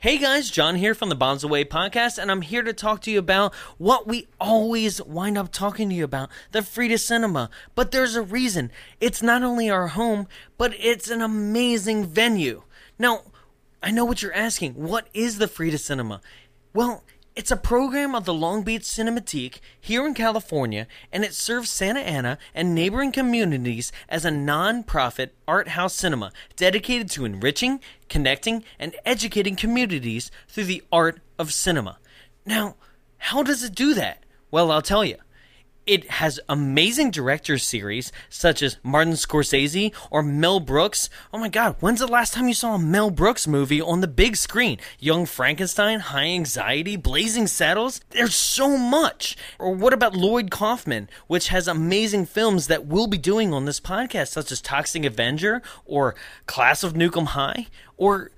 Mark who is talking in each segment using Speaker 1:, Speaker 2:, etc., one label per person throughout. Speaker 1: Hey guys, John here from the Bombs Away podcast, and I'm here to talk to you about what we always wind up talking to you about the Frida Cinema. But there's a reason it's not only our home, but it's an amazing venue. Now, I know what you're asking what is the Frida Cinema? Well, it's a program of the Long Beach Cinematique here in California, and it serves Santa Ana and neighboring communities as a non-profit art house cinema dedicated to enriching, connecting, and educating communities through the art of cinema. Now, how does it do that? Well, I'll tell you. It has amazing director series such as Martin Scorsese or Mel Brooks. Oh my God, when's the last time you saw a Mel Brooks movie on the big screen? Young Frankenstein, High Anxiety, Blazing Saddles? There's so much. Or what about Lloyd Kaufman, which has amazing films that we'll be doing on this podcast, such as Toxic Avenger or Class of Nukem High? Or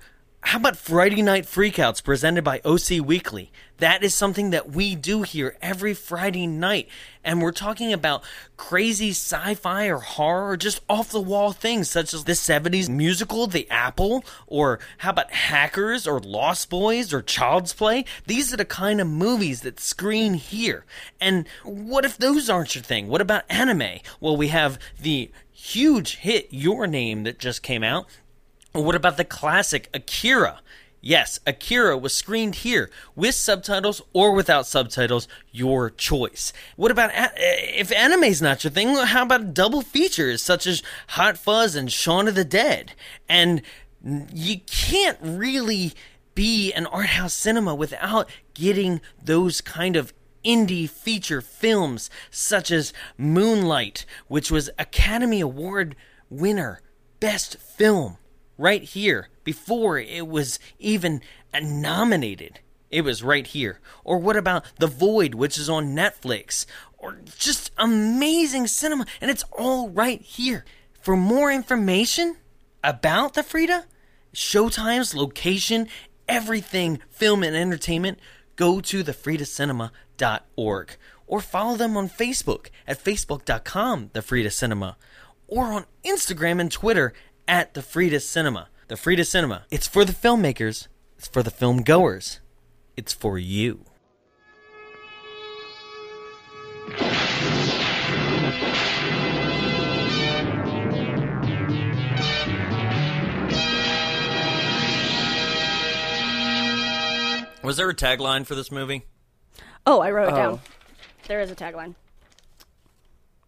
Speaker 1: how about Friday Night Freakouts presented by OC Weekly? That is something that we do here every Friday night. And we're talking about crazy sci fi or horror or just off the wall things such as the 70s musical, The Apple, or how about Hackers or Lost Boys or Child's Play? These are the kind of movies that screen here. And what if those aren't your thing? What about anime? Well, we have the huge hit Your Name that just came out. Or What about the classic Akira? Yes, Akira was screened here with subtitles or without subtitles, your choice. What about a- if anime's not your thing? How about double features such as Hot Fuzz and Shaun of the Dead? And you can't really be an art house cinema without getting those kind of indie feature films such as Moonlight, which was Academy Award winner, best film right here before it was even nominated. It was right here. Or what about The Void, which is on Netflix? Or just amazing cinema, and it's all right here. For more information about the Frida, showtimes, location, everything film and entertainment, go to thefridacinema.org or follow them on Facebook at facebook.com, The Frida Cinema, or on Instagram and Twitter at the Frida Cinema. The Frida Cinema. It's for the filmmakers. It's for the film goers. It's for you. Was there a tagline for this movie?
Speaker 2: Oh, I wrote it
Speaker 3: Oh.
Speaker 2: down. There is a tagline.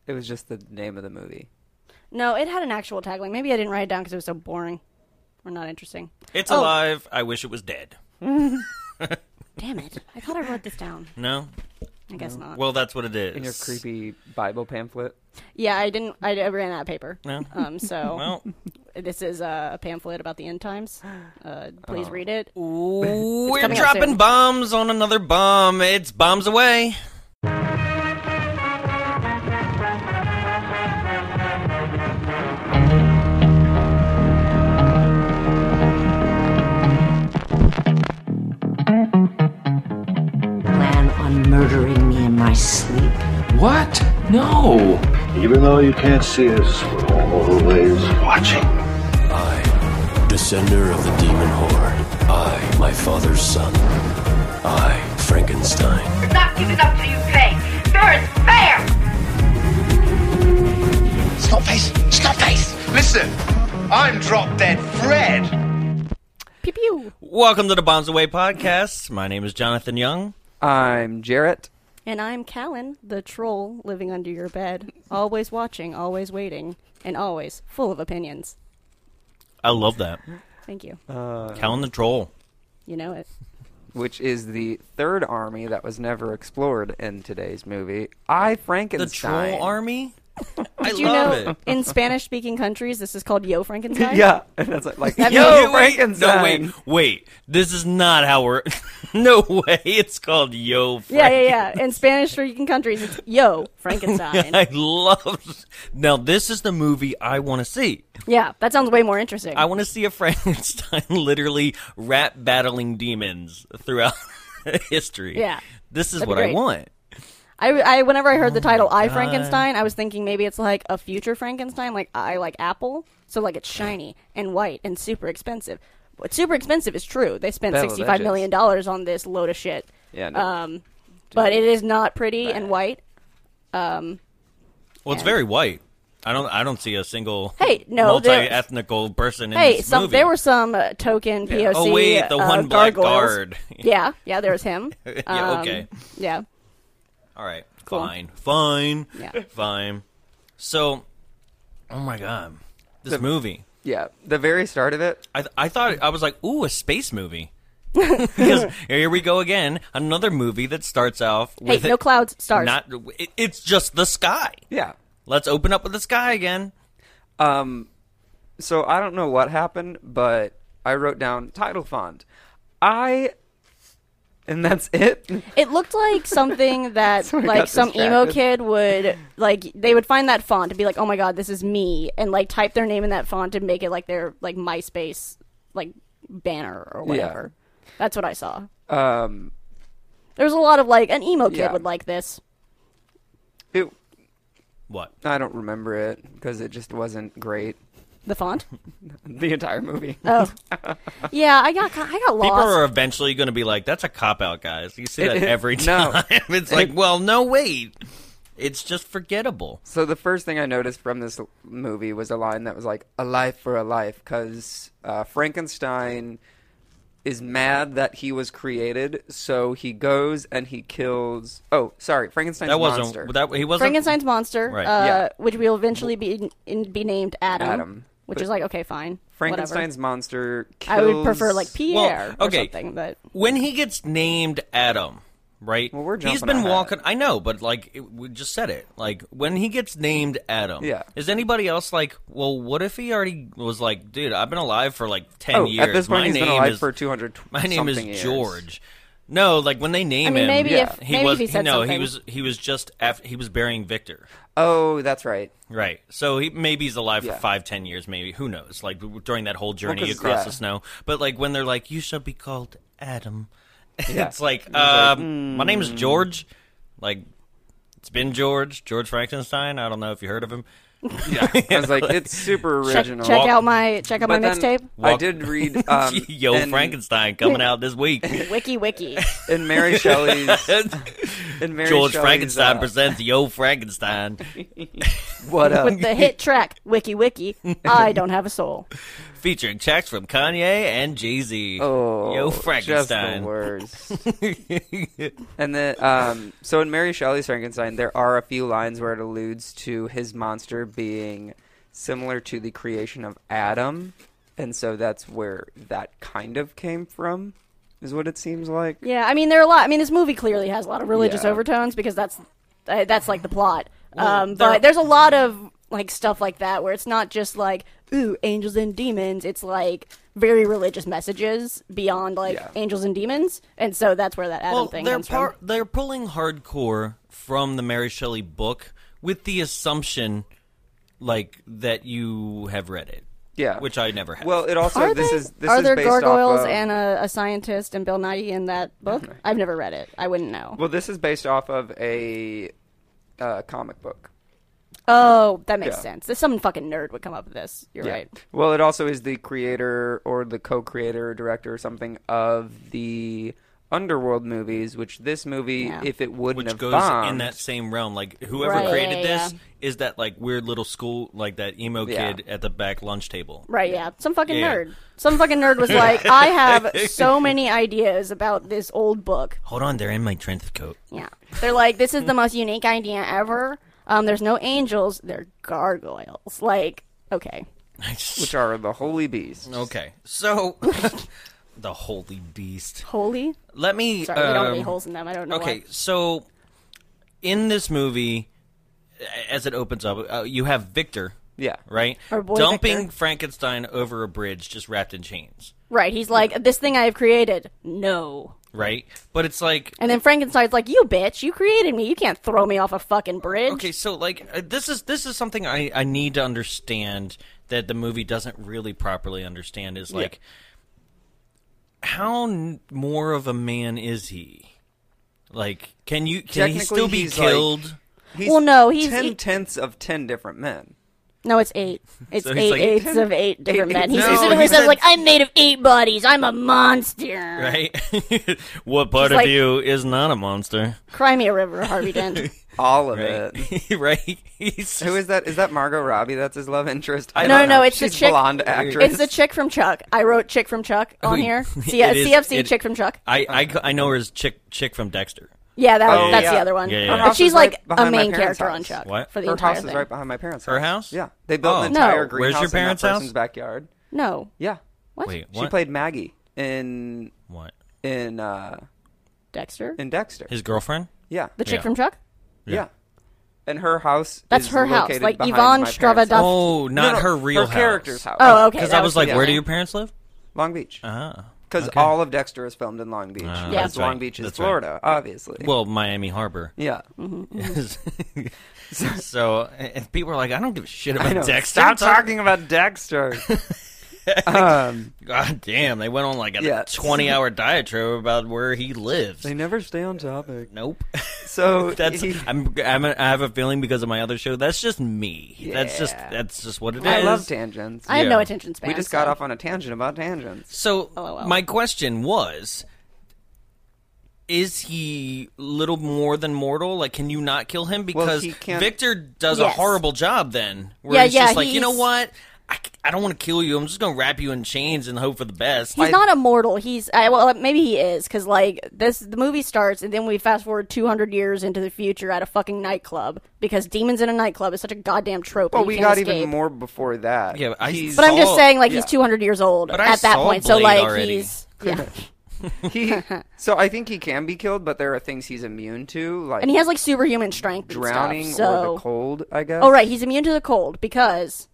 Speaker 3: It was just the name of the movie.
Speaker 2: No, it had an actual tagline. Maybe I didn't write it down because it was so boring or not interesting.
Speaker 1: It's
Speaker 2: Oh.
Speaker 1: alive. I wish it was dead.
Speaker 2: Damn it. I thought I wrote this down.
Speaker 1: No?
Speaker 2: I guess not.
Speaker 1: Well, that's what it is.
Speaker 3: In your creepy Bible pamphlet.
Speaker 2: yeah, I didn't. I I ran out of paper.
Speaker 1: No.
Speaker 2: Um, so
Speaker 1: Well,
Speaker 2: this is uh, a pamphlet about the end times. Uh,
Speaker 1: Oh.
Speaker 2: please read it.
Speaker 1: we're
Speaker 2: coming up
Speaker 1: dropping
Speaker 2: soon.
Speaker 1: bombs on another bomb. It's bombs away.
Speaker 4: plan on murdering me in my sleep.
Speaker 5: What? No.
Speaker 6: Even though you can't see us, we're always watching.
Speaker 7: I, descender of the demon horde. I, my father's son. I, Frankenstein.
Speaker 8: We're not giving up till you pay. Fair is fair.
Speaker 9: Stop face! Stop face! Listen, I'm drop dead Fred.
Speaker 2: Pew pew.
Speaker 1: Welcome to the Bombs Away podcast. My name is Jonathan Young.
Speaker 3: I'm Jarrett.
Speaker 2: And I'm Callan, the troll living under your bed, always watching, always waiting, and always full of opinions.
Speaker 1: I love that.
Speaker 2: Thank you.
Speaker 1: Uh, Callan the Troll.
Speaker 2: You know it.
Speaker 3: which is the third army that was never explored in today's movie. I
Speaker 1: The
Speaker 3: Frankenstein.
Speaker 1: Troll Army? I
Speaker 2: Do you
Speaker 1: love
Speaker 2: know
Speaker 1: it.
Speaker 2: in Spanish speaking countries this is called Yo Frankenstein?
Speaker 3: Yeah, and that's like, like
Speaker 2: Have
Speaker 3: yo,
Speaker 2: you-
Speaker 1: No, wait,
Speaker 3: Frankenstein.
Speaker 1: No, wait, wait. This is not how we're. no way. It's called Yo
Speaker 2: Yeah,
Speaker 1: Frank.
Speaker 2: yeah, yeah. In Spanish speaking countries, it's Yo Frankenstein.
Speaker 1: I love. Now, this is the movie I want to see.
Speaker 2: yeah, that sounds way more interesting.
Speaker 1: I want to see a Frankenstein literally rap battling demons throughout history.
Speaker 2: Yeah.
Speaker 1: This is
Speaker 2: That'd be
Speaker 1: what I
Speaker 2: great.
Speaker 1: want.
Speaker 2: I, I whenever I heard the title I Frankenstein, I was thinking maybe it's like a future Frankenstein, like I like Apple, so like it's shiny and white and super expensive. It's super expensive. It's true. They spent
Speaker 3: Double
Speaker 2: sixty-five million dollars on this load of shit.
Speaker 3: Yeah, no.
Speaker 2: Um, but it is not pretty and white.
Speaker 1: Well, it's very white. I don't. I don't see a single
Speaker 2: Hey, no, there-
Speaker 1: multi-ethnical person in
Speaker 2: Hey,
Speaker 1: this
Speaker 2: some
Speaker 1: movie.
Speaker 2: there were some uh, token POC.
Speaker 1: Oh wait, the
Speaker 2: uh,
Speaker 1: one black
Speaker 2: gargoyles.
Speaker 1: guard.
Speaker 2: yeah, yeah, there was him.
Speaker 1: Yeah,
Speaker 2: Um,
Speaker 1: okay.
Speaker 2: Yeah,
Speaker 1: All right.
Speaker 2: Cool.
Speaker 1: Fine. Fine.
Speaker 2: Yeah.
Speaker 1: Fine. So, oh my god, this movie.
Speaker 3: Yeah, the very start of it.
Speaker 1: I I thought I was like, ooh, a space movie. because here we go again, another movie that starts off
Speaker 2: Hey,
Speaker 1: with
Speaker 2: no
Speaker 1: it
Speaker 2: clouds, stars.
Speaker 1: Not it, it's just the sky.
Speaker 3: Yeah.
Speaker 1: Let's open up with the sky again.
Speaker 3: Um, so I don't know what happened, but I wrote down title font. I, and that's it.
Speaker 2: It looked like something that
Speaker 3: Sorry, I
Speaker 2: like
Speaker 3: got
Speaker 2: some emo
Speaker 3: distracted.
Speaker 2: kid would like they would find that font and be like, "Oh my god, this is me." And like type their name in that font and make it like their like MySpace like banner or whatever. That's what I saw.
Speaker 3: Um,
Speaker 2: There was a lot of like an emo kid
Speaker 3: Yeah.
Speaker 2: would like this.
Speaker 3: it.
Speaker 1: What?
Speaker 3: I don't remember it because it just wasn't great.
Speaker 2: The font?
Speaker 3: The entire movie.
Speaker 2: Oh. yeah, I got I got lost.
Speaker 1: People are eventually going to be like, "That's a cop out, guys." You see that every
Speaker 3: no.
Speaker 1: time. it's like, well, no, wait. It's just forgettable.
Speaker 3: So the first thing I noticed from this l- movie was a line that was like "a life for a life" because uh, Frankenstein is mad that he was created, so he goes and he kills. Oh, sorry, Frankenstein's
Speaker 1: That wasn't
Speaker 3: monster.
Speaker 1: that he wasn't
Speaker 2: Frankenstein's monster,
Speaker 1: Right.
Speaker 2: uh,
Speaker 3: Yeah.
Speaker 2: which will eventually be in, be named Adam,
Speaker 3: Adam.
Speaker 2: which
Speaker 3: But-
Speaker 2: is like okay, fine,
Speaker 3: Frankenstein's monster. Kills...
Speaker 2: Whatever. I would prefer like Pierre
Speaker 1: okay.
Speaker 2: or something, but
Speaker 1: when he gets named Adam, right?
Speaker 3: Well, we're
Speaker 1: he's
Speaker 3: jumping
Speaker 1: been
Speaker 3: ahead.
Speaker 1: walking. I know, but like it, we just said it. Like when he gets named Adam,
Speaker 3: Yeah.
Speaker 1: Is anybody else like, well, what if he already was like, dude, I've been alive for like ten
Speaker 3: Oh,
Speaker 1: years.
Speaker 3: at this point
Speaker 1: my
Speaker 3: he's
Speaker 1: name
Speaker 3: been alive
Speaker 1: is,
Speaker 3: for two hundred.
Speaker 1: My name is George. No, like when they name
Speaker 2: I mean,
Speaker 1: him,
Speaker 2: maybe
Speaker 3: Yeah.
Speaker 2: if
Speaker 1: he
Speaker 2: maybe
Speaker 1: was
Speaker 2: if he said
Speaker 1: no,
Speaker 2: something.
Speaker 1: he was he was just after he was burying Victor.
Speaker 3: Oh, that's right.
Speaker 1: Right. So he maybe he's alive
Speaker 3: Yeah.
Speaker 1: for five, ten years, maybe who knows? Like w- during that whole journey
Speaker 3: 'cause-
Speaker 1: across
Speaker 3: yeah.
Speaker 1: the snow. But like when they're like, "You shall be called Adam," it's like, um, "My name is
Speaker 3: "Hmm."
Speaker 1: George." Like it's been George, George Frankenstein. I don't know if you heard of him.
Speaker 3: I was like, it's super
Speaker 2: check,
Speaker 3: original.
Speaker 2: check
Speaker 1: Walk-
Speaker 2: out my check out my
Speaker 3: But then
Speaker 2: mixtape,
Speaker 3: I
Speaker 1: Walk-
Speaker 3: did read um,
Speaker 1: Yo,
Speaker 3: in,
Speaker 1: Frankenstein coming out this week.
Speaker 2: Wiki Wiki.
Speaker 3: in Mary Shelley's. in Mary
Speaker 1: George
Speaker 3: Shelley's,
Speaker 1: Frankenstein
Speaker 3: uh,
Speaker 1: presents Yo Frankenstein.
Speaker 3: What up?
Speaker 2: with the hit track Wiki Wiki. I don't have a soul.
Speaker 1: featuring tracks from Kanye and Jay Z.
Speaker 3: Oh,
Speaker 1: Yo
Speaker 3: just the
Speaker 1: Frankenstein.
Speaker 3: worst. and then, um, so in Mary Shelley's Frankenstein, there are a few lines where it alludes to his monster being similar to the creation of Adam, and so that's where that kind of came from, is what it seems like.
Speaker 2: Yeah, I mean there are a lot. I mean this movie clearly has a lot of religious
Speaker 3: Yeah.
Speaker 2: overtones because that's uh, that's like the plot. um,
Speaker 1: there-
Speaker 2: but there's a lot of like stuff like that where it's not just like ooh angels and demons. It's like very religious messages beyond like
Speaker 3: Yeah.
Speaker 2: angels and demons, and so that's where that Adam
Speaker 1: well,
Speaker 2: thing
Speaker 1: they're
Speaker 2: comes
Speaker 1: par-
Speaker 2: from.
Speaker 1: they're pulling hardcore from the Mary Shelley book with the assumption, like that you have read it.
Speaker 3: Yeah.
Speaker 1: which I never have.
Speaker 3: Well, it also
Speaker 2: Are
Speaker 3: this
Speaker 2: they-
Speaker 3: is this
Speaker 2: are
Speaker 3: is
Speaker 2: there
Speaker 3: based
Speaker 2: gargoyles
Speaker 3: off of,
Speaker 2: and a, a scientist and Bill Nighy in that book? I've never read it. I wouldn't know.
Speaker 3: well, this is based off of a uh, comic book.
Speaker 2: Oh, that makes
Speaker 3: Yeah.
Speaker 2: sense. Some fucking nerd would come up with this. You're right.
Speaker 3: Well, it also is the creator or the co-creator or director or something of the Underworld movies, which this movie,
Speaker 2: Yeah.
Speaker 3: if it wouldn't
Speaker 1: which
Speaker 3: have
Speaker 1: goes
Speaker 3: bombed,
Speaker 1: in that same realm. Like whoever
Speaker 2: Right.
Speaker 1: created
Speaker 2: Yeah,
Speaker 1: this
Speaker 2: yeah.
Speaker 1: is that like weird little school, like that emo
Speaker 3: Yeah.
Speaker 1: kid at the back lunch table.
Speaker 2: Right, yeah. Some fucking
Speaker 1: Yeah.
Speaker 2: nerd. Some fucking nerd was like, I have so many ideas about this old book.
Speaker 1: Hold on, they're in my trench coat.
Speaker 2: Yeah. They're like, this is the most unique idea ever. Um, there's no angels, they're gargoyles. Like, okay.
Speaker 3: which are the Holy Beasts.
Speaker 1: okay, so the holy beast.
Speaker 2: Holy?
Speaker 1: Let me.
Speaker 2: Sorry, we don't have any
Speaker 1: um,
Speaker 2: holes in them. I don't know.
Speaker 1: Okay,
Speaker 2: why.
Speaker 1: so in this movie, as it opens up, uh, you have Victor,
Speaker 3: Yeah.
Speaker 1: right,
Speaker 2: Our boy
Speaker 1: dumping
Speaker 2: Victor.
Speaker 1: Frankenstein over a bridge, just wrapped in chains,
Speaker 2: Right. He's like, this thing I have created. No.
Speaker 1: right? But it's like,
Speaker 2: And then Frankenstein's like, you bitch, you created me. You can't throw me off a fucking bridge.
Speaker 1: okay, so like uh, this is this is something I I need to understand that the movie doesn't really properly understand is like how n- more of a man is he? Like, can you can he
Speaker 3: Technically,
Speaker 1: still be
Speaker 3: he's, like-
Speaker 1: killed?
Speaker 3: He's
Speaker 2: Well, no, he's-
Speaker 3: ten
Speaker 2: he-
Speaker 3: tenths of ten different men.
Speaker 2: No, it's eight. It's
Speaker 1: So he's
Speaker 2: eight
Speaker 1: like-
Speaker 2: eights of eight different men. He
Speaker 1: No,
Speaker 2: specifically
Speaker 1: he
Speaker 2: says,
Speaker 1: said-
Speaker 2: like, I'm made of eight bodies. I'm a monster.
Speaker 1: Right? what part of
Speaker 2: like-
Speaker 1: you is not a monster?
Speaker 2: Cry me a river, Harvey Dent.
Speaker 3: All of
Speaker 1: Right?
Speaker 3: it.
Speaker 1: right? He's
Speaker 3: Uh, Who is that? Is that Margot Robbie? That's his love interest. I
Speaker 2: No,
Speaker 3: don't
Speaker 2: no,
Speaker 3: know.
Speaker 2: no, it's the
Speaker 3: She's
Speaker 2: chick-
Speaker 3: blonde actress.
Speaker 2: it's the chick from Chuck. I wrote chick from Chuck on
Speaker 1: Wait,
Speaker 2: here.
Speaker 1: Oh, it
Speaker 2: C- uh,
Speaker 1: is-
Speaker 2: CFC
Speaker 1: it-
Speaker 2: chick from Chuck.
Speaker 1: I, I, I know her as chick chick from Dexter.
Speaker 2: Yeah, that,
Speaker 3: Oh,
Speaker 2: that's
Speaker 3: yeah.
Speaker 2: the other one.
Speaker 1: Yeah, yeah,
Speaker 2: But
Speaker 1: yeah. Her house
Speaker 2: she's
Speaker 3: is right
Speaker 2: like a
Speaker 3: behind my
Speaker 2: main
Speaker 3: parents'
Speaker 2: character on
Speaker 3: house.
Speaker 2: Chuck
Speaker 1: What?
Speaker 2: for the
Speaker 3: Her
Speaker 2: entire
Speaker 3: house
Speaker 2: thing.
Speaker 3: is right behind my parents' house.
Speaker 1: Her house?
Speaker 3: Yeah, they built
Speaker 1: Oh.
Speaker 3: an entire
Speaker 2: No.
Speaker 1: Where's
Speaker 3: greenhouse
Speaker 1: your
Speaker 3: in
Speaker 1: parents'
Speaker 3: that
Speaker 1: house?
Speaker 3: person's backyard.
Speaker 2: No,
Speaker 3: Yeah,
Speaker 2: what?
Speaker 1: Wait, what?
Speaker 3: she played Maggie in
Speaker 1: what?
Speaker 3: in uh,
Speaker 2: Dexter,
Speaker 3: in Dexter.
Speaker 1: His girlfriend?
Speaker 3: yeah,
Speaker 2: the chick
Speaker 1: Yeah.
Speaker 2: from Chuck.
Speaker 3: yeah. And her house.
Speaker 2: That's
Speaker 3: is
Speaker 2: her house,
Speaker 3: located
Speaker 2: like
Speaker 3: behind
Speaker 2: Yvonne
Speaker 3: my parents'
Speaker 2: Stravodop-
Speaker 3: house.
Speaker 1: Oh, not
Speaker 3: No, no,
Speaker 1: her real
Speaker 3: her character's house.
Speaker 2: Oh, okay.
Speaker 1: Because
Speaker 2: that
Speaker 1: I was like,
Speaker 2: the
Speaker 1: where do
Speaker 2: thing.
Speaker 1: your parents live?
Speaker 3: Long Beach.
Speaker 1: Ah.
Speaker 3: Because
Speaker 1: okay.
Speaker 3: all of Dexter is filmed in Long Beach.
Speaker 1: Ah,
Speaker 2: Yeah.
Speaker 3: Because
Speaker 2: that's
Speaker 3: Long
Speaker 1: right.
Speaker 3: Beach is
Speaker 1: That's right.
Speaker 3: Florida, obviously.
Speaker 1: Well, Miami Harbor.
Speaker 3: yeah.
Speaker 1: is. so if people are like, I don't give a shit
Speaker 3: Mm-hmm. I
Speaker 1: about
Speaker 3: know.
Speaker 1: Dexter.
Speaker 3: Stop talking about Dexter. um,
Speaker 1: God damn, they went on like a
Speaker 3: Yeah.
Speaker 1: 20 hour diatribe about where he lives.
Speaker 3: they never stay on topic.
Speaker 1: Nope.
Speaker 3: So
Speaker 1: That's
Speaker 3: he-
Speaker 1: I'm, I'm I have a feeling because of my other show. That's just me. That's just
Speaker 3: Yeah.
Speaker 1: that's just what it is.
Speaker 3: I love tangents.
Speaker 2: I have
Speaker 1: Yeah.
Speaker 2: no attention span.
Speaker 3: we just
Speaker 2: so-
Speaker 3: got off on a tangent about tangents.
Speaker 1: So
Speaker 2: LOL.
Speaker 1: my question was is he little more than mortal? Like can you not kill him because
Speaker 3: he can't-
Speaker 1: Victor does a
Speaker 2: Yes.
Speaker 1: horrible job then where
Speaker 2: Yeah,
Speaker 1: he's
Speaker 2: yeah,
Speaker 1: just like, "You know
Speaker 2: he's-
Speaker 1: what? I, c- I don't want to kill you. I'm just going to wrap you in chains and hope for the best."
Speaker 2: He's not immortal. He's I, well, maybe he is because like this, the movie starts and then we fast forward 200 years into the future at a fucking nightclub because demons in a nightclub is such a goddamn trope. that
Speaker 3: Well,
Speaker 2: you
Speaker 3: we
Speaker 2: can't
Speaker 3: got
Speaker 2: escape.
Speaker 3: even more before that.
Speaker 1: Yeah, but I
Speaker 3: he's,
Speaker 2: But I'm just
Speaker 1: saw-
Speaker 2: saying, like he's
Speaker 3: yeah.
Speaker 2: 200 years old
Speaker 1: But I
Speaker 2: at that
Speaker 1: saw
Speaker 2: point, so
Speaker 1: Blade
Speaker 2: like
Speaker 1: already.
Speaker 2: he's yeah,
Speaker 3: he, so I think he can be killed, but there are things he's immune to, like
Speaker 2: and he has like superhuman strength, and stuff,
Speaker 3: drowning
Speaker 2: so
Speaker 3: or the cold. I guess.
Speaker 2: Oh right, he's immune to the cold because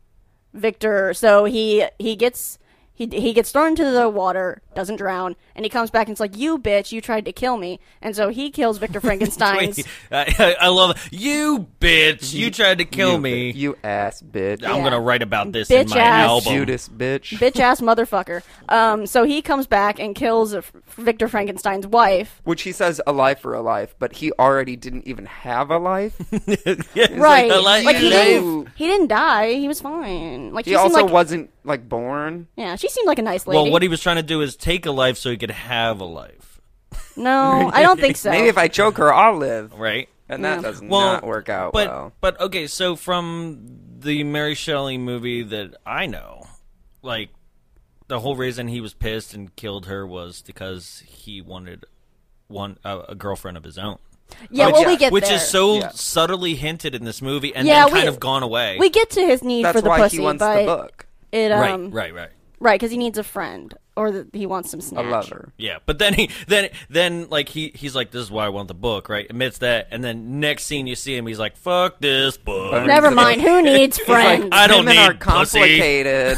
Speaker 2: Victor. So he he gets he he gets thrown into the water, doesn't drown, and he comes back and it's like, "You bitch, you tried to kill me." And so he kills Victor Frankenstein's.
Speaker 1: Wait, I, I love you, bitch. You tried to kill me.
Speaker 3: You ass bitch.
Speaker 1: I'm
Speaker 2: Yeah.
Speaker 1: gonna write about this in
Speaker 2: Bitch
Speaker 1: my
Speaker 2: ass.
Speaker 1: album.
Speaker 3: Judas bitch.
Speaker 2: Bitch ass motherfucker. Um, so he comes back and kills uh, Victor Frankenstein's wife.
Speaker 3: Which he says a life for a life, but he already didn't even have a life.
Speaker 2: right?
Speaker 1: "I
Speaker 2: Like,
Speaker 1: like
Speaker 2: he
Speaker 1: you,
Speaker 2: didn't. He didn't die. He was fine. Like she
Speaker 3: he
Speaker 2: seemed
Speaker 3: also
Speaker 2: like
Speaker 3: wasn't like born.
Speaker 2: yeah. She seemed like a nice lady.
Speaker 1: Well, what he was trying to do is take a life so he could have a life,
Speaker 2: no, I don't think so.
Speaker 3: Maybe if I choke her, I'll live.
Speaker 1: right?
Speaker 3: And that does
Speaker 1: Well,
Speaker 3: not work out
Speaker 1: But
Speaker 3: well.
Speaker 1: but okay, so from the Mary Shelley movie that I know, like the whole reason he was pissed and killed her was because he wanted one a, a girlfriend of his own,
Speaker 2: yeah,
Speaker 3: Which-
Speaker 2: well, we get
Speaker 1: which
Speaker 2: there.
Speaker 1: is so
Speaker 3: Yeah.
Speaker 1: subtly hinted in this movie and
Speaker 2: Yeah,
Speaker 1: then kind
Speaker 2: we-
Speaker 1: of gone away.
Speaker 2: we get to his need
Speaker 3: That's
Speaker 2: for the
Speaker 3: why
Speaker 2: pussy,
Speaker 3: he wants
Speaker 2: but
Speaker 3: the book.
Speaker 2: it
Speaker 1: right,
Speaker 2: um
Speaker 1: right, right.
Speaker 2: Right, because he needs a friend, or th he wants some
Speaker 3: A
Speaker 2: snatch.
Speaker 3: lover.
Speaker 1: Yeah, but then he then then like he he's like this is why I want the book, right? Admits that, and then next scene you see him, he's like fuck this book.
Speaker 2: Never mind. Who needs
Speaker 3: Like,
Speaker 2: friends?
Speaker 1: I don't
Speaker 3: women
Speaker 1: need
Speaker 3: are complicated.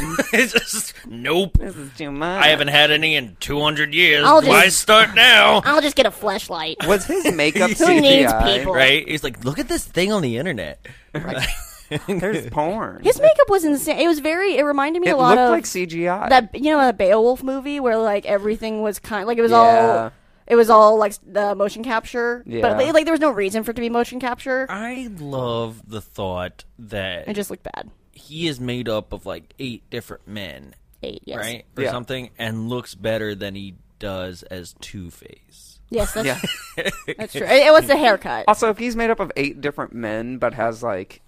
Speaker 1: it's just nope.
Speaker 3: this is too much.
Speaker 1: I haven't had any in 200 years.
Speaker 2: I'll
Speaker 1: Why
Speaker 2: just-
Speaker 1: start now?
Speaker 2: I'll just get a flashlight.
Speaker 3: Was his makeup
Speaker 2: Who
Speaker 3: CGI?
Speaker 2: needs people?
Speaker 1: Right? He's like, look at this thing on the internet.
Speaker 3: There's porn.
Speaker 2: His makeup was insane. It was very. It reminded me
Speaker 3: it
Speaker 2: a lot
Speaker 3: looked
Speaker 2: of
Speaker 3: like CGI.
Speaker 2: that. You know, that Beowulf movie where like everything was kind like it was
Speaker 3: Yeah.
Speaker 2: all. It was all like the motion capture,
Speaker 3: Yeah.
Speaker 2: but like, like, there was no reason for it to be motion capture.
Speaker 1: I love the thought that
Speaker 2: It just looked bad.
Speaker 1: he is made up of like eight different men,
Speaker 2: Eight, yes,
Speaker 1: right? Or
Speaker 3: Yeah.
Speaker 1: something, and looks better than he does as Two Face.
Speaker 2: yes, that's,
Speaker 3: yeah.
Speaker 2: that's true. It, it was the haircut.
Speaker 3: Also, if he's made up of eight different men, but has like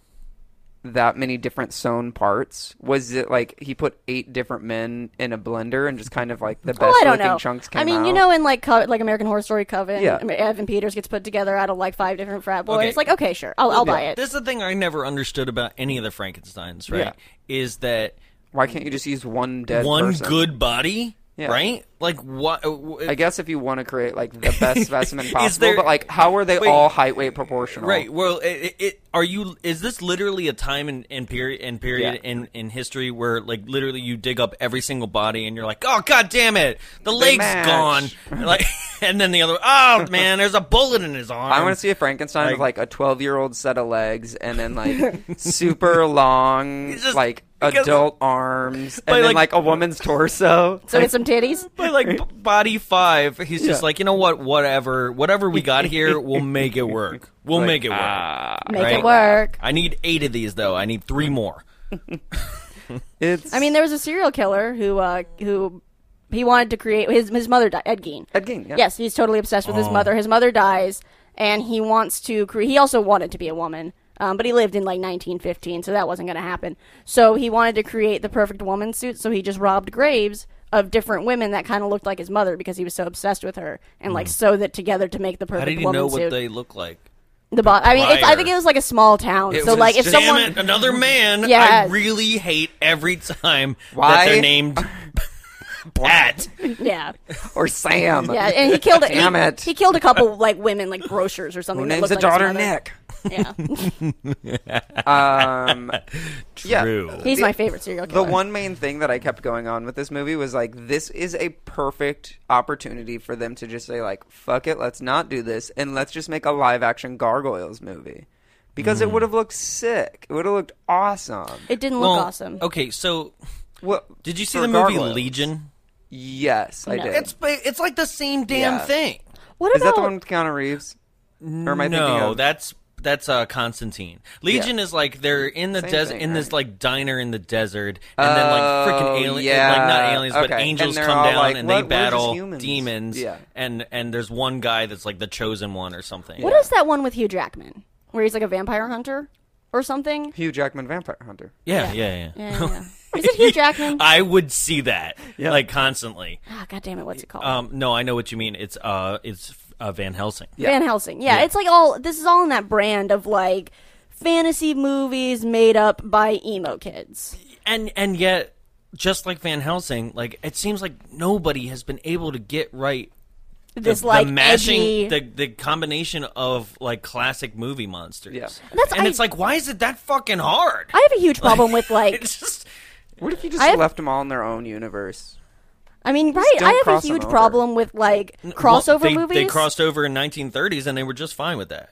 Speaker 3: that many different sewn parts, was it like he put eight different men in a blender and just kind of like the best
Speaker 2: Oh, I don't
Speaker 3: looking
Speaker 2: know.
Speaker 3: chunks came
Speaker 2: I mean,
Speaker 3: out?
Speaker 2: you know, in like Co- like American Horror Story Coven,
Speaker 3: Yeah.
Speaker 2: I mean, Evan Peters gets put together out of like five different frat boys.
Speaker 1: Okay.
Speaker 2: It's like, okay, sure, I'll, I'll buy it.
Speaker 1: This is the thing I never understood about any of the Frankensteins, right? Is that
Speaker 3: why can't you just use one dead
Speaker 1: one
Speaker 3: person?
Speaker 1: good body,
Speaker 3: Yeah.
Speaker 1: right? Like, what? uh,
Speaker 3: I guess if you want to create like the best specimen possible,
Speaker 1: there-
Speaker 3: but like how are they
Speaker 1: Wait.
Speaker 3: all height weight proportional?
Speaker 1: Right. Well, it, it, are you? Is this literally a time in, in period in period
Speaker 3: Yeah.
Speaker 1: in, in history where like literally you dig up every single body and you're like, oh god damn it, the leg's
Speaker 3: match."
Speaker 1: gone, like, and then the other, oh man, there's a bullet in his arm.
Speaker 3: I want to see a Frankenstein with
Speaker 1: Like-
Speaker 3: like a twelve year old set of legs and then like super long
Speaker 1: It's just-
Speaker 3: like
Speaker 1: because-
Speaker 3: adult arms
Speaker 1: But,
Speaker 3: and then
Speaker 1: like-
Speaker 3: like a woman's torso.
Speaker 2: So it's some titties.
Speaker 1: But like b- body five, he's just like, you know what? Whatever, whatever we got here, we'll make it work. We'll make it work.
Speaker 2: Make
Speaker 1: Right.
Speaker 2: it work.
Speaker 1: I need eight of these though. I need three more.
Speaker 3: It's
Speaker 2: I mean, there was a serial killer who uh, who he wanted to create his his mother died. Ed Gein.
Speaker 3: Ed Gein, yeah.
Speaker 2: Yes, he's totally obsessed
Speaker 3: Oh.
Speaker 2: with his mother. His mother dies, and he wants to. Cre- he also wanted to be a woman, um, but he lived in like 1915, so that wasn't going to happen. So he wanted to create the perfect woman suit. So he just robbed graves of different women that kind of looked like his mother because he was so obsessed with her, and
Speaker 3: Mm.
Speaker 2: like sewed it together to make the perfect
Speaker 1: How did you
Speaker 2: woman
Speaker 1: know
Speaker 2: suit.
Speaker 1: what they look like?
Speaker 2: the bo- I mean, it's, I
Speaker 1: prior-
Speaker 2: think it was like a small town.
Speaker 3: It
Speaker 2: so
Speaker 3: was
Speaker 2: like if
Speaker 3: just-
Speaker 1: Damn
Speaker 2: someone
Speaker 1: it, another man. I
Speaker 2: Yes.
Speaker 1: really hate every time
Speaker 3: Why?
Speaker 1: that they're named Pat.
Speaker 2: yeah.
Speaker 3: or Sam.
Speaker 2: Yeah, and he killed.
Speaker 3: Damn
Speaker 2: he,
Speaker 3: it.
Speaker 2: He killed a couple like women, like grocers or something.
Speaker 3: Who
Speaker 2: that
Speaker 3: names
Speaker 2: looked
Speaker 3: the
Speaker 2: like his
Speaker 3: daughter
Speaker 2: mother.
Speaker 3: Nick?
Speaker 2: Yeah,
Speaker 3: Um,
Speaker 1: True.
Speaker 2: he's my favorite serial
Speaker 3: the
Speaker 2: killer.
Speaker 3: one main thing that I kept going on with this movie was like, this is a perfect opportunity for them to just say like, fuck it, let's not do this, and let's just make a live action Gargoyles movie because
Speaker 1: Mm.
Speaker 3: it would have looked sick. It would have looked awesome.
Speaker 2: It didn't look
Speaker 1: Well,
Speaker 2: awesome.
Speaker 1: Okay, so
Speaker 3: What
Speaker 1: did you see
Speaker 3: for
Speaker 1: the movie
Speaker 3: Gargoyles.
Speaker 1: Legion?
Speaker 3: Yes, I
Speaker 2: No.
Speaker 3: did.
Speaker 2: It's-
Speaker 1: It's ba- it's like the same damn
Speaker 3: Yeah.
Speaker 1: thing.
Speaker 2: What
Speaker 3: is that
Speaker 2: about
Speaker 3: the one with Keanu Reeves? Or am I thinking
Speaker 1: No,
Speaker 3: of-
Speaker 1: that's that's uh Constantine. Legion is like they're in the
Speaker 3: Same
Speaker 1: desert
Speaker 3: thing,
Speaker 1: in this
Speaker 3: right?
Speaker 1: like diner in the desert and then like freaking
Speaker 3: Oh,
Speaker 1: alien
Speaker 3: yeah.
Speaker 1: like not aliens but
Speaker 3: Okay. And
Speaker 1: angels
Speaker 3: they're
Speaker 1: come
Speaker 3: all
Speaker 1: down
Speaker 3: like,
Speaker 1: and
Speaker 3: "What?
Speaker 1: they
Speaker 3: We're just
Speaker 1: battle
Speaker 3: humans."
Speaker 1: demons
Speaker 3: Yeah.
Speaker 1: and and there's one guy that's like the chosen one or something.
Speaker 2: what is that one with Hugh Jackman where he's like a vampire hunter or something?
Speaker 3: Hugh Jackman Vampire Hunter?
Speaker 1: Yeah, yeah, yeah.
Speaker 2: Yeah, yeah. is it Hugh Jackman?
Speaker 1: I would see that like constantly.
Speaker 2: Ah, God damn it, what's it called?
Speaker 1: Um no, I know what you mean. It's uh it's uh, Van Helsing.
Speaker 2: Van Helsing. Yeah, it's like all this is all in that brand of like fantasy movies made up by emo kids.
Speaker 1: and and yet just like van helsing like it seems like nobody has been able to get right the-
Speaker 2: This
Speaker 1: the
Speaker 2: like
Speaker 1: mashing
Speaker 2: edgy-
Speaker 1: the the combination of like classic movie monsters
Speaker 3: Yeah.
Speaker 2: That's-
Speaker 1: and
Speaker 2: I-
Speaker 1: it's like why is it that fucking hard
Speaker 2: I have a huge problem with like
Speaker 1: it's just
Speaker 3: What if you just
Speaker 2: I have-
Speaker 3: left them all in their own universe?
Speaker 2: I mean right
Speaker 3: don't
Speaker 2: I have
Speaker 3: cross
Speaker 2: a
Speaker 3: them
Speaker 2: huge
Speaker 3: over.
Speaker 2: problem with like crossover
Speaker 1: they,
Speaker 2: movies.
Speaker 1: they crossed over in 1930s and they were just fine with that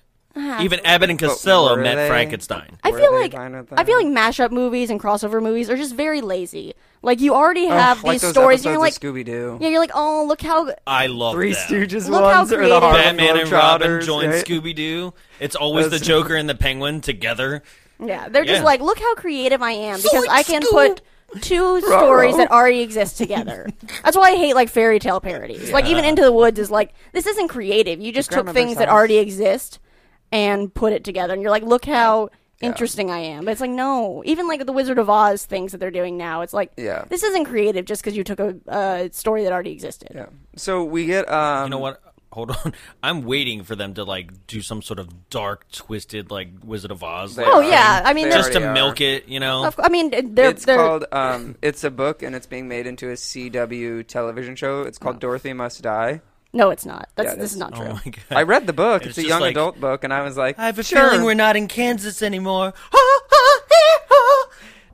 Speaker 1: even abbott and costello
Speaker 3: were
Speaker 1: met
Speaker 3: they?
Speaker 1: frankenstein
Speaker 2: Uh-huh. I
Speaker 3: Were
Speaker 2: feel
Speaker 3: they
Speaker 2: like
Speaker 3: fine with
Speaker 2: I feel
Speaker 3: that?
Speaker 2: like mashup movies and crossover movies are just very lazy. Like you already have
Speaker 3: like
Speaker 2: these
Speaker 3: those
Speaker 2: stories, and you're like,
Speaker 3: episodes of Scooby-Doo.
Speaker 2: yeah, you're like, oh, look how g-
Speaker 1: i love
Speaker 3: Three
Speaker 1: that.
Speaker 3: Stooges
Speaker 2: Look how
Speaker 3: ones or the
Speaker 2: creative-
Speaker 3: Harlem
Speaker 1: batman and robin
Speaker 3: Globetrotters,
Speaker 1: join
Speaker 3: right?
Speaker 1: scooby-doo it's always the
Speaker 3: Those-
Speaker 1: joker and the penguin together
Speaker 2: yeah, they're just
Speaker 1: Yeah.
Speaker 2: like, look how creative I am because
Speaker 1: Zoink,
Speaker 2: I can
Speaker 1: Scoo.
Speaker 2: put two stories that already exist together. That's why I hate like fairy tale parodies. Like even Into the Woods is like this isn't creative. You just took
Speaker 3: grandmother's
Speaker 2: things that
Speaker 3: house.
Speaker 2: already exist and put it together, and you're like, look how. Interesting, I am. But it's like no. Even like the Wizard of Oz things that they're doing now, it's like
Speaker 3: Yeah.
Speaker 2: this isn't creative just because you took a uh, story that already existed.
Speaker 3: Yeah. So we get um
Speaker 1: You know what? Hold on. I'm waiting for them to like do some sort of dark, twisted, like Wizard of Oz,
Speaker 3: They
Speaker 1: like,
Speaker 2: Oh
Speaker 3: are.
Speaker 2: yeah, I mean
Speaker 3: They
Speaker 2: they're,
Speaker 1: just to
Speaker 3: already are.
Speaker 1: milk it. You know,
Speaker 2: Of, cou- I mean they're
Speaker 3: it's
Speaker 2: they're
Speaker 3: called um it's a book and it's being made into a CW television show. It's called Dorothy Must Die.
Speaker 2: no, it's not. That's
Speaker 3: Yeah, it
Speaker 2: this
Speaker 3: is.
Speaker 2: is not true.
Speaker 1: oh my god.
Speaker 3: I read the book.
Speaker 1: It's
Speaker 3: It's, a
Speaker 1: just
Speaker 3: young
Speaker 1: like-
Speaker 3: adult book and I was like
Speaker 1: I have a
Speaker 3: sure.
Speaker 1: feeling we're not in Kansas anymore.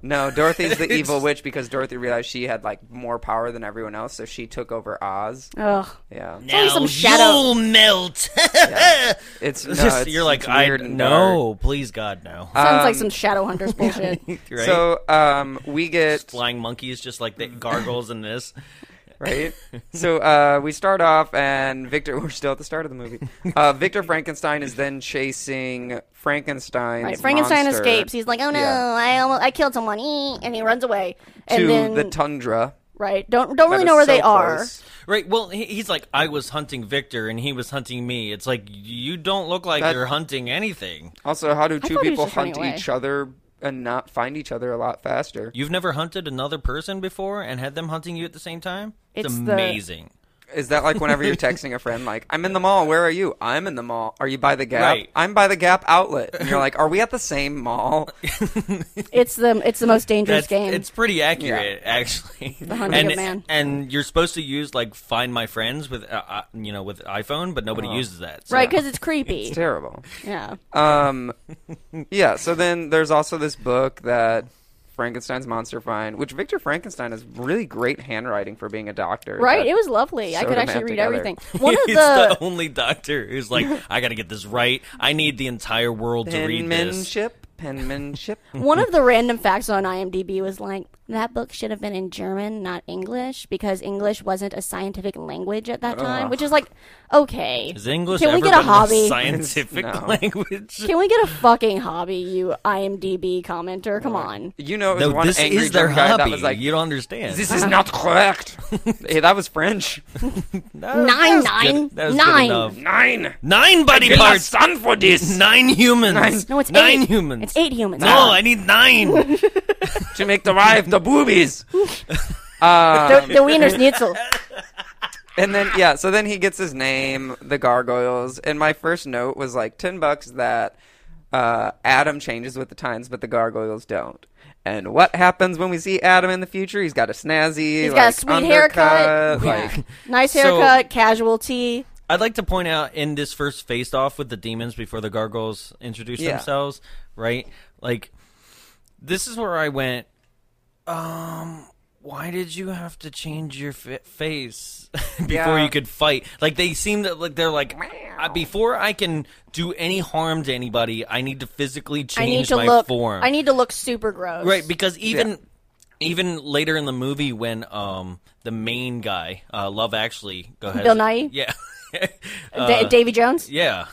Speaker 3: No, Dorothy's the evil witch because Dorothy realized she had like more power than everyone else, so she took over Oz.
Speaker 2: Ugh.
Speaker 3: Yeah.
Speaker 1: now
Speaker 2: only some shadow.
Speaker 1: you'll melt.
Speaker 3: It's no,
Speaker 1: It's just-
Speaker 3: it's-
Speaker 1: you're like,
Speaker 3: it's
Speaker 1: I
Speaker 3: weird and
Speaker 1: no, please God, no.
Speaker 2: Sounds
Speaker 3: Um,
Speaker 2: like some Shadowhunters bullshit.
Speaker 1: right?
Speaker 3: dark. So um we get
Speaker 1: flying monkeys, just like the gargoyles in this.
Speaker 3: right? so uh, we start off, and Victor. We're still at the start of the movie. Uh, Victor Frankenstein is then chasing Frankenstein's
Speaker 2: Right, Frankenstein
Speaker 3: monster
Speaker 2: escapes. He's like, oh no,
Speaker 3: Yeah.
Speaker 2: I almost, I killed someone, ee, and he runs away. And
Speaker 3: to
Speaker 2: then
Speaker 3: the tundra.
Speaker 2: right, don't don't
Speaker 3: That
Speaker 2: really
Speaker 3: is
Speaker 2: know where
Speaker 3: so
Speaker 2: they are.
Speaker 3: close.
Speaker 1: Right. Well, he, he's like, I was hunting Victor, and he was hunting me. It's like you don't look like
Speaker 3: That-
Speaker 1: you're hunting anything.
Speaker 3: Also, how do two
Speaker 2: thought he was
Speaker 3: people
Speaker 2: just running
Speaker 3: hunt
Speaker 2: away.
Speaker 3: each other and not find each other a lot faster?
Speaker 1: You've never hunted another person before and had them hunting you at the same time? It's,
Speaker 2: It's the-
Speaker 1: amazing.
Speaker 3: Is that like whenever you're texting a friend, like, "I'm in the mall. Where are you? I'm in the mall. Are you by the Gap?
Speaker 1: Right.
Speaker 3: I'm by the Gap outlet." And you're like, "Are we at the same mall?"
Speaker 2: It's the it's the most dangerous
Speaker 1: That's,
Speaker 2: game.
Speaker 1: it's pretty accurate, actually. The
Speaker 2: hunting
Speaker 1: and,
Speaker 2: of man.
Speaker 1: And you're supposed to use like Find My Friends with, uh, uh, you know, with iPhone, but nobody
Speaker 3: Oh.
Speaker 1: uses that. So.
Speaker 2: right because it's creepy.
Speaker 3: Terrible.
Speaker 2: yeah,
Speaker 3: Um, yeah. So then there's also this book that Frankenstein's monster find, which Victor Frankenstein has really great handwriting for being a doctor.
Speaker 2: right.
Speaker 3: That-
Speaker 2: It was lovely. I
Speaker 3: sewed
Speaker 2: could
Speaker 3: them
Speaker 2: actually
Speaker 3: half
Speaker 2: read
Speaker 3: together.
Speaker 2: everything. One of
Speaker 1: He's the only doctor who's like, I got to get this right. I need the entire world to read this.
Speaker 3: penmanship. Penmanship.
Speaker 2: One of the random facts on IMDb was like, that book should have been in German, not English, because English wasn't a scientific language at that time. Which is like, okay,
Speaker 1: Is English
Speaker 2: Can we
Speaker 1: ever
Speaker 2: get a
Speaker 1: been the
Speaker 2: hobby?
Speaker 1: scientific
Speaker 3: No.
Speaker 1: language?
Speaker 2: Can we get a fucking hobby, you IMDb commenter? Come on.
Speaker 3: You know, it was
Speaker 1: No,
Speaker 3: one
Speaker 1: this
Speaker 3: angry
Speaker 1: is their
Speaker 3: drunk guy
Speaker 1: hobby.
Speaker 3: that was like,
Speaker 1: you don't understand.
Speaker 3: "This is not correct." hey, that was French.
Speaker 1: No,
Speaker 2: Nine,
Speaker 1: that's good-
Speaker 2: nine,
Speaker 1: that's good
Speaker 2: nine.
Speaker 1: enough.
Speaker 3: Nine.
Speaker 1: Nine body
Speaker 3: Get my
Speaker 1: parts.
Speaker 3: son for this
Speaker 1: Nine humans.
Speaker 3: Nine.
Speaker 2: No, it's
Speaker 1: nine
Speaker 2: eight.
Speaker 1: humans.
Speaker 2: It's eight humans.
Speaker 1: No, I need nine.
Speaker 3: to make the wife the boobies.
Speaker 2: the, the wiener's schnitzel.
Speaker 3: And then yeah, so then he gets his name, the gargoyles, and my first note was like ten bucks that uh, Adam changes with the times, but the gargoyles don't. And what happens when we see Adam in the future? He's got a snazzy,
Speaker 2: He's
Speaker 3: like,
Speaker 2: got a sweet haircut.
Speaker 3: undercut,
Speaker 2: Yeah.
Speaker 3: like
Speaker 2: nice
Speaker 1: So-
Speaker 2: haircut, casual tee.
Speaker 1: I'd like to point out in this first face off with the demons before the gargoyles introduce
Speaker 3: Yeah.
Speaker 1: themselves, right? Like, this is where I went. Um, why did you have to change your fa- face before
Speaker 3: Yeah.
Speaker 1: you could fight? Like they seem that like they're like "Uh, before I can do any harm to anybody, I need to physically
Speaker 2: I
Speaker 1: change
Speaker 2: need to
Speaker 1: my
Speaker 2: look.
Speaker 1: form.
Speaker 2: I need to look super gross.
Speaker 1: Right, because even even later in the movie, when um the main guy, uh, Love Actually, go ahead,
Speaker 2: Bill Nye?
Speaker 1: yeah,
Speaker 2: Da- Davy Jones.
Speaker 1: uh, yeah,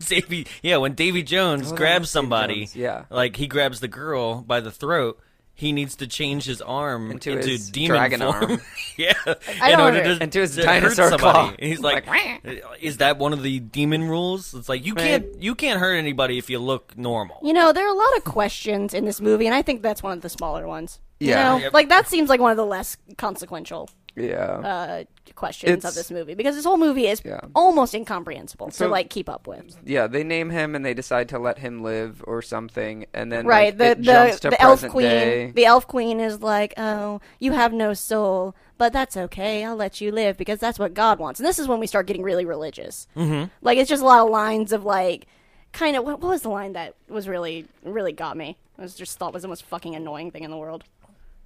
Speaker 1: Davy, yeah, when Davy Jones
Speaker 3: Davy
Speaker 1: grabs somebody,
Speaker 3: Jones, yeah.
Speaker 1: like he grabs the girl by the throat. He needs to change his arm
Speaker 3: Into
Speaker 1: into,
Speaker 3: his
Speaker 1: demon
Speaker 3: dragon
Speaker 1: form.
Speaker 3: arm.
Speaker 1: yeah,
Speaker 2: I
Speaker 1: in
Speaker 2: don't
Speaker 1: order
Speaker 2: under-
Speaker 1: to,
Speaker 3: Into his
Speaker 1: to hurt
Speaker 3: dinosaur
Speaker 1: somebody.
Speaker 3: claw.
Speaker 1: And He's like, "Uh,
Speaker 3: Like,
Speaker 1: is that one of the demon rules? It's like you
Speaker 3: Right.
Speaker 1: can't you can't hurt anybody if you look normal.
Speaker 2: You know, there are a lot of questions in this movie, and I think that's one of the smaller ones.
Speaker 3: Yeah.
Speaker 2: You know, like that seems like one of the less consequential
Speaker 3: yeah.
Speaker 2: uh, questions
Speaker 3: It's-
Speaker 2: of this movie because this whole movie is
Speaker 3: Yeah.
Speaker 2: almost incomprehensible
Speaker 3: So-
Speaker 2: to like keep up with.
Speaker 3: yeah, they name him and they decide to let him live or something, and then
Speaker 2: Right.
Speaker 3: like, it
Speaker 2: the
Speaker 3: jumps
Speaker 2: the,
Speaker 3: to
Speaker 2: the elf
Speaker 3: present
Speaker 2: queen.
Speaker 3: day.
Speaker 2: The elf queen is like, oh, you have no soul, but that's okay. I'll let you live because that's what God wants. And this is when we start getting really religious. Mm-hmm. Like it's just a lot of lines of like, kind of what, what was the line that was really really got me? I was just thought was the most fucking annoying thing in the world.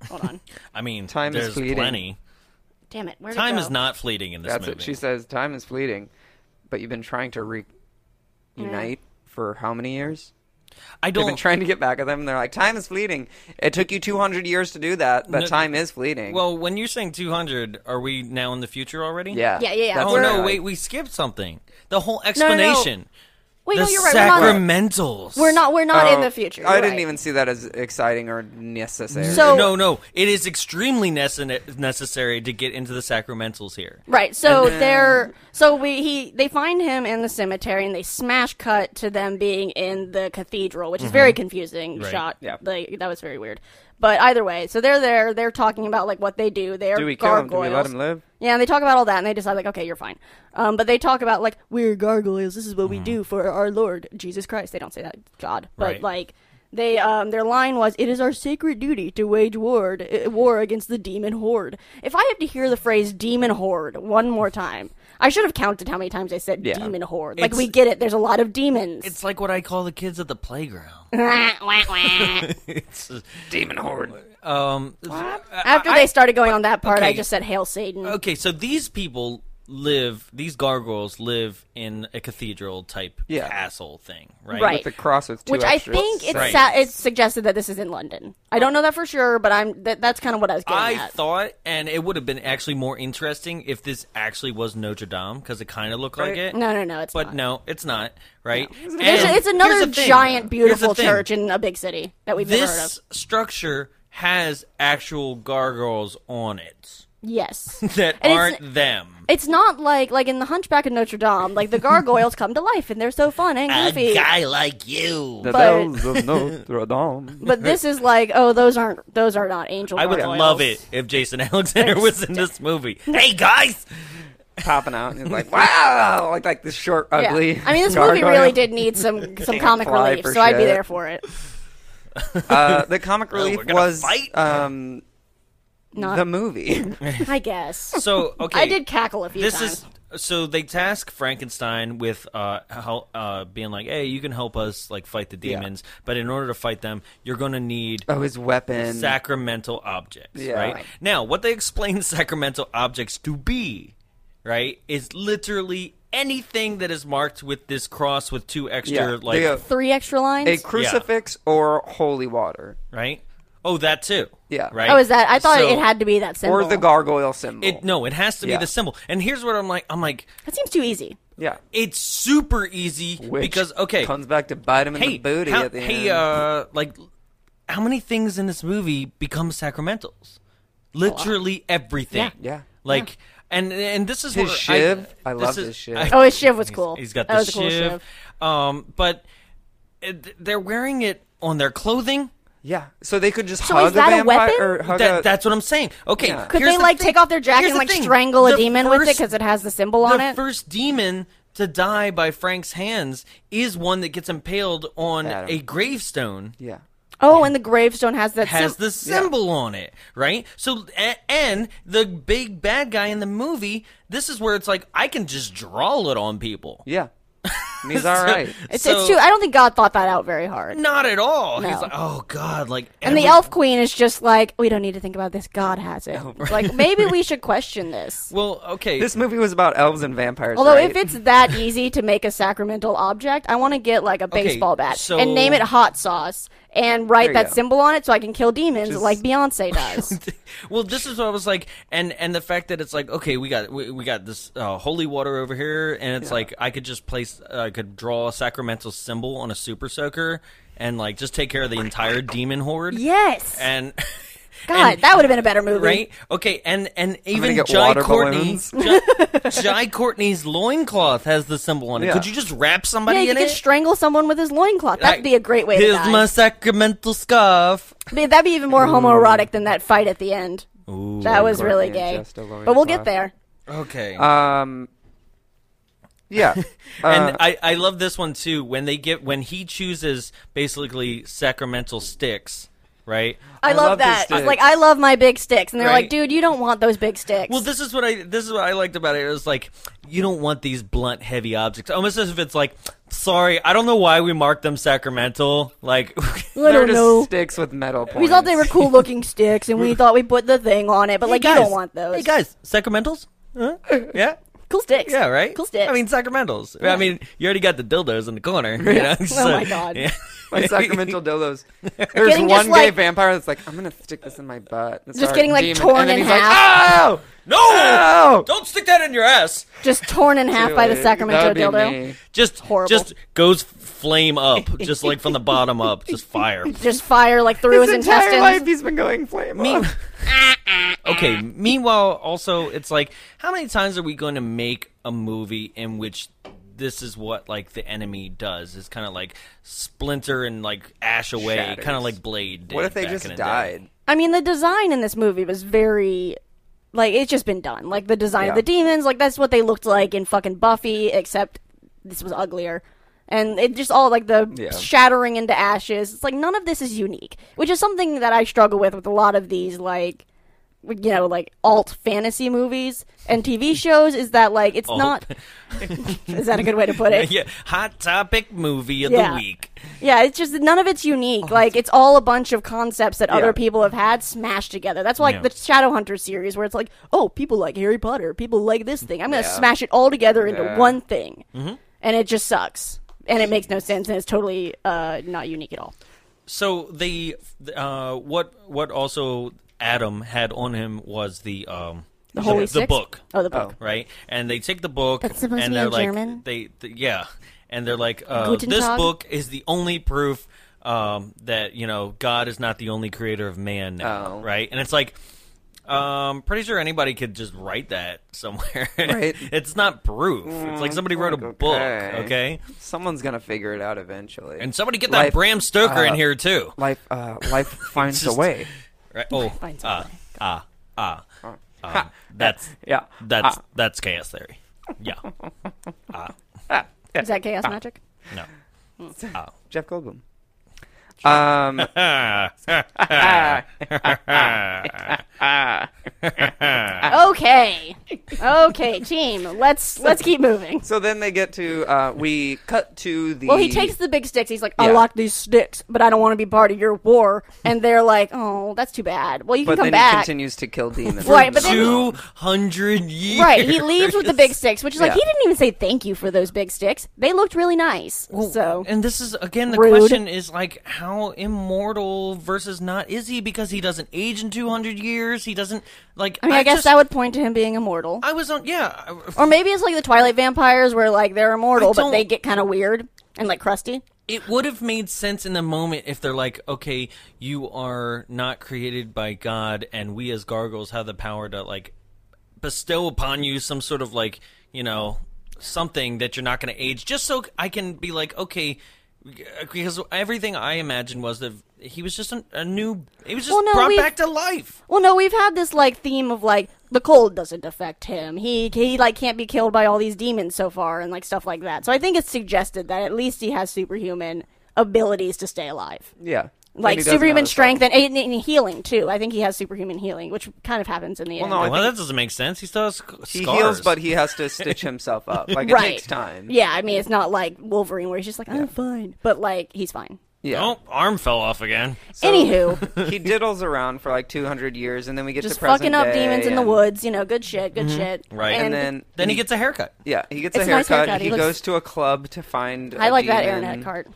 Speaker 2: Hold on,
Speaker 1: I mean,
Speaker 3: Time is
Speaker 1: there's
Speaker 3: fleeting.
Speaker 1: plenty.
Speaker 2: damn it. Where
Speaker 1: Time is not fleeting in this
Speaker 3: That's
Speaker 1: movie.
Speaker 3: what she says. Time is fleeting, but you've been trying to reunite for how many years?
Speaker 1: I
Speaker 3: They've been
Speaker 1: don't.
Speaker 3: trying to get back at them, and they're like, "Time is fleeting. It took you 200 years to do that, but
Speaker 1: No-
Speaker 3: time is fleeting."
Speaker 1: well, when you're saying 200, are we now in the future already?
Speaker 3: yeah,
Speaker 2: Yeah, yeah, yeah.
Speaker 3: That's
Speaker 1: Oh
Speaker 3: what
Speaker 2: We're-
Speaker 3: they're
Speaker 1: no!
Speaker 3: like.
Speaker 1: Wait, we skipped something. The whole
Speaker 2: no, no.
Speaker 1: explanation.
Speaker 2: Wait,
Speaker 1: The
Speaker 2: no, you're right. We're not.
Speaker 1: sacramentals.
Speaker 2: We're not. We're not in
Speaker 3: Oh,
Speaker 2: the future.
Speaker 3: I
Speaker 2: You're
Speaker 3: didn't
Speaker 2: right.
Speaker 3: even see that as exciting or necessary.
Speaker 2: So-
Speaker 1: no, no. It is extremely nece- necessary to get into the sacramentals here.
Speaker 2: Right. So they're so we he they find him in the cemetery and they smash cut to them being in the cathedral, which is very confusing
Speaker 1: Right.
Speaker 2: shot.
Speaker 3: Mm-hmm. Yeah.
Speaker 2: Like that was very weird. But either way, so they're there, they're talking about like what they do. They're
Speaker 3: do we kill him?
Speaker 2: gargoyles.
Speaker 3: Do we let him live?
Speaker 2: Yeah, and they talk about all that and they decide like, okay, you're fine. Um, but they talk about like we're gargoyles, this is what we do for our Lord Jesus Christ. They don't say that God. But
Speaker 1: Mm-hmm. Right.
Speaker 2: like they um their line was it is our sacred duty to wage war eh, war against the demon horde. If I have to hear the phrase demon horde one more time, I should have counted how many times I said
Speaker 3: Yeah.
Speaker 2: demon horde. Like
Speaker 1: It's-
Speaker 2: we get it, there's a lot of demons.
Speaker 1: It's like what I call the kids at the playground. It's,
Speaker 3: Demon horde.
Speaker 1: um,
Speaker 2: After they started going on that part, I just said hail Satan.
Speaker 1: okay, so these people live. These gargoyles live in a cathedral type
Speaker 3: Yeah.
Speaker 1: castle thing, right?
Speaker 2: Right.
Speaker 3: The cross with two
Speaker 2: Which I
Speaker 3: extras.
Speaker 2: think it's
Speaker 1: Right.
Speaker 2: sa- it's suggested that this is in London. I don't know that for sure, but I'm that, that's kind of what I was getting
Speaker 1: I
Speaker 2: at.
Speaker 1: thought, and it would have been actually more interesting if this actually was Notre Dame because it kind of looked like it.
Speaker 2: no, no, no, it's
Speaker 1: but
Speaker 2: not.
Speaker 1: no, it's not. Right?
Speaker 2: There's
Speaker 1: And
Speaker 2: a- it's
Speaker 1: here's
Speaker 2: another
Speaker 1: the thing.
Speaker 2: giant,
Speaker 1: Here's
Speaker 2: beautiful
Speaker 1: the thing.
Speaker 2: church in a big city that we've never heard of.
Speaker 1: This structure has actual gargoyles on it
Speaker 2: Yes,
Speaker 1: that
Speaker 2: And it's-
Speaker 1: aren't them.
Speaker 2: it's not like like in the Hunchback of Notre Dame, like the gargoyles come to life and they're so fun and goofy.
Speaker 1: like you.
Speaker 3: the
Speaker 2: but-
Speaker 3: bells of Notre Dame.
Speaker 2: But this is like, oh, those aren't those are not angel.
Speaker 1: I would
Speaker 2: gargoyles.
Speaker 1: love it if Jason Alexander was in this movie. Hey guys,
Speaker 3: popping out and he's like, "Wow!" Like like this short,
Speaker 2: Yeah.
Speaker 3: ugly.
Speaker 2: I mean, this movie
Speaker 3: gargoyle.
Speaker 2: really did need some some comic
Speaker 3: fly
Speaker 2: relief,
Speaker 3: for
Speaker 2: so I'd be
Speaker 3: shit.
Speaker 2: there for it.
Speaker 3: Uh, the comic relief
Speaker 1: Oh, we're gonna
Speaker 3: was
Speaker 1: fight?
Speaker 3: um
Speaker 2: Not,
Speaker 3: the movie.
Speaker 2: I guess.
Speaker 1: so okay,
Speaker 2: I did cackle a few
Speaker 1: this
Speaker 2: times.
Speaker 1: is so they task Frankenstein with uh, hel- uh being like, "Hey, you can help us like fight the
Speaker 3: Yeah.
Speaker 1: demons, but in order to fight them, you're going to need
Speaker 3: oh, his weapon.
Speaker 1: sacramental objects,
Speaker 3: Yeah.
Speaker 1: right?
Speaker 3: Right.
Speaker 1: Now, what they explain sacramental objects to be, right, is literally anything that is marked with this cross with two extra
Speaker 3: Yeah,
Speaker 1: like
Speaker 3: they-
Speaker 2: Three extra lines.
Speaker 3: a crucifix or holy water.
Speaker 1: right? Oh, that too.
Speaker 3: Yeah.
Speaker 1: Right.
Speaker 2: Oh, is that? I thought
Speaker 1: So-
Speaker 2: it had to be that symbol.
Speaker 3: or the gargoyle symbol.
Speaker 1: It no, it has to be
Speaker 3: Yeah.
Speaker 1: the symbol. And here's what I'm like. I'm like,
Speaker 2: That seems too easy.
Speaker 3: Yeah.
Speaker 1: it's super easy
Speaker 3: Which
Speaker 1: because okay,
Speaker 3: comes back to bite him in the
Speaker 1: hey,
Speaker 3: booty
Speaker 1: how,
Speaker 3: at the
Speaker 1: hey,
Speaker 3: end.
Speaker 1: uh, like, how many things in this movie become sacramentals? Literally everything.
Speaker 3: Yeah.
Speaker 1: Like, and and this is
Speaker 3: His
Speaker 1: where
Speaker 3: shiv. I
Speaker 1: this
Speaker 3: love
Speaker 1: is-
Speaker 3: his shiv.
Speaker 1: I-
Speaker 2: Oh, his shiv was cool.
Speaker 1: He's got
Speaker 2: that
Speaker 1: the
Speaker 2: was a cool
Speaker 1: shiv. Um, but it, they're wearing it on their clothing.
Speaker 3: yeah. So they could just
Speaker 2: So
Speaker 3: hug
Speaker 2: is that
Speaker 3: a
Speaker 2: a
Speaker 3: vampire
Speaker 2: weapon?
Speaker 3: or hug
Speaker 1: That,
Speaker 3: a,
Speaker 1: that's what I'm saying. Okay,
Speaker 3: Yeah.
Speaker 2: Could
Speaker 1: here's
Speaker 2: they
Speaker 1: the
Speaker 2: like
Speaker 1: thing-
Speaker 2: take off their jacket
Speaker 1: here's
Speaker 2: and
Speaker 1: the
Speaker 2: like
Speaker 1: thing.
Speaker 2: strangle a
Speaker 1: The
Speaker 2: demon with it
Speaker 1: first-
Speaker 2: because it has the symbol on
Speaker 1: the
Speaker 2: it?
Speaker 1: first demon to die by Frank's hands is one that gets impaled on
Speaker 3: Adam.
Speaker 1: a gravestone.
Speaker 3: yeah.
Speaker 2: oh, and the gravestone has that.
Speaker 1: Has
Speaker 2: sym-
Speaker 1: the symbol on it, right? So, a- and the big bad guy in the movie, this is where it's like, I can just draw it on people.
Speaker 3: Yeah. Means all right.
Speaker 2: It's,
Speaker 1: so-
Speaker 2: it's too. I don't think God thought that out very hard.
Speaker 1: Not at all.
Speaker 2: No.
Speaker 1: He's like, oh, God. like,
Speaker 2: And the
Speaker 1: every-
Speaker 2: elf queen is just like, we don't need to think about this. God has it.
Speaker 1: Oh,
Speaker 2: It's Like maybe we should question this.
Speaker 1: Well, okay.
Speaker 3: This movie was about elves and vampires.
Speaker 2: Although
Speaker 3: right?
Speaker 2: if it's that easy to make a sacramental object, I want to get like a baseball bat
Speaker 1: so-
Speaker 2: and name it hot sauce and
Speaker 3: you
Speaker 2: write that
Speaker 3: go.
Speaker 2: symbol on it so I can kill demons
Speaker 3: Just-
Speaker 2: like Beyonce does.
Speaker 1: well this is what i was like and and the fact that it's like okay we got we, we got this uh, holy water over here and it's like i could just place uh, i could draw a sacramental symbol on a super soaker and like just take care of the entire demon horde
Speaker 2: yes.
Speaker 1: and
Speaker 2: God, that would have been a better movie.
Speaker 1: right okay and and even
Speaker 3: get
Speaker 1: jai
Speaker 3: water
Speaker 1: courtney
Speaker 3: balloons.
Speaker 1: jai, jai courtney's loincloth has the symbol on it
Speaker 3: Yeah.
Speaker 1: could you just wrap somebody
Speaker 2: Yeah, you
Speaker 1: in
Speaker 2: could
Speaker 1: it
Speaker 2: strangle someone with his loincloth. That'd
Speaker 1: Like,
Speaker 2: be a great way
Speaker 1: here's
Speaker 2: to die.
Speaker 1: my sacramental scarf
Speaker 2: I mean, that'd be even more homoerotic than that fight at the end. that was really
Speaker 3: Courtney and
Speaker 2: gay.
Speaker 3: just a
Speaker 2: But we'll get
Speaker 3: loincloth.
Speaker 2: there.
Speaker 1: okay
Speaker 2: Uh-uh.
Speaker 3: um, yeah,
Speaker 1: and
Speaker 3: Uh,
Speaker 1: I, I love this one too when they get when he chooses basically sacramental sticks right
Speaker 2: I,
Speaker 3: love
Speaker 2: love,
Speaker 3: the
Speaker 2: that.
Speaker 3: sticks.
Speaker 2: Like I love my big sticks, and they're
Speaker 1: Right.
Speaker 2: like, "Dude, you don't want those big sticks."
Speaker 1: well this is what i this is what i liked about it it was like you don't want these blunt heavy objects almost as if it's like sorry i don't know why we marked them sacramental like
Speaker 2: I
Speaker 3: they're
Speaker 2: don't
Speaker 3: just
Speaker 2: know.
Speaker 3: sticks with metal points.
Speaker 2: We thought they were cool looking sticks, and we thought we put the thing on it, but like you don't want those.
Speaker 1: hey guys sacramentals huh? yeah
Speaker 2: cool sticks.
Speaker 1: yeah right
Speaker 2: Cool sticks.
Speaker 1: i mean sacramentals i mean you already got the dildos in the corner you know, so-
Speaker 2: Oh, my God.
Speaker 1: yeah.
Speaker 3: like Sacramento dildos. There's
Speaker 2: Getting just,
Speaker 3: one gay
Speaker 2: like-
Speaker 3: vampire that's like, I'm gonna stick this in my butt. It's
Speaker 2: Just
Speaker 3: our
Speaker 2: getting, like,
Speaker 3: demon."
Speaker 2: torn
Speaker 3: and then
Speaker 2: in
Speaker 3: he's
Speaker 1: half.
Speaker 3: Like, oh
Speaker 1: no
Speaker 3: no!
Speaker 1: don't stick that in your ass
Speaker 2: just torn in
Speaker 3: "Ah,
Speaker 2: half by the Sacramento dildo.
Speaker 1: just
Speaker 2: Horrible.
Speaker 1: just goes flame up just like from the bottom up just fire
Speaker 2: Just fire like through
Speaker 3: His
Speaker 2: his,
Speaker 3: entire
Speaker 2: intestines.
Speaker 3: life he's been going flame up.
Speaker 1: okay meanwhile also it's like how many times are we going to make a movie in which this is what like the enemy does it's kind of like splinter and like ash away
Speaker 3: Shatters.
Speaker 1: kind of like blade did
Speaker 3: What if they
Speaker 1: back in
Speaker 3: just
Speaker 1: the day.
Speaker 3: died?
Speaker 2: I mean, the design in this movie was very. Like, it's just been done. Like, the design
Speaker 3: Yeah.
Speaker 2: of the demons, like, that's what they looked like in fucking Buffy, except this was uglier. And it just all, like, the
Speaker 3: Yeah.
Speaker 2: shattering into ashes. It's like, none of this is unique, which is something that I struggle with with a lot of these, like, you know, like, alt fantasy movies and TV shows, is that, like, it's not. is that a good way to put it?
Speaker 1: yeah hot topic movie of
Speaker 2: Yeah.
Speaker 1: the week
Speaker 2: Yeah, it's just none of it's unique. Like it's all a bunch of concepts that
Speaker 3: Oh, Yeah.
Speaker 2: other people have had smashed together. That's why, like
Speaker 1: Yeah.
Speaker 2: the Shadowhunter series, where it's like, oh, people like Harry Potter, people like this thing. I'm gonna
Speaker 3: Yeah.
Speaker 2: smash it all together into
Speaker 3: Yeah. Mm-hmm.
Speaker 2: one thing, and it just sucks, and it makes no sense, and it's totally uh, not unique at all.
Speaker 1: So the uh, what what also Adam had on him was the um the,
Speaker 2: holy
Speaker 1: the
Speaker 2: sticks?
Speaker 1: book.
Speaker 2: Oh, the book.
Speaker 1: right? And they take the book
Speaker 2: That's supposed to
Speaker 1: and
Speaker 2: be
Speaker 1: they're
Speaker 2: in
Speaker 1: like
Speaker 2: German?
Speaker 1: they th- yeah, and they're like uh,
Speaker 2: Guten
Speaker 1: this
Speaker 2: Tag?
Speaker 1: book is the only proof um, that you know God is not the only creator of man now,
Speaker 3: Oh.
Speaker 1: right? And it's like. Um, pretty sure anybody could just write that somewhere.
Speaker 3: Right.
Speaker 1: it's not proof. It's like somebody wrote a book,
Speaker 3: okay.
Speaker 1: okay?
Speaker 3: Someone's gonna figure it out eventually.
Speaker 1: And somebody get that
Speaker 3: Life-
Speaker 1: Bram Stoker in
Speaker 3: uh,
Speaker 1: here too.
Speaker 3: life, uh, life finds
Speaker 1: Just-
Speaker 3: a way.
Speaker 1: Right. Oh,
Speaker 2: Finds a
Speaker 1: ah,
Speaker 2: way.
Speaker 1: ah, ah. Um, that's
Speaker 3: Yeah. Uh.
Speaker 1: that's that's chaos theory. Yeah.
Speaker 3: Oh.
Speaker 2: Is that
Speaker 3: Ah.
Speaker 2: chaos magic?
Speaker 1: No. Uh,
Speaker 3: Jeff Goldblum. Um, Ah.
Speaker 2: Okay. Okay, team. Let's let's keep moving.
Speaker 3: So then they get to uh, we cut to the
Speaker 2: Well, he takes the big sticks. He's like, I
Speaker 3: Yeah.
Speaker 2: like these sticks, but I don't want to be part of your war. And they're like, Oh, that's too bad. Well, you can
Speaker 3: but
Speaker 2: come
Speaker 3: then he
Speaker 2: back.
Speaker 3: continues to kill demons.
Speaker 2: Right, but then
Speaker 1: Two hundred years.
Speaker 2: Right, he leaves with the big sticks, which is like
Speaker 3: Yeah.
Speaker 2: he didn't even say thank you for those big sticks. They looked really nice. so
Speaker 1: And this is again the
Speaker 2: Rude.
Speaker 1: question is like how immortal versus not is he because he doesn't age in 200 years he doesn't like
Speaker 2: I mean, I, guess
Speaker 1: just-
Speaker 2: that would point to him being immortal.
Speaker 1: I was on yeah I-
Speaker 2: or maybe it's like the Twilight vampires, where like they're immortal, but
Speaker 1: don't-
Speaker 2: they get kind of weird and like crusty.
Speaker 1: it would have made sense in the moment if they're like, okay, you are not created by God, and we as gargoyles have the power to like bestow upon you some sort of like, you know, something that you're not going to age, just so I can be like, okay, because everything I imagined was that he was just an, a new, he was just
Speaker 2: Well, no,
Speaker 1: brought
Speaker 2: we've-
Speaker 1: back to life.
Speaker 2: Well, no, we've had this like theme of like the cold doesn't affect him. He he like can't be killed by all these demons so far and like stuff like that. So I think it's suggested that at least he has superhuman abilities to stay alive.
Speaker 3: yeah, But
Speaker 2: Like
Speaker 3: he doesn't have
Speaker 2: superhuman
Speaker 3: a
Speaker 2: strength
Speaker 3: soul.
Speaker 2: and, and, and healing too. I think he has superhuman healing, which kind of happens in the end.
Speaker 3: no, I
Speaker 1: well, that doesn't make sense. He still has sc-
Speaker 3: He
Speaker 1: scars.
Speaker 3: heals, but he has to stitch himself up. Like it takes time.
Speaker 2: Yeah, I mean, it's not like Wolverine where he's just like, I'm fine. But, like, he's fine.
Speaker 3: yeah.
Speaker 1: oh, arm fell off again.
Speaker 2: Anywho,
Speaker 3: he diddles around for like 200 years, and then we get
Speaker 2: just
Speaker 3: to present
Speaker 2: fucking up
Speaker 3: day,
Speaker 2: demons in the
Speaker 3: and- Mm-hmm.
Speaker 2: woods, you know, good shit, good shit.
Speaker 1: Right.
Speaker 3: And then
Speaker 1: Then he gets a haircut.
Speaker 3: yeah, he gets
Speaker 2: It's
Speaker 3: a
Speaker 2: a nice
Speaker 3: haircut.
Speaker 2: haircut.
Speaker 3: He,
Speaker 2: He looks-
Speaker 3: goes to a club to find.
Speaker 2: I
Speaker 3: a
Speaker 2: like that
Speaker 3: demon, Mm.
Speaker 2: Aaron Eckhart.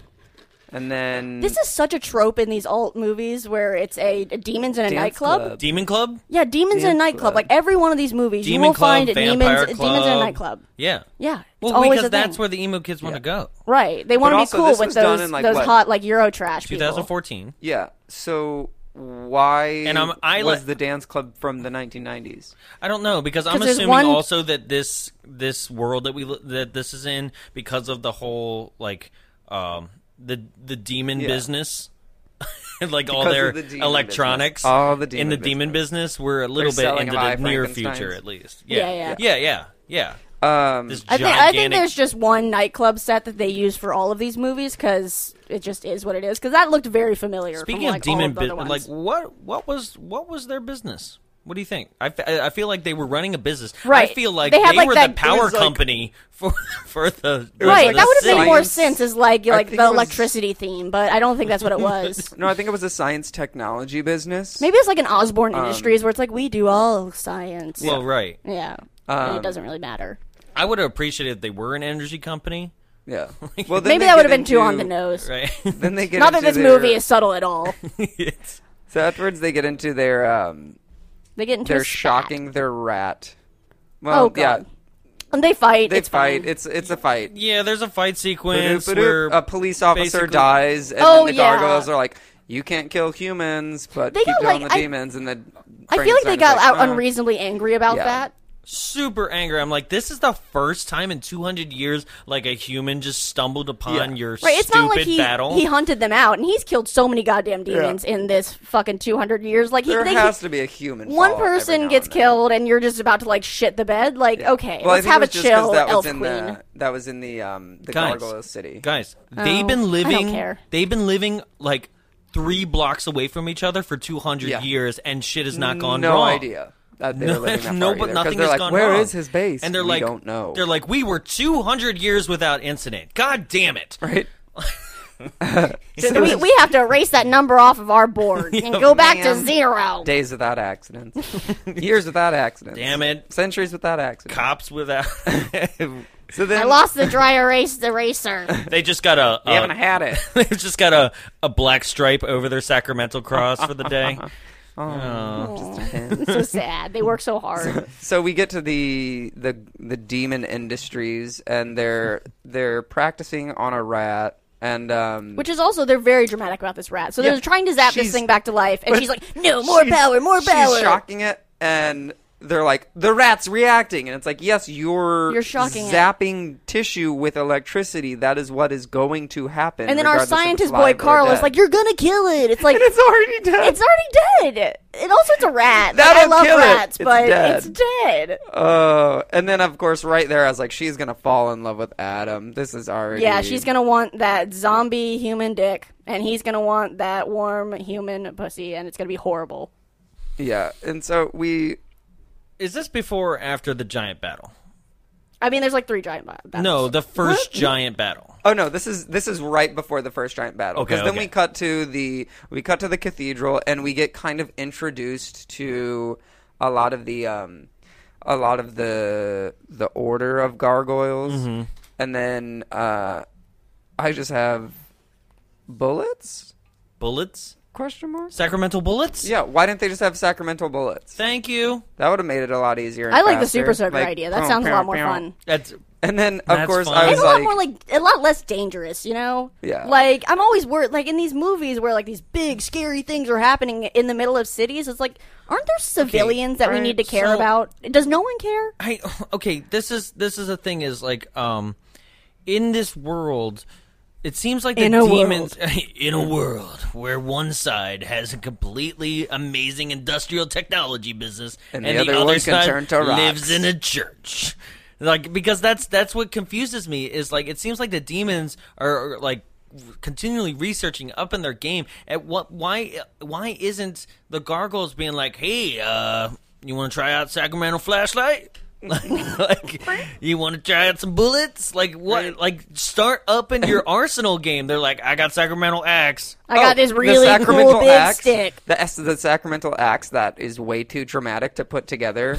Speaker 3: And then
Speaker 2: This is such a trope in these alt movies where it's a, a demons in a
Speaker 3: Dance
Speaker 2: nightclub.
Speaker 3: club.
Speaker 1: Demon Club?
Speaker 2: Yeah, demons in a
Speaker 3: Dance
Speaker 2: nightclub.
Speaker 3: club.
Speaker 2: Like every one of these movies,
Speaker 1: Demon
Speaker 2: you will
Speaker 1: Club,
Speaker 2: find demons
Speaker 1: Vampire
Speaker 2: demons in a
Speaker 1: Club.
Speaker 2: nightclub.
Speaker 1: Yeah.
Speaker 2: Yeah, it's
Speaker 1: Well,
Speaker 2: always
Speaker 1: because
Speaker 2: a
Speaker 1: that's
Speaker 2: thing.
Speaker 1: where the emo kids want to go.
Speaker 2: right. They want to
Speaker 3: But
Speaker 2: be
Speaker 3: also,
Speaker 2: cool
Speaker 3: this
Speaker 2: with
Speaker 3: was done
Speaker 2: those
Speaker 3: in, like,
Speaker 2: those
Speaker 3: what?
Speaker 2: hot like Euro trash people.
Speaker 1: 2014.
Speaker 3: yeah. So why
Speaker 1: And I'm- I
Speaker 3: was
Speaker 1: let-
Speaker 3: the dance club from the 1990s?
Speaker 1: I don't know because I'm
Speaker 2: 'Cause there's
Speaker 1: assuming
Speaker 2: one-
Speaker 1: also that this this world that we li- that this is in because of the whole like um the the demon
Speaker 3: Yeah.
Speaker 1: business. like all
Speaker 3: Because of
Speaker 1: their
Speaker 3: the demon
Speaker 1: electronics,
Speaker 3: business. All the
Speaker 1: in
Speaker 3: demon
Speaker 1: the demon business, we're a little
Speaker 3: They're
Speaker 1: bit
Speaker 3: selling
Speaker 1: into
Speaker 3: live
Speaker 1: the near
Speaker 3: Frankensteins.
Speaker 1: future, at least.
Speaker 2: Yeah,
Speaker 1: Yeah,
Speaker 2: yeah.
Speaker 1: yeah, yeah, yeah.
Speaker 3: Um,
Speaker 1: This
Speaker 2: I think, I
Speaker 1: gigantic.
Speaker 2: think there's just one nightclub set that they use for all of these movies because it just is what it is. Because that looked very familiar.
Speaker 1: Speaking
Speaker 2: from, like,
Speaker 1: of demon
Speaker 2: all of the
Speaker 1: business,
Speaker 2: other
Speaker 1: like
Speaker 2: ones.
Speaker 1: what what was what was their business? What do you think? I, fe- I I feel like they were running a business.
Speaker 2: Right.
Speaker 1: I feel like
Speaker 2: They
Speaker 1: they,
Speaker 2: had, like,
Speaker 1: were
Speaker 2: that-
Speaker 1: the
Speaker 2: it
Speaker 1: power
Speaker 3: was like-
Speaker 1: company for for the
Speaker 2: right,
Speaker 1: for the
Speaker 2: that would have made
Speaker 1: city.
Speaker 2: more
Speaker 3: science-
Speaker 2: sense as like
Speaker 3: I
Speaker 2: like
Speaker 3: think
Speaker 2: the
Speaker 3: it was-
Speaker 2: electricity theme, but I don't think that's what it was.
Speaker 3: no, I think it was a science technology business.
Speaker 2: Maybe it's like an Osborne Industries where it's like we do all science.
Speaker 1: Um, Well, um, right.
Speaker 2: yeah,
Speaker 3: Um,
Speaker 2: and it doesn't really matter.
Speaker 1: I would have appreciated if they were an energy company,
Speaker 3: Yeah. Well, then
Speaker 2: Maybe
Speaker 3: they
Speaker 2: that would have
Speaker 3: get
Speaker 2: been too
Speaker 3: into-
Speaker 2: on the nose.
Speaker 1: right?
Speaker 3: Then they get
Speaker 2: Not that
Speaker 3: into
Speaker 2: this
Speaker 3: their-
Speaker 2: movie is subtle at all.
Speaker 1: It's-
Speaker 3: So afterwards, they get into their um,
Speaker 2: They get into a
Speaker 3: they're
Speaker 2: spat.
Speaker 3: shocking their rat. Well,
Speaker 2: Oh, God.
Speaker 3: yeah,
Speaker 2: and they fight.
Speaker 3: they
Speaker 2: it's
Speaker 3: fight.
Speaker 2: fine.
Speaker 3: It's it's a fight.
Speaker 1: yeah, there's a fight sequence where
Speaker 3: Ba-doop-ba-doop. A police officer
Speaker 1: basically-
Speaker 3: dies, and
Speaker 2: Oh,
Speaker 3: then the
Speaker 2: yeah.
Speaker 3: gargoyles are like, "You can't kill humans, but
Speaker 2: They
Speaker 3: keep
Speaker 2: got,
Speaker 3: killing
Speaker 2: like,
Speaker 3: the
Speaker 2: I-
Speaker 3: demons." And then
Speaker 2: I feel like they got out
Speaker 3: like, "Uh,
Speaker 2: unreasonably angry about
Speaker 3: Yeah.
Speaker 2: that.
Speaker 1: super angry. I'm like, this is the first time in 200 years like a human just stumbled upon
Speaker 3: Yeah.
Speaker 1: your
Speaker 2: Right, it's
Speaker 1: stupid
Speaker 2: not like he
Speaker 1: battle.
Speaker 2: he hunted them out, and he's killed so many goddamn demons
Speaker 3: Yeah.
Speaker 2: in this fucking two hundred years. Like he,
Speaker 3: There
Speaker 2: they,
Speaker 3: has to be a human.
Speaker 2: one
Speaker 3: fault every
Speaker 2: person
Speaker 3: now
Speaker 2: gets
Speaker 3: and then."
Speaker 2: killed, and you're just about to like shit the bed. Like okay,
Speaker 3: Well, I
Speaker 2: let's
Speaker 3: think
Speaker 2: have
Speaker 3: it
Speaker 2: a
Speaker 3: was just 'cause
Speaker 2: chill
Speaker 3: that was
Speaker 2: elf
Speaker 3: in
Speaker 2: queen.
Speaker 3: the that was in the um the
Speaker 1: Guys.
Speaker 3: gargoyle city.
Speaker 1: Guys,
Speaker 2: Oh,
Speaker 1: they've been
Speaker 2: I don't
Speaker 1: living.
Speaker 2: care.
Speaker 1: They've been living like three blocks away from each other for 200
Speaker 3: Yeah.
Speaker 1: years, and shit has not gone
Speaker 3: no
Speaker 1: wrong.
Speaker 3: idea that they were living that
Speaker 1: no,
Speaker 3: far
Speaker 1: but
Speaker 3: either, 'cause
Speaker 1: nothing
Speaker 3: they're
Speaker 1: has
Speaker 3: like,
Speaker 1: gone
Speaker 3: "Where
Speaker 1: wrong."
Speaker 3: is his base?
Speaker 1: And they're
Speaker 3: We
Speaker 1: like,
Speaker 3: don't know.
Speaker 1: They're like, we were 200 years without incident. God damn it!
Speaker 3: right?
Speaker 2: So we, we have to erase that number off of our board and go back to
Speaker 3: man.
Speaker 2: zero.
Speaker 3: Days without accidents, years without accidents,
Speaker 1: Damn it.
Speaker 3: centuries without accidents.
Speaker 1: Cops without.
Speaker 3: So then
Speaker 2: I lost the dry erase eraser.
Speaker 1: they just got a.
Speaker 3: We haven't
Speaker 1: a-
Speaker 3: had it.
Speaker 1: They've just got a, a black stripe over their sacramental cross for the day.
Speaker 2: It's so sad. They work so hard.
Speaker 3: So we get to the the the demon industries, and they're they're practicing on a rat, and um,
Speaker 2: Which is also they're very dramatic about this rat. So they're
Speaker 3: Yeah.
Speaker 2: trying to zap this
Speaker 3: She's-
Speaker 2: thing back to life, and she's like, "No more
Speaker 3: she's-
Speaker 2: power, more power."
Speaker 3: She's shocking it, and they're like, the rat's reacting, and it's like, yes, you're
Speaker 2: You're shocking it.
Speaker 3: zapping tissue with electricity. That is what is going to happen.
Speaker 2: And then our
Speaker 3: regardless if it's
Speaker 2: scientist boy
Speaker 3: live or
Speaker 2: Carl is
Speaker 3: dead.
Speaker 2: like, "You're gonna kill it." It's like
Speaker 3: it's already dead.
Speaker 2: It's already dead. And also, it's a rat. Like, I
Speaker 3: That'll
Speaker 2: love
Speaker 3: kill it.
Speaker 2: rats,
Speaker 3: It's
Speaker 2: but
Speaker 3: dead.
Speaker 2: it's dead.
Speaker 3: Oh, and then of course, right there, I was like, she's gonna fall in love with Adam. This is already
Speaker 2: Yeah, she's gonna want that zombie human dick, and he's gonna want that warm human pussy, and it's gonna be horrible.
Speaker 3: Yeah, and so we
Speaker 1: Is this before or after the giant battle?
Speaker 2: I mean, there's like three giant ba- battles.
Speaker 1: No, the first giant battle.
Speaker 3: Oh no, this is this is right before the first giant battle.
Speaker 1: Okay,
Speaker 3: Because then
Speaker 1: okay.
Speaker 3: we cut to the we cut to the cathedral and we get kind of introduced to a lot of the um a lot of the the order of gargoyles.
Speaker 1: Mm-hmm.
Speaker 3: And then uh I just have bullets?
Speaker 1: Bullets?
Speaker 3: Question mark?
Speaker 1: Sacramental bullets?
Speaker 3: Yeah, why didn't they just have sacramental bullets?
Speaker 1: Thank you.
Speaker 3: That would have made it a lot easier. and
Speaker 2: I like the
Speaker 3: faster.
Speaker 2: super soaker
Speaker 3: Like,
Speaker 2: idea. That
Speaker 3: pow,
Speaker 2: sounds a
Speaker 3: pow,
Speaker 2: lot more
Speaker 3: pow.
Speaker 2: fun.
Speaker 1: That's
Speaker 3: And then of
Speaker 1: That's
Speaker 3: course
Speaker 1: fun.
Speaker 3: I
Speaker 1: It's
Speaker 3: was
Speaker 2: It's a
Speaker 3: like,
Speaker 2: lot more like a lot less dangerous, you know.
Speaker 3: Yeah.
Speaker 2: Like I'm always worried. Like in these movies where like these big scary things are happening in the middle of cities, it's like, aren't there civilians that we
Speaker 1: alright,
Speaker 2: need to care
Speaker 1: so-
Speaker 2: about? Does no one care?
Speaker 1: I okay, this is this is the thing is like um in this world it seems like the
Speaker 2: In a
Speaker 1: demons in a world where one side has a completely amazing industrial technology business
Speaker 3: And
Speaker 1: and,
Speaker 3: the
Speaker 1: the,
Speaker 3: other
Speaker 1: other,
Speaker 3: one can
Speaker 1: side
Speaker 3: turn to rocks.
Speaker 1: lives in a church. Like because that's that's what confuses me is like it seems like the demons are, are like continually researching up in their game at what why why isn't the gargoyles being like hey uh you want to try out Sacramento flashlight like, like, you want to try out some bullets like what like start up in your arsenal game they're like I got Sacramento axe
Speaker 2: I got this
Speaker 3: Oh, the
Speaker 2: really cool
Speaker 3: sacramental
Speaker 2: big
Speaker 3: axe,
Speaker 2: stick.
Speaker 3: The, S- the sacramental axe that is way too dramatic to put together.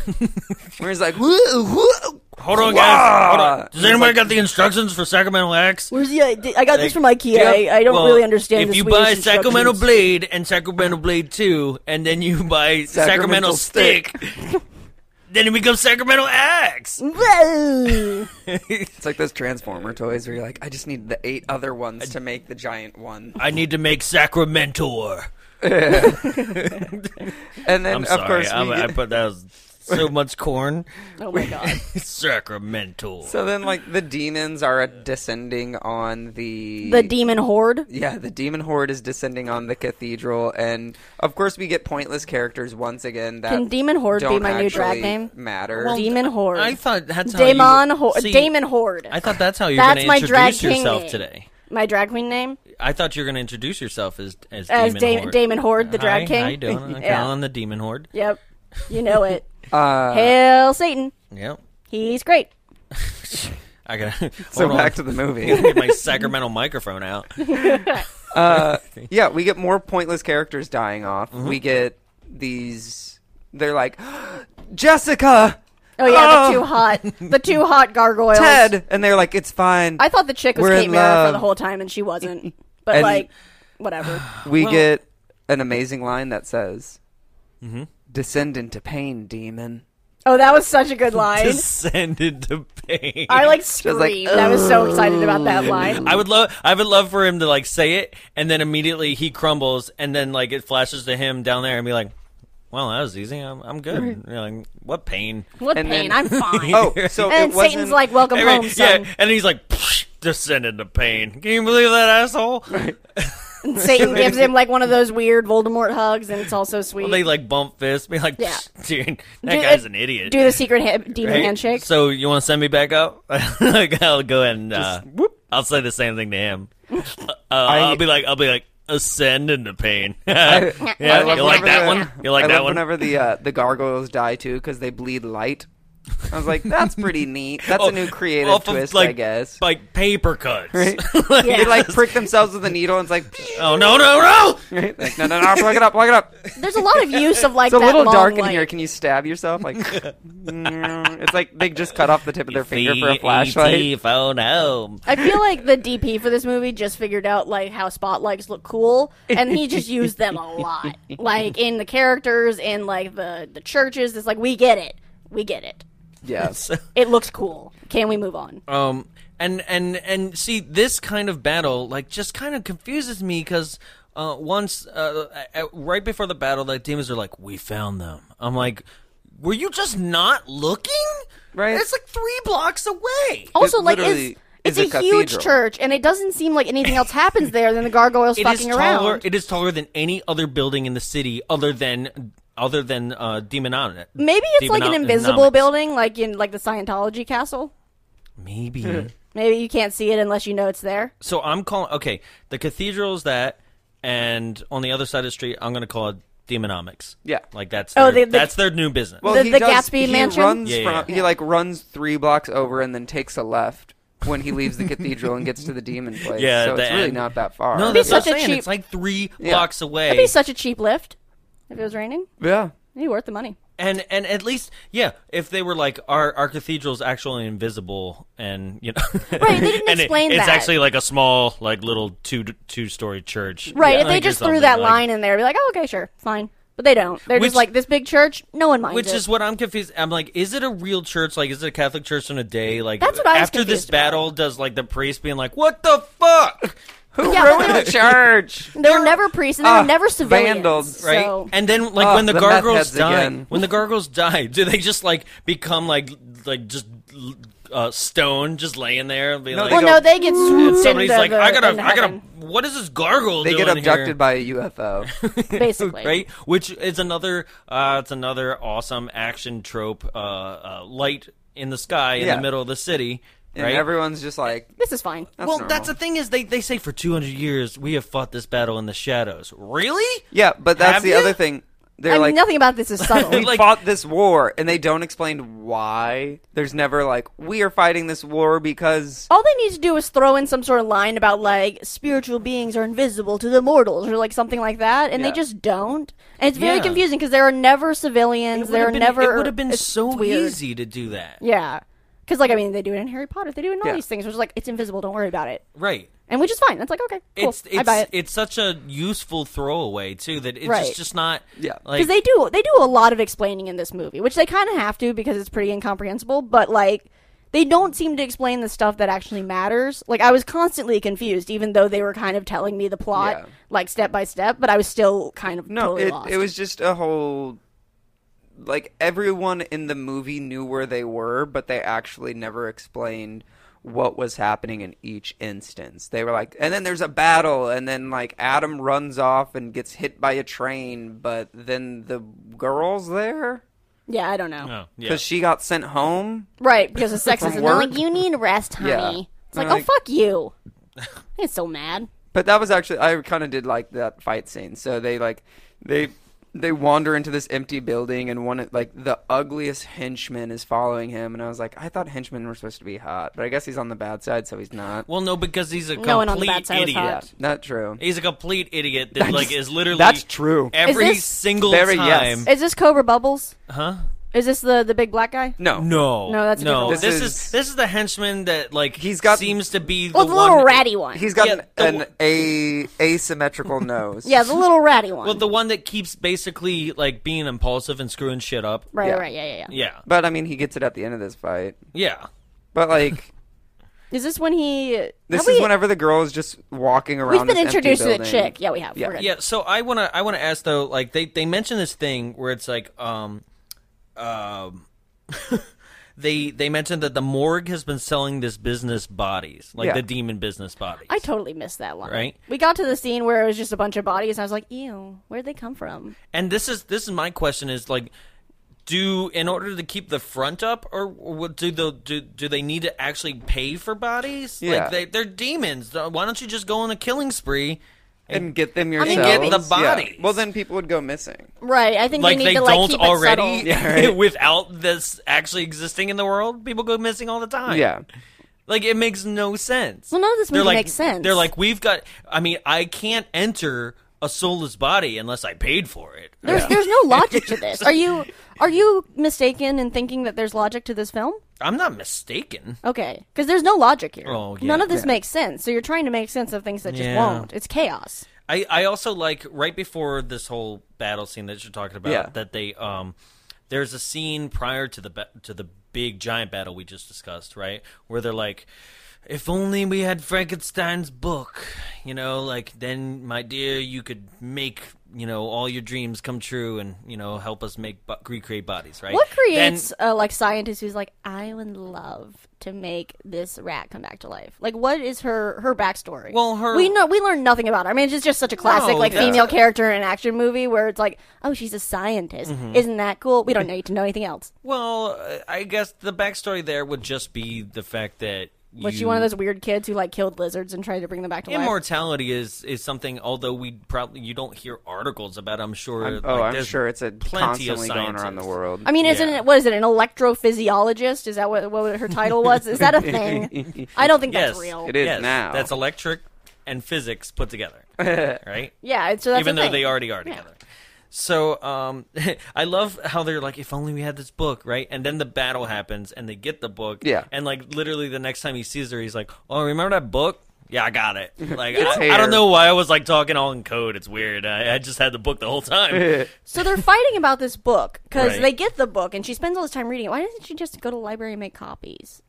Speaker 3: Where he's like, whoa, whoa.
Speaker 1: hold on
Speaker 3: Wah!
Speaker 1: guys hold on.
Speaker 3: He's
Speaker 1: does anybody
Speaker 3: like-
Speaker 1: got the instructions for Sacramento axe
Speaker 2: Where's the? uh, I got this from
Speaker 1: Like,
Speaker 2: IKEA. I, I don't
Speaker 1: Well,
Speaker 2: really
Speaker 1: If
Speaker 2: understand. the
Speaker 1: you
Speaker 2: Swedish
Speaker 1: buy Sacramento
Speaker 2: instructions.
Speaker 1: Blade and Sacramento Blade Two, and then you buy Sacramento,
Speaker 3: Sacramento
Speaker 1: Stick, then it becomes Sacramento Axe.
Speaker 2: Mm-hmm. Whoa.
Speaker 3: It's like those Transformer toys where you're like, I just need the eight other ones to make the giant one.
Speaker 1: I need to make Sacramentor.
Speaker 3: And then,
Speaker 1: I'm
Speaker 3: of
Speaker 1: sorry,
Speaker 3: course, we
Speaker 1: I'm, I
Speaker 3: get-
Speaker 1: put that was so much corn.
Speaker 2: oh my god.
Speaker 1: Sacramentor.
Speaker 3: so then, like, the demons are descending on the.
Speaker 2: The demon horde.
Speaker 3: yeah, the demon horde is descending on the cathedral, and of course we get pointless characters once again. That
Speaker 2: Can demon horde be
Speaker 3: don't
Speaker 2: my new drag
Speaker 3: actually
Speaker 2: name?
Speaker 3: Matter.
Speaker 2: demon horde.
Speaker 1: I thought that's how
Speaker 2: Damon
Speaker 1: you,
Speaker 2: horde.
Speaker 1: See,
Speaker 2: Damon horde.
Speaker 1: I thought that's how you're
Speaker 2: That's
Speaker 1: going to
Speaker 2: my drag
Speaker 1: introduce
Speaker 2: king
Speaker 1: yourself
Speaker 2: name.
Speaker 1: today.
Speaker 2: my drag queen name.
Speaker 1: I thought you were going to introduce yourself as as,
Speaker 2: As
Speaker 1: Demon
Speaker 2: Da-
Speaker 1: Horde.
Speaker 2: Damon Horde, the drag
Speaker 1: Hi,
Speaker 2: king?
Speaker 1: How you doing? I'm
Speaker 2: Yeah.
Speaker 1: Colin, the Demon Horde.
Speaker 2: Yep. You know it.
Speaker 3: Uh,
Speaker 2: Hail Satan.
Speaker 1: Yep.
Speaker 2: He's great.
Speaker 1: I gotta
Speaker 3: so
Speaker 1: hold on.
Speaker 3: back to the movie.
Speaker 1: get my Sacramento microphone out.
Speaker 3: Yeah, we get more pointless characters dying off.
Speaker 2: Mm-hmm.
Speaker 3: We get these. They're like, Jessica,
Speaker 2: Oh yeah,
Speaker 3: Oh.
Speaker 2: the two hot, the two hot gargoyles.
Speaker 3: Ted, and they're like, it's fine.
Speaker 2: I thought the chick was
Speaker 3: We're
Speaker 2: Kate
Speaker 3: in
Speaker 2: Mara for
Speaker 3: love.
Speaker 2: the whole time, and she wasn't. But
Speaker 3: And-
Speaker 2: like, whatever.
Speaker 3: we get an amazing line that says,
Speaker 2: Mm-hmm.
Speaker 3: "Descend into pain, demon."
Speaker 2: Oh, that was such a good line.
Speaker 1: Descended to pain.
Speaker 2: I like
Speaker 3: like,
Speaker 2: screamed. I was so excited about that line.
Speaker 1: I would love, I would love for him to like say it, and then immediately he crumbles, and then like it flashes to him down there, and be like, "Well, that was easy. I'm, I'm good." And you're like, what pain?
Speaker 2: What
Speaker 3: And
Speaker 2: pain?
Speaker 3: then-
Speaker 2: I'm fine.
Speaker 3: Oh, so
Speaker 2: and
Speaker 3: it wasn't.
Speaker 2: Satan's like, "Welcome
Speaker 1: And,
Speaker 2: home, son."
Speaker 1: yeah, and he's like, "Psh, "Descended to pain." Can you believe that asshole?
Speaker 2: And Satan gives him like one of those weird Voldemort hugs, and it's also sweet.
Speaker 1: Well, they like bump fists, be like,
Speaker 2: Yeah.
Speaker 1: "Psh, "Dude, that
Speaker 2: Do-
Speaker 1: guy's an idiot."
Speaker 2: Do the secret ha- demon
Speaker 1: Hey,
Speaker 2: handshake.
Speaker 1: So you want to send me back up? like I'll go ahead and uh, I'll say the same thing to him. Uh, I'll be like, I'll be like, ascend into pain. yeah,
Speaker 2: I love
Speaker 1: you like
Speaker 3: whenever
Speaker 1: that
Speaker 3: the-
Speaker 1: one? You like
Speaker 3: I
Speaker 1: that
Speaker 3: love
Speaker 1: one?
Speaker 3: Whenever the uh, the gargoyles die too, because they bleed light. I was like, that's pretty neat. That's
Speaker 1: Oh,
Speaker 3: a new creative
Speaker 1: off of,
Speaker 3: twist,
Speaker 1: like,
Speaker 3: I guess.
Speaker 1: Like paper cuts.
Speaker 3: Right?
Speaker 2: Yeah.
Speaker 3: They like prick themselves with a needle and it's like,
Speaker 1: oh no no no!
Speaker 3: right? like, no, no, no, plug it up, plug it up.
Speaker 2: There's a lot of use of like
Speaker 3: It's a
Speaker 2: that
Speaker 3: little
Speaker 2: long,
Speaker 3: dark in
Speaker 2: like-
Speaker 3: here. Can you stab yourself? Like, it's like they just cut off the tip of their finger for a
Speaker 1: VET
Speaker 3: flashlight.
Speaker 1: phone home.
Speaker 2: I feel like the DP for this movie just figured out like how spotlights look cool, and he just used them a lot, like in the characters, in like the the churches. It's like we get it, we get it.
Speaker 3: Yes.
Speaker 2: It looks cool. Can we move on?
Speaker 1: Um, and and and see, this kind of battle like just kind of confuses me because uh, once uh, uh, right before the battle, the demons are like, "We found them." I'm like, "Were you just not looking?"
Speaker 3: Right.
Speaker 1: It's like three blocks away.
Speaker 2: Also,
Speaker 3: It
Speaker 2: like it's,
Speaker 3: literally
Speaker 2: it's
Speaker 3: is a
Speaker 2: a, huge
Speaker 3: cathedral.
Speaker 2: church, and it doesn't seem like anything else happens there than the gargoyles
Speaker 1: It is
Speaker 2: fucking around.
Speaker 1: taller. It is taller than any other building in the city, other than other than uh, Demonon.
Speaker 2: Maybe it's like an
Speaker 1: Demono-
Speaker 2: invisible
Speaker 1: nomics.
Speaker 2: building, like in like the Scientology castle.
Speaker 1: Maybe.
Speaker 2: Maybe you can't see it unless you know it's there.
Speaker 1: So I'm calling. Okay, the cathedral is that, and on the other side of the street, I'm going to call it demonomics.
Speaker 3: Yeah.
Speaker 1: like that's
Speaker 2: Oh,
Speaker 1: their,
Speaker 2: they- they-
Speaker 1: that's their new business.
Speaker 3: Well,
Speaker 2: The-
Speaker 3: he
Speaker 2: the
Speaker 3: does,
Speaker 2: Gatsby
Speaker 3: he
Speaker 2: mansion?
Speaker 3: Runs
Speaker 1: Yeah,
Speaker 3: from,
Speaker 1: yeah.
Speaker 3: He like runs three blocks over and then takes a left when he leaves the cathedral and gets to the demon place.
Speaker 1: Yeah,
Speaker 3: so
Speaker 1: the
Speaker 3: it's really
Speaker 1: end.
Speaker 3: not that far.
Speaker 1: no,
Speaker 2: It'd be
Speaker 1: that's what I'm
Speaker 2: such a
Speaker 1: saying.
Speaker 2: cheap-
Speaker 1: It's like three blocks away.
Speaker 2: It'd be such a cheap lift if it was raining.
Speaker 3: yeah.
Speaker 2: It'd be worth the money.
Speaker 1: and and at least yeah, if they were like our our cathedral's actually invisible, and you know,
Speaker 2: Right, they didn't
Speaker 1: and it-
Speaker 2: explain
Speaker 1: it's
Speaker 2: that.
Speaker 1: actually like a small like little two two story church.
Speaker 2: Right, if they
Speaker 1: Like, or
Speaker 2: just threw
Speaker 1: something,
Speaker 2: that
Speaker 1: like-
Speaker 2: line in there, I'd be like, oh, okay, sure, fine. But they don't. They're
Speaker 1: Which-
Speaker 2: just like, this big church, no one minds
Speaker 1: Which
Speaker 2: it.
Speaker 1: is what I'm confused. I'm like, is it a real church? Like, is it a Catholic church on a day? Like,
Speaker 2: That's what I was
Speaker 1: after this
Speaker 2: confused about.
Speaker 1: battle, does like the priest being like, "What the fuck?"
Speaker 3: Who
Speaker 2: Yeah, but
Speaker 3: ruined
Speaker 2: they're-
Speaker 3: the church?
Speaker 2: There were never priests, and there
Speaker 3: Ah,
Speaker 2: were never civilians.
Speaker 3: vandals,
Speaker 1: right?
Speaker 2: so-
Speaker 1: And then like
Speaker 3: Ah,
Speaker 1: when the,
Speaker 3: the meth
Speaker 1: gargoyles
Speaker 3: heads
Speaker 1: die,
Speaker 3: again.
Speaker 1: when the gargoyles die, do they just like become like like just uh, stone, just laying there and be
Speaker 3: No,
Speaker 1: like,
Speaker 2: well,
Speaker 3: go-
Speaker 2: no, they get swooped
Speaker 1: and somebody's
Speaker 2: into
Speaker 1: like,
Speaker 2: the-
Speaker 1: I gotta,
Speaker 2: into
Speaker 1: I gotta,
Speaker 2: heaven,
Speaker 1: what is this gargoyle
Speaker 3: They
Speaker 1: doing
Speaker 3: get abducted
Speaker 1: here?
Speaker 3: by a UFO.
Speaker 2: basically.
Speaker 1: Right, which is another, uh, it's another awesome action trope. Uh, uh, light in the sky in
Speaker 3: Yeah.
Speaker 1: the middle of the city.
Speaker 3: and
Speaker 1: right,
Speaker 3: everyone's just like,
Speaker 2: This is fine.
Speaker 3: that's
Speaker 1: well,
Speaker 3: normal.
Speaker 1: that's the thing is they, they say for 200 years we have fought this battle in the shadows. Really?
Speaker 3: Yeah, but that's
Speaker 1: Have
Speaker 3: the
Speaker 1: you?
Speaker 3: other thing. They're
Speaker 2: I mean,
Speaker 3: like,
Speaker 2: nothing about this is subtle.
Speaker 3: we
Speaker 1: like-
Speaker 3: fought this war, and they don't explain why. There's never like, we are fighting this war because
Speaker 2: All they need to do is throw in some sort of line about like spiritual beings are invisible to the mortals or like something like that, and
Speaker 3: Yeah.
Speaker 2: they just don't. And it's very
Speaker 1: Yeah.
Speaker 2: confusing because there are never civilians. There are
Speaker 1: Would've been-
Speaker 2: never.
Speaker 1: It would have been
Speaker 2: it's
Speaker 1: so
Speaker 2: weird.
Speaker 1: easy to do that.
Speaker 2: Yeah, because like I mean, they do it in Harry Potter. They do it in all
Speaker 3: Yeah.
Speaker 2: these things, which is like it's invisible. Don't worry about it,
Speaker 1: Right.
Speaker 2: and which is fine. That's like okay, cool.
Speaker 1: It's it's
Speaker 2: I buy it.
Speaker 1: it's such a useful throwaway too that it's
Speaker 2: Right.
Speaker 1: just, just not
Speaker 3: Yeah.
Speaker 1: like
Speaker 2: because they do they do a lot of explaining in this movie, which they kind of have to because it's pretty incomprehensible. But like, they don't seem to explain the stuff that actually matters. Like, I was constantly confused, even though they were kind of telling me the plot
Speaker 3: Yeah.
Speaker 2: like step by step. But I was still kind of
Speaker 3: no,
Speaker 2: totally
Speaker 3: it,
Speaker 2: lost.
Speaker 3: it was just a whole. Like everyone in the movie knew where they were, but they actually never explained what was happening in each instance. They were like, and then there's a battle, and then like Adam runs off and gets hit by a train, but then the girl's there
Speaker 2: yeah, I don't know,
Speaker 1: oh, yeah.
Speaker 3: because she got sent home.
Speaker 2: right? Because of sexism.
Speaker 3: From
Speaker 2: They're
Speaker 3: work?
Speaker 2: like, you need rest,
Speaker 3: Yeah.
Speaker 2: honey. It's
Speaker 3: They're
Speaker 2: like,
Speaker 3: like-
Speaker 2: oh fuck you. It's so mad.
Speaker 3: But that was actually I kind of did like that fight scene. So they like they they wander into this empty building and one like the ugliest henchman is following him and I was like I thought henchmen were supposed to be hot, but I guess he's on the bad side so he's not.
Speaker 1: well, no, because he's a complete
Speaker 2: No one on the bad side was
Speaker 1: idiot.
Speaker 2: hot.
Speaker 3: Not true.
Speaker 1: He's a complete idiot that like is literally
Speaker 3: that's true.
Speaker 1: every
Speaker 2: Is this-
Speaker 1: single
Speaker 3: Very yes.
Speaker 1: time.
Speaker 2: Is this Cobra Bubbles?
Speaker 1: Huh?
Speaker 2: Is this the the big black guy?
Speaker 3: No.
Speaker 1: No,
Speaker 2: No, that's a
Speaker 1: no.
Speaker 2: different
Speaker 1: This
Speaker 3: one.
Speaker 1: is, this is the henchman that like
Speaker 3: He's got-
Speaker 1: seems to be
Speaker 2: Well,
Speaker 1: the,
Speaker 2: Oh, the, little
Speaker 1: one,
Speaker 2: ratty one.
Speaker 3: He's got
Speaker 1: Yeah, the
Speaker 3: an, an a asymmetrical nose.
Speaker 2: yeah, the little ratty one.
Speaker 1: Well, the one that keeps basically like being impulsive and screwing shit up.
Speaker 2: right,
Speaker 3: yeah.
Speaker 2: right, yeah, yeah, yeah.
Speaker 1: Yeah,
Speaker 3: But I mean he gets it at the end of this fight.
Speaker 1: yeah.
Speaker 3: But like
Speaker 2: Is this when he?
Speaker 3: this
Speaker 2: have
Speaker 3: is
Speaker 2: we-
Speaker 3: whenever the girl is just walking around.
Speaker 2: we've been
Speaker 3: this empty
Speaker 2: introduced to the
Speaker 3: building.
Speaker 2: chick. Yeah, we have.
Speaker 3: Yeah.
Speaker 2: We're good.
Speaker 1: Yeah, so I wanna I wanna ask though, like they they mention this thing where it's like um um they they mentioned that the morgue has been selling this business bodies, like
Speaker 3: Yeah.
Speaker 1: the demon business bodies.
Speaker 2: I totally missed that line.
Speaker 1: Right.
Speaker 2: We got to the scene where it was just a bunch of bodies, and I was like, "Ew, where'd they come from?"
Speaker 1: and this is this is my question is like do in order to keep the front up or what do the do, do they need to actually pay for bodies?
Speaker 3: Yeah.
Speaker 1: Like they they're demons. Why don't you just go on a killing spree?
Speaker 3: and get them
Speaker 2: mean,
Speaker 3: yourself.
Speaker 2: get the
Speaker 1: bodies.
Speaker 3: Well, then people would go missing.
Speaker 2: Right. I think
Speaker 1: Like
Speaker 2: they
Speaker 1: they,
Speaker 2: need to like
Speaker 1: don't
Speaker 2: keep it
Speaker 1: already
Speaker 2: subtle.
Speaker 3: Yeah, right.
Speaker 1: without this actually existing in the world, people go missing all the time.
Speaker 3: Yeah.
Speaker 1: Like it makes no sense.
Speaker 2: Well, none of this
Speaker 1: They're
Speaker 2: movie
Speaker 1: like-
Speaker 2: makes sense.
Speaker 1: They're like, we've got. I mean, I can't enter a soulless body unless I paid for it.
Speaker 2: There's there's no logic to this. Are you are you mistaken in thinking that there's logic to this film?
Speaker 1: I'm not mistaken.
Speaker 2: Okay, because there's no logic here.
Speaker 1: Oh, yeah.
Speaker 2: None of this makes sense. So you're trying to make sense of things that just
Speaker 1: Yeah.
Speaker 2: won't. It's chaos.
Speaker 1: I I also like right before this whole battle scene that you're talking about.
Speaker 3: Yeah.
Speaker 1: That they um, there's a scene prior to the ba- to the big giant battle we just discussed, right? Where they're like. If only we had Frankenstein's book, you know, like then, my dear, you could make, you know, all your dreams come true, and you know, help us make bo- recreate bodies, right?
Speaker 2: What
Speaker 1: Then-
Speaker 2: creates uh, like scientist who's like, I would love to make this rat come back to life. Like, what is her her backstory?
Speaker 1: Well, her-
Speaker 2: we know we learn nothing about her. I mean, it's just- just such a classic
Speaker 1: No,
Speaker 2: like
Speaker 1: that's-
Speaker 2: female character in an action movie where it's like, oh, she's a scientist.
Speaker 1: Mm-hmm.
Speaker 2: Isn't that cool? We don't need to know anything else.
Speaker 1: Well, I guess the backstory there would just be the fact that
Speaker 2: Was she one of those weird kids who like killed lizards and tried to bring them back to life?
Speaker 1: Immortality is is something. Although we probably you don't hear articles about. I'm sure.
Speaker 3: I'm-
Speaker 1: like,
Speaker 3: oh, I'm
Speaker 1: there's
Speaker 3: sure it's a
Speaker 1: plenty of
Speaker 3: constantly going around the
Speaker 1: scientists.
Speaker 3: world.
Speaker 2: I mean, isn't
Speaker 1: Yeah.
Speaker 2: it what is it an electrophysiologist? Is that what what her title was? Is that a thing? I don't think that's
Speaker 1: Yes.
Speaker 2: real.
Speaker 3: it is
Speaker 1: Yes,
Speaker 3: now.
Speaker 1: That's electric and physics put together, right?
Speaker 2: Yeah, so that's
Speaker 1: even though
Speaker 2: a thing.
Speaker 1: they already are together. So um, I love how they're like, if only we had this book, right? And then the battle happens, and they get the book,
Speaker 3: Yeah.
Speaker 1: And like literally the next time he sees her, he's like, oh, remember that book? Yeah, I got it. Like
Speaker 3: It's
Speaker 1: I, I
Speaker 3: here.
Speaker 1: don't know why I was like talking all in code. It's weird. I, I just had the book the whole time.
Speaker 2: So they're fighting about this book because
Speaker 1: Right.
Speaker 2: they get the book and she spends all this time reading it. Why doesn't she just go to the library and make copies,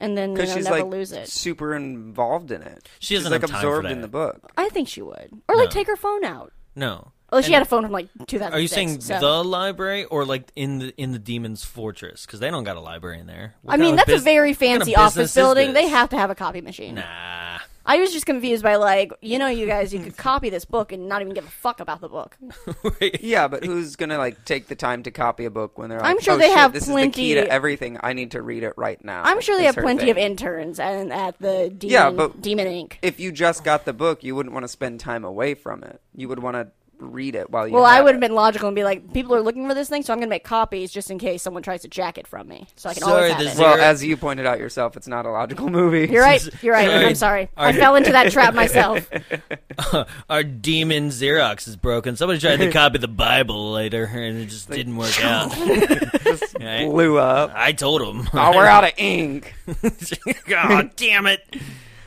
Speaker 2: and then you
Speaker 3: because
Speaker 2: know,
Speaker 3: she's
Speaker 2: never
Speaker 3: like
Speaker 2: lose it?
Speaker 3: super involved in it.
Speaker 1: She
Speaker 3: she's
Speaker 1: doesn't
Speaker 3: like
Speaker 1: have time for
Speaker 3: absorbed in
Speaker 1: that.
Speaker 3: the book.
Speaker 2: I think she would, or like take her phone out.
Speaker 1: no.
Speaker 2: Although she had a phone from like 2006.
Speaker 1: Are you saying
Speaker 2: so-
Speaker 1: the library or like in the in the demon's fortress? Because they don't got a library in there. What
Speaker 2: I
Speaker 1: kind
Speaker 2: mean,
Speaker 1: of
Speaker 2: that's
Speaker 1: bus-
Speaker 2: a very
Speaker 1: what kind of
Speaker 2: fancy
Speaker 1: business
Speaker 2: office
Speaker 1: is
Speaker 2: building. They
Speaker 1: this?
Speaker 2: have to have a copy machine.
Speaker 1: Nah.
Speaker 2: I was just confused by like, you know, you guys, you could copy this book and not even give a fuck about the book.
Speaker 3: Yeah, but who's gonna like take the time to copy a book when they're? Like,
Speaker 2: I'm sure
Speaker 3: "Oh,
Speaker 2: they
Speaker 3: shit,
Speaker 2: have
Speaker 3: this is the
Speaker 2: plenty-
Speaker 3: key to everything. I need to read it right now.
Speaker 2: I'm sure they have
Speaker 3: It's her
Speaker 2: plenty of
Speaker 3: thing.
Speaker 2: interns and at the demon,
Speaker 3: Yeah, but-
Speaker 2: demon Inc.
Speaker 3: If you just got the book, you wouldn't want to spend time away from it. You would want to read it while you.
Speaker 2: Well, I
Speaker 3: have
Speaker 2: would have
Speaker 3: it.
Speaker 2: been logical and be like, people are looking for this thing, so I'm going to make copies just in case someone tries to jack it from me, so I can
Speaker 1: Sorry,
Speaker 2: always have
Speaker 1: this
Speaker 2: it.
Speaker 1: is-
Speaker 3: Well, as you pointed out yourself, it's not a logical movie.
Speaker 2: you're right. You're right. I'm sorry. I fell into that trap myself.
Speaker 1: our demon Xerox is broken. Somebody tried to copy the Bible later, and it just didn't work out. Right?
Speaker 3: Blew up.
Speaker 1: I told him.
Speaker 3: Oh, we're out of ink.
Speaker 1: God damn it!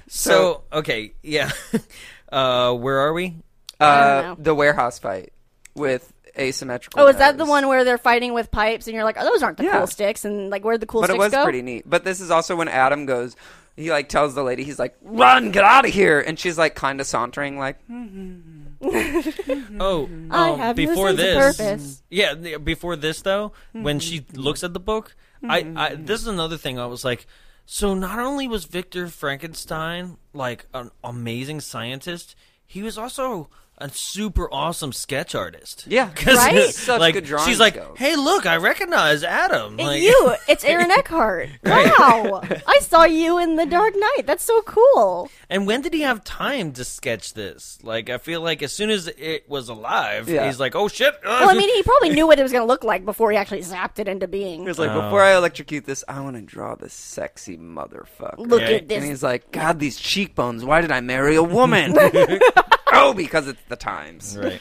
Speaker 1: So okay, yeah. Uh, where are we?
Speaker 2: don't
Speaker 3: Uh,
Speaker 2: know.
Speaker 3: the warehouse fight with asymmetrical.
Speaker 2: Oh, is that the
Speaker 3: knives.
Speaker 2: one where they're fighting with pipes, and you're like, oh, those aren't the
Speaker 3: Yeah.
Speaker 2: cool sticks, and like, where'd the cool
Speaker 3: But
Speaker 2: sticks
Speaker 3: it was
Speaker 2: go?
Speaker 3: pretty neat. But this is also when Adam goes. He like tells the lady, he's like, "Run, get out of here!" And she's like, kind of sauntering, like, "Hmm."
Speaker 1: Oh,
Speaker 2: I
Speaker 1: um,
Speaker 2: have no
Speaker 1: before
Speaker 2: sense of
Speaker 1: this.
Speaker 2: purpose. Mm-hmm.
Speaker 1: Yeah, th- before this though, when she looks at the book, I, I this is another thing I was like, so not only was Victor Frankenstein like an amazing scientist, he was also a super awesome sketch artist.
Speaker 3: Yeah.
Speaker 1: 'Cause,
Speaker 2: Right?
Speaker 3: Such
Speaker 1: like,
Speaker 3: good drawing
Speaker 1: she's like,
Speaker 3: skills.
Speaker 1: hey, look, I recognize Adam.
Speaker 2: And
Speaker 1: Like,
Speaker 2: you, it's Aaron Eckhart. Wow, I saw you in The Dark Knight. That's so cool.
Speaker 1: And when did he have time to sketch this? Like, I feel like as soon as it was alive,
Speaker 3: Yeah.
Speaker 1: he's like, oh shit.
Speaker 2: Well, I mean, he probably knew what it was going to look like before he actually zapped it into being.
Speaker 3: He's like, before I electrocute this, I want to draw this sexy motherfucker.
Speaker 2: Look
Speaker 1: Yeah.
Speaker 2: at this.
Speaker 3: And he's like, God, these cheekbones. Why did I marry a woman? oh, because it's the times.
Speaker 1: right.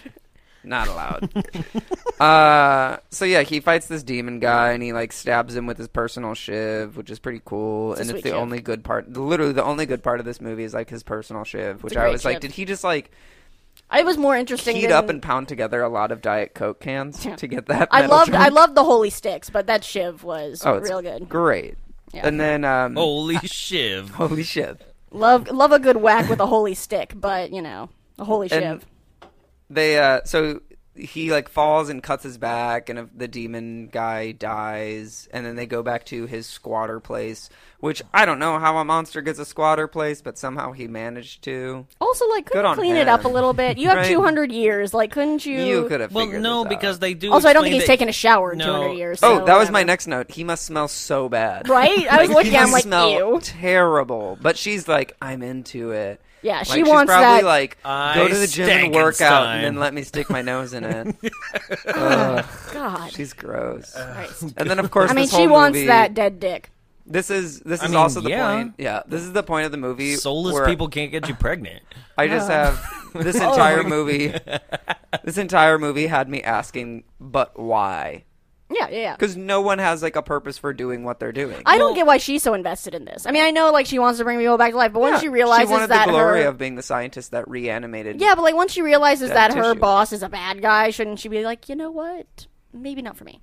Speaker 3: Not allowed. uh, so yeah, he fights this demon guy, and he like stabs him with his personal shiv, which is pretty cool. and it's
Speaker 2: sweet
Speaker 3: the
Speaker 2: shiv.
Speaker 3: only good part. Literally, the only good part of this movie is like his personal shiv, which I
Speaker 2: great
Speaker 3: was like,
Speaker 2: shiv.
Speaker 3: did he just like
Speaker 2: I was more interesting.
Speaker 3: heat
Speaker 2: than-
Speaker 3: up and pound together a lot of diet coke cans to get that?
Speaker 2: I
Speaker 3: metal
Speaker 2: loved I
Speaker 3: drink?
Speaker 2: loved the holy sticks, but that shiv was
Speaker 3: Oh, it's
Speaker 2: real good.
Speaker 3: Great.
Speaker 2: Yeah.
Speaker 3: And then um,
Speaker 1: Holy shiv.
Speaker 3: holy shit.
Speaker 2: love love a good whack with a holy stick, but you know, a holy
Speaker 3: And-
Speaker 2: shiv.
Speaker 3: they uh so he like falls and cuts his back and uh, the demon guy dies and then they go back to his squatter place which i don't know how a monster gets a squatter place but somehow he managed to
Speaker 2: Also, like,
Speaker 3: Good
Speaker 2: could
Speaker 3: on
Speaker 2: clean it up a
Speaker 3: him.
Speaker 2: little bit. You have
Speaker 3: Right.
Speaker 2: 200 years. Like, couldn't you?
Speaker 3: you could have
Speaker 1: Well,
Speaker 3: figured
Speaker 1: no,
Speaker 3: this out.
Speaker 1: because they do.
Speaker 2: Also, I don't
Speaker 1: explain
Speaker 2: think he's
Speaker 1: that-
Speaker 2: taken a shower in
Speaker 1: No.
Speaker 2: 200 years.
Speaker 3: oh
Speaker 2: so
Speaker 3: that was my
Speaker 2: whatever.
Speaker 3: next note he must smell so bad
Speaker 2: Right? I was looking
Speaker 3: he
Speaker 2: at him like,
Speaker 3: smell
Speaker 2: ew.
Speaker 3: terrible but she's like i'm into it
Speaker 2: Yeah,
Speaker 3: Like,
Speaker 2: she
Speaker 3: she's
Speaker 2: wants
Speaker 3: probably
Speaker 2: that-
Speaker 3: like go
Speaker 1: I
Speaker 3: to the gym and
Speaker 1: stank
Speaker 3: work out and
Speaker 1: inside.
Speaker 3: then let me stick my nose in it Ugh,
Speaker 2: God.
Speaker 3: she's gross
Speaker 2: Christ.
Speaker 3: and then of course
Speaker 2: I mean,
Speaker 3: this whole
Speaker 2: she wants
Speaker 3: movie-
Speaker 2: that dead dick.
Speaker 3: This is this
Speaker 1: I
Speaker 3: is
Speaker 1: mean,
Speaker 3: also the
Speaker 1: yeah.
Speaker 3: point. Yeah, this is the point of the movie.
Speaker 1: Soulless
Speaker 3: where
Speaker 1: people can't get you pregnant.
Speaker 3: I just have this
Speaker 2: Oh
Speaker 3: entire movie. This entire movie had me asking, but why?
Speaker 2: Yeah, yeah, yeah.
Speaker 3: Because no one has like a purpose for doing what they're doing.
Speaker 2: I don't get why she's so invested in this. I mean, I know like she wants to bring people back to life, but
Speaker 3: Yeah,
Speaker 2: once she realizes
Speaker 3: wanted
Speaker 2: that
Speaker 3: the glory
Speaker 2: her
Speaker 3: of being the scientist that reanimated.
Speaker 2: yeah, but like once she realizes
Speaker 3: That
Speaker 2: that, her
Speaker 3: tissue.
Speaker 2: boss is a bad guy, shouldn't she be like, you know what? Maybe not for me.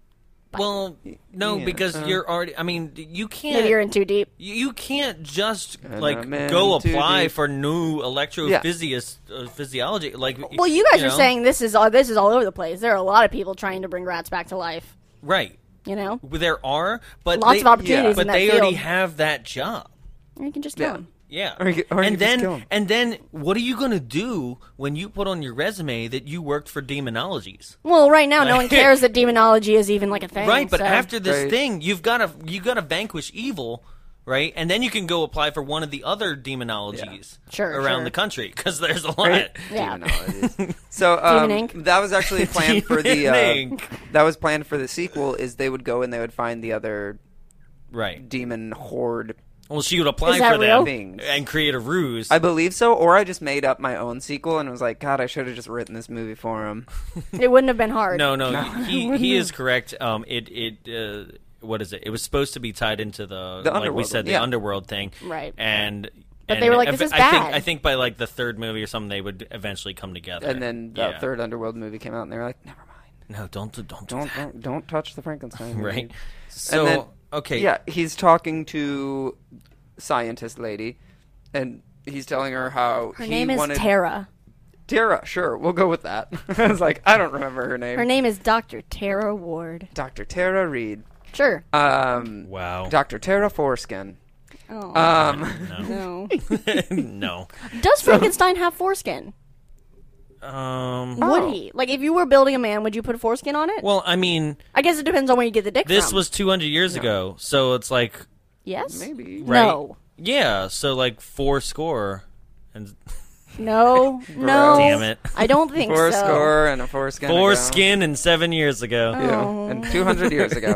Speaker 1: Well, no,
Speaker 3: Yeah, uh-huh.
Speaker 1: because you're already. I mean, you can't.
Speaker 2: Maybe you're in too deep.
Speaker 1: you- you can't just like
Speaker 3: I'm in
Speaker 1: go
Speaker 3: too
Speaker 1: apply
Speaker 3: deep.
Speaker 1: for new electrophysiology. Uh, physiology, like
Speaker 2: Well, you guys are
Speaker 1: know?
Speaker 2: saying this is all this is all over the place. There are a lot of people trying to bring rats back to life.
Speaker 1: right.
Speaker 2: You know,
Speaker 1: There are, but
Speaker 2: Lots
Speaker 1: they-
Speaker 2: of opportunities
Speaker 1: but
Speaker 2: in that
Speaker 1: they already
Speaker 2: field.
Speaker 1: have that job.
Speaker 2: or you can just kill
Speaker 3: Yeah.
Speaker 2: 'em.
Speaker 1: Yeah,
Speaker 3: Or you could- or you
Speaker 1: and
Speaker 3: could just
Speaker 1: then
Speaker 3: kill 'em.
Speaker 1: and then what are you gonna do when you put on your resume that you worked for demonologies?
Speaker 2: Well, right now, no one cares that demonology is even like a thing.
Speaker 1: right, but
Speaker 2: so-
Speaker 1: after this
Speaker 3: Right.
Speaker 1: thing, you've gotta you gotta vanquish evil, right? And then you can go apply for one of the other demonologies
Speaker 2: Yeah. Sure,
Speaker 1: around
Speaker 2: sure.
Speaker 1: the country because there's a lot.
Speaker 3: Right?
Speaker 2: Yeah.
Speaker 3: Demonologies. so um,
Speaker 2: Demon Inc.
Speaker 3: that was actually planned for the
Speaker 1: Demon
Speaker 3: uh,
Speaker 1: Inc.
Speaker 3: that was planned for the sequel. Is they would go and they would find the other
Speaker 1: Right.
Speaker 3: demon horde.
Speaker 1: Well, she would apply
Speaker 2: Is that
Speaker 1: for them
Speaker 3: real?
Speaker 1: and create a ruse.
Speaker 3: I believe so, or I just made up my own sequel and was like, God, I should have just written this movie for him.
Speaker 2: It wouldn't have been hard.
Speaker 1: no, no, he he is correct. Um, it it uh, what is it? It was supposed to be tied into the,
Speaker 3: The
Speaker 1: like we
Speaker 3: underworld
Speaker 1: said the
Speaker 3: one, yeah.
Speaker 1: underworld thing,
Speaker 2: Right.
Speaker 1: And
Speaker 2: But
Speaker 1: and
Speaker 2: they were like, "This
Speaker 1: ev-
Speaker 2: is
Speaker 1: I think
Speaker 2: bad."
Speaker 1: I think by like the third movie or something, they would eventually come together.
Speaker 3: And then the
Speaker 1: Yeah.
Speaker 3: third Underworld movie came out, and they were like, Never mind,
Speaker 1: no, don't do- don't do
Speaker 3: don't
Speaker 1: that.
Speaker 3: don't, don't touch the Frankenstein. movie."
Speaker 1: right. So
Speaker 3: then-
Speaker 1: okay,
Speaker 3: Yeah, he's talking to scientist lady, and he's telling her how
Speaker 2: Her
Speaker 3: he
Speaker 2: name is
Speaker 3: wanted-
Speaker 2: Tara.
Speaker 3: Tara, sure, we'll go with that. I was like, I don't remember her name.
Speaker 2: Her name is Dr. Tara Ward.
Speaker 3: Dr. Tara Reed.
Speaker 2: Sure.
Speaker 3: Um,
Speaker 1: Wow.
Speaker 3: Dr. Tara Foreskin.
Speaker 2: oh,
Speaker 3: Um,
Speaker 2: no.
Speaker 1: no.
Speaker 2: Does Frankenstein have foreskin?
Speaker 1: Um.
Speaker 2: Would he? Like, if you were building a man, would you put foreskin on it?
Speaker 1: Well, I mean,
Speaker 2: I guess it depends on where you get the dick
Speaker 1: this
Speaker 3: Um,
Speaker 2: from.
Speaker 1: was 200 years ago, so it's like,
Speaker 2: Yes?
Speaker 3: maybe.
Speaker 1: right?
Speaker 2: No.
Speaker 1: Yeah. So like four score, and
Speaker 2: No. no.
Speaker 1: Damn it.
Speaker 2: I don't think
Speaker 3: Four
Speaker 2: so.
Speaker 3: score and a foreskin.
Speaker 1: four
Speaker 3: ago.
Speaker 1: skin and seven years ago.
Speaker 3: Yeah, and
Speaker 2: Oh.
Speaker 3: 200 years ago.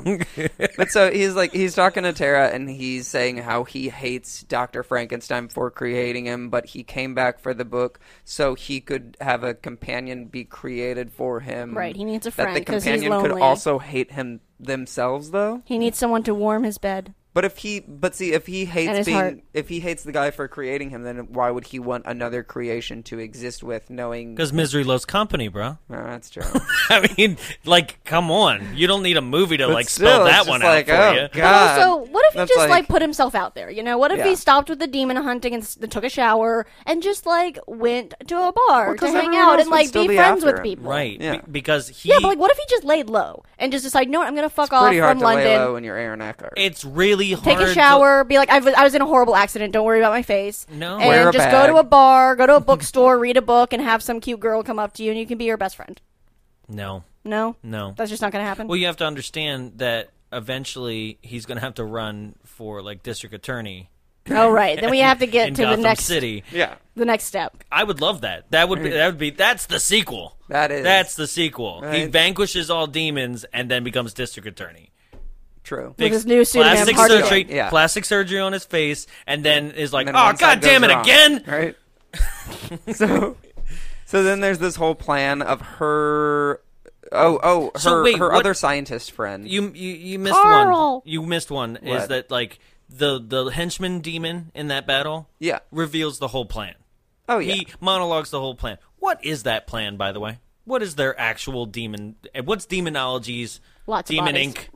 Speaker 3: but so he's like, he's talking to Tara, and he's saying how he hates Dr. Frankenstein for creating him, but he came back for the book so he could have a companion be created for him.
Speaker 2: Right, he needs a
Speaker 3: That the
Speaker 2: friend 'cause he's
Speaker 3: companion could
Speaker 2: lonely.
Speaker 3: also hate him themselves, though.
Speaker 2: He needs someone to warm his bed.
Speaker 3: But if he, but see, if he
Speaker 2: And
Speaker 3: hates
Speaker 2: his
Speaker 3: being,
Speaker 2: heart.
Speaker 3: if he hates the guy for creating him, then why would he want another creation to exist with, knowing?
Speaker 1: Because misery loves company, bro.
Speaker 3: Oh, that's true.
Speaker 1: I mean, like, come on. You don't need a movie to
Speaker 3: But
Speaker 1: like
Speaker 3: still,
Speaker 1: spell
Speaker 3: it's
Speaker 1: that
Speaker 3: just
Speaker 1: one
Speaker 3: like,
Speaker 1: out for
Speaker 3: oh,
Speaker 1: you.
Speaker 2: But
Speaker 3: God.
Speaker 2: also, what if he
Speaker 3: That's
Speaker 2: just, like, put himself out there? You know, what if
Speaker 3: Yeah.
Speaker 2: he stopped with the demon hunting and s- took a shower and just, like, went to a bar to
Speaker 3: 'cause
Speaker 2: hang
Speaker 3: everyone
Speaker 2: out
Speaker 3: else
Speaker 2: and,
Speaker 3: would
Speaker 2: like,
Speaker 3: still
Speaker 2: be
Speaker 3: be
Speaker 2: friends
Speaker 3: after
Speaker 2: with
Speaker 3: him.
Speaker 2: people?
Speaker 1: Right?
Speaker 3: Yeah.
Speaker 1: be- because he.
Speaker 2: Yeah, but, like, what if he just laid low and just decided, no, I'm going to fuck off
Speaker 3: Pretty hard
Speaker 2: from
Speaker 3: to
Speaker 2: London?
Speaker 3: lay low when you're Aaron Eckhart.
Speaker 1: it's really hard.
Speaker 2: take a shower, be like, I was, I was in a horrible accident. Don't worry about my face.
Speaker 1: No.
Speaker 2: and
Speaker 3: Wear a
Speaker 2: just
Speaker 3: bag.
Speaker 2: go to a bar, go to a bookstore, read a book, and have some cute girl come up to you, and you can be your best friend.
Speaker 1: To, no,
Speaker 2: No,
Speaker 1: no.
Speaker 2: that's just not gonna happen.
Speaker 1: Well, you have to understand that eventually he's going to have to run for like district attorney
Speaker 2: oh right, then we have to
Speaker 1: in
Speaker 2: get to
Speaker 1: Gotham
Speaker 2: the next
Speaker 1: City.
Speaker 3: yeah.
Speaker 2: the next step.
Speaker 1: I would love that. That would be. That would be. That's the sequel.
Speaker 3: That is-
Speaker 1: That's the sequel. He
Speaker 3: Right.
Speaker 1: vanquishes all demons and then becomes district attorney.
Speaker 3: True.
Speaker 1: Big
Speaker 2: his new pseudonym,
Speaker 1: plastic
Speaker 2: Hard Boiled.
Speaker 1: surgery,
Speaker 3: Yeah.
Speaker 1: plastic surgery on his face, and then is like,
Speaker 3: And then
Speaker 1: "Oh
Speaker 3: one side
Speaker 1: God damn it
Speaker 3: goes wrong,"
Speaker 1: again!"
Speaker 3: Right. so, so then there's this whole plan of her. Oh, oh, her,
Speaker 1: So wait,
Speaker 3: her
Speaker 1: what-
Speaker 3: other scientist friend.
Speaker 1: You you, you missed one.
Speaker 2: Carl!
Speaker 1: You missed one. Is
Speaker 3: What?
Speaker 1: that like the the henchman demon in that battle?
Speaker 3: Yeah.
Speaker 1: reveals the whole plan.
Speaker 3: oh yeah.
Speaker 1: He monologues the whole plan. What is that plan, by the way? What is their actual demon? eh, What's demonology's
Speaker 2: Lots of
Speaker 1: demon
Speaker 2: bodies.
Speaker 1: ink?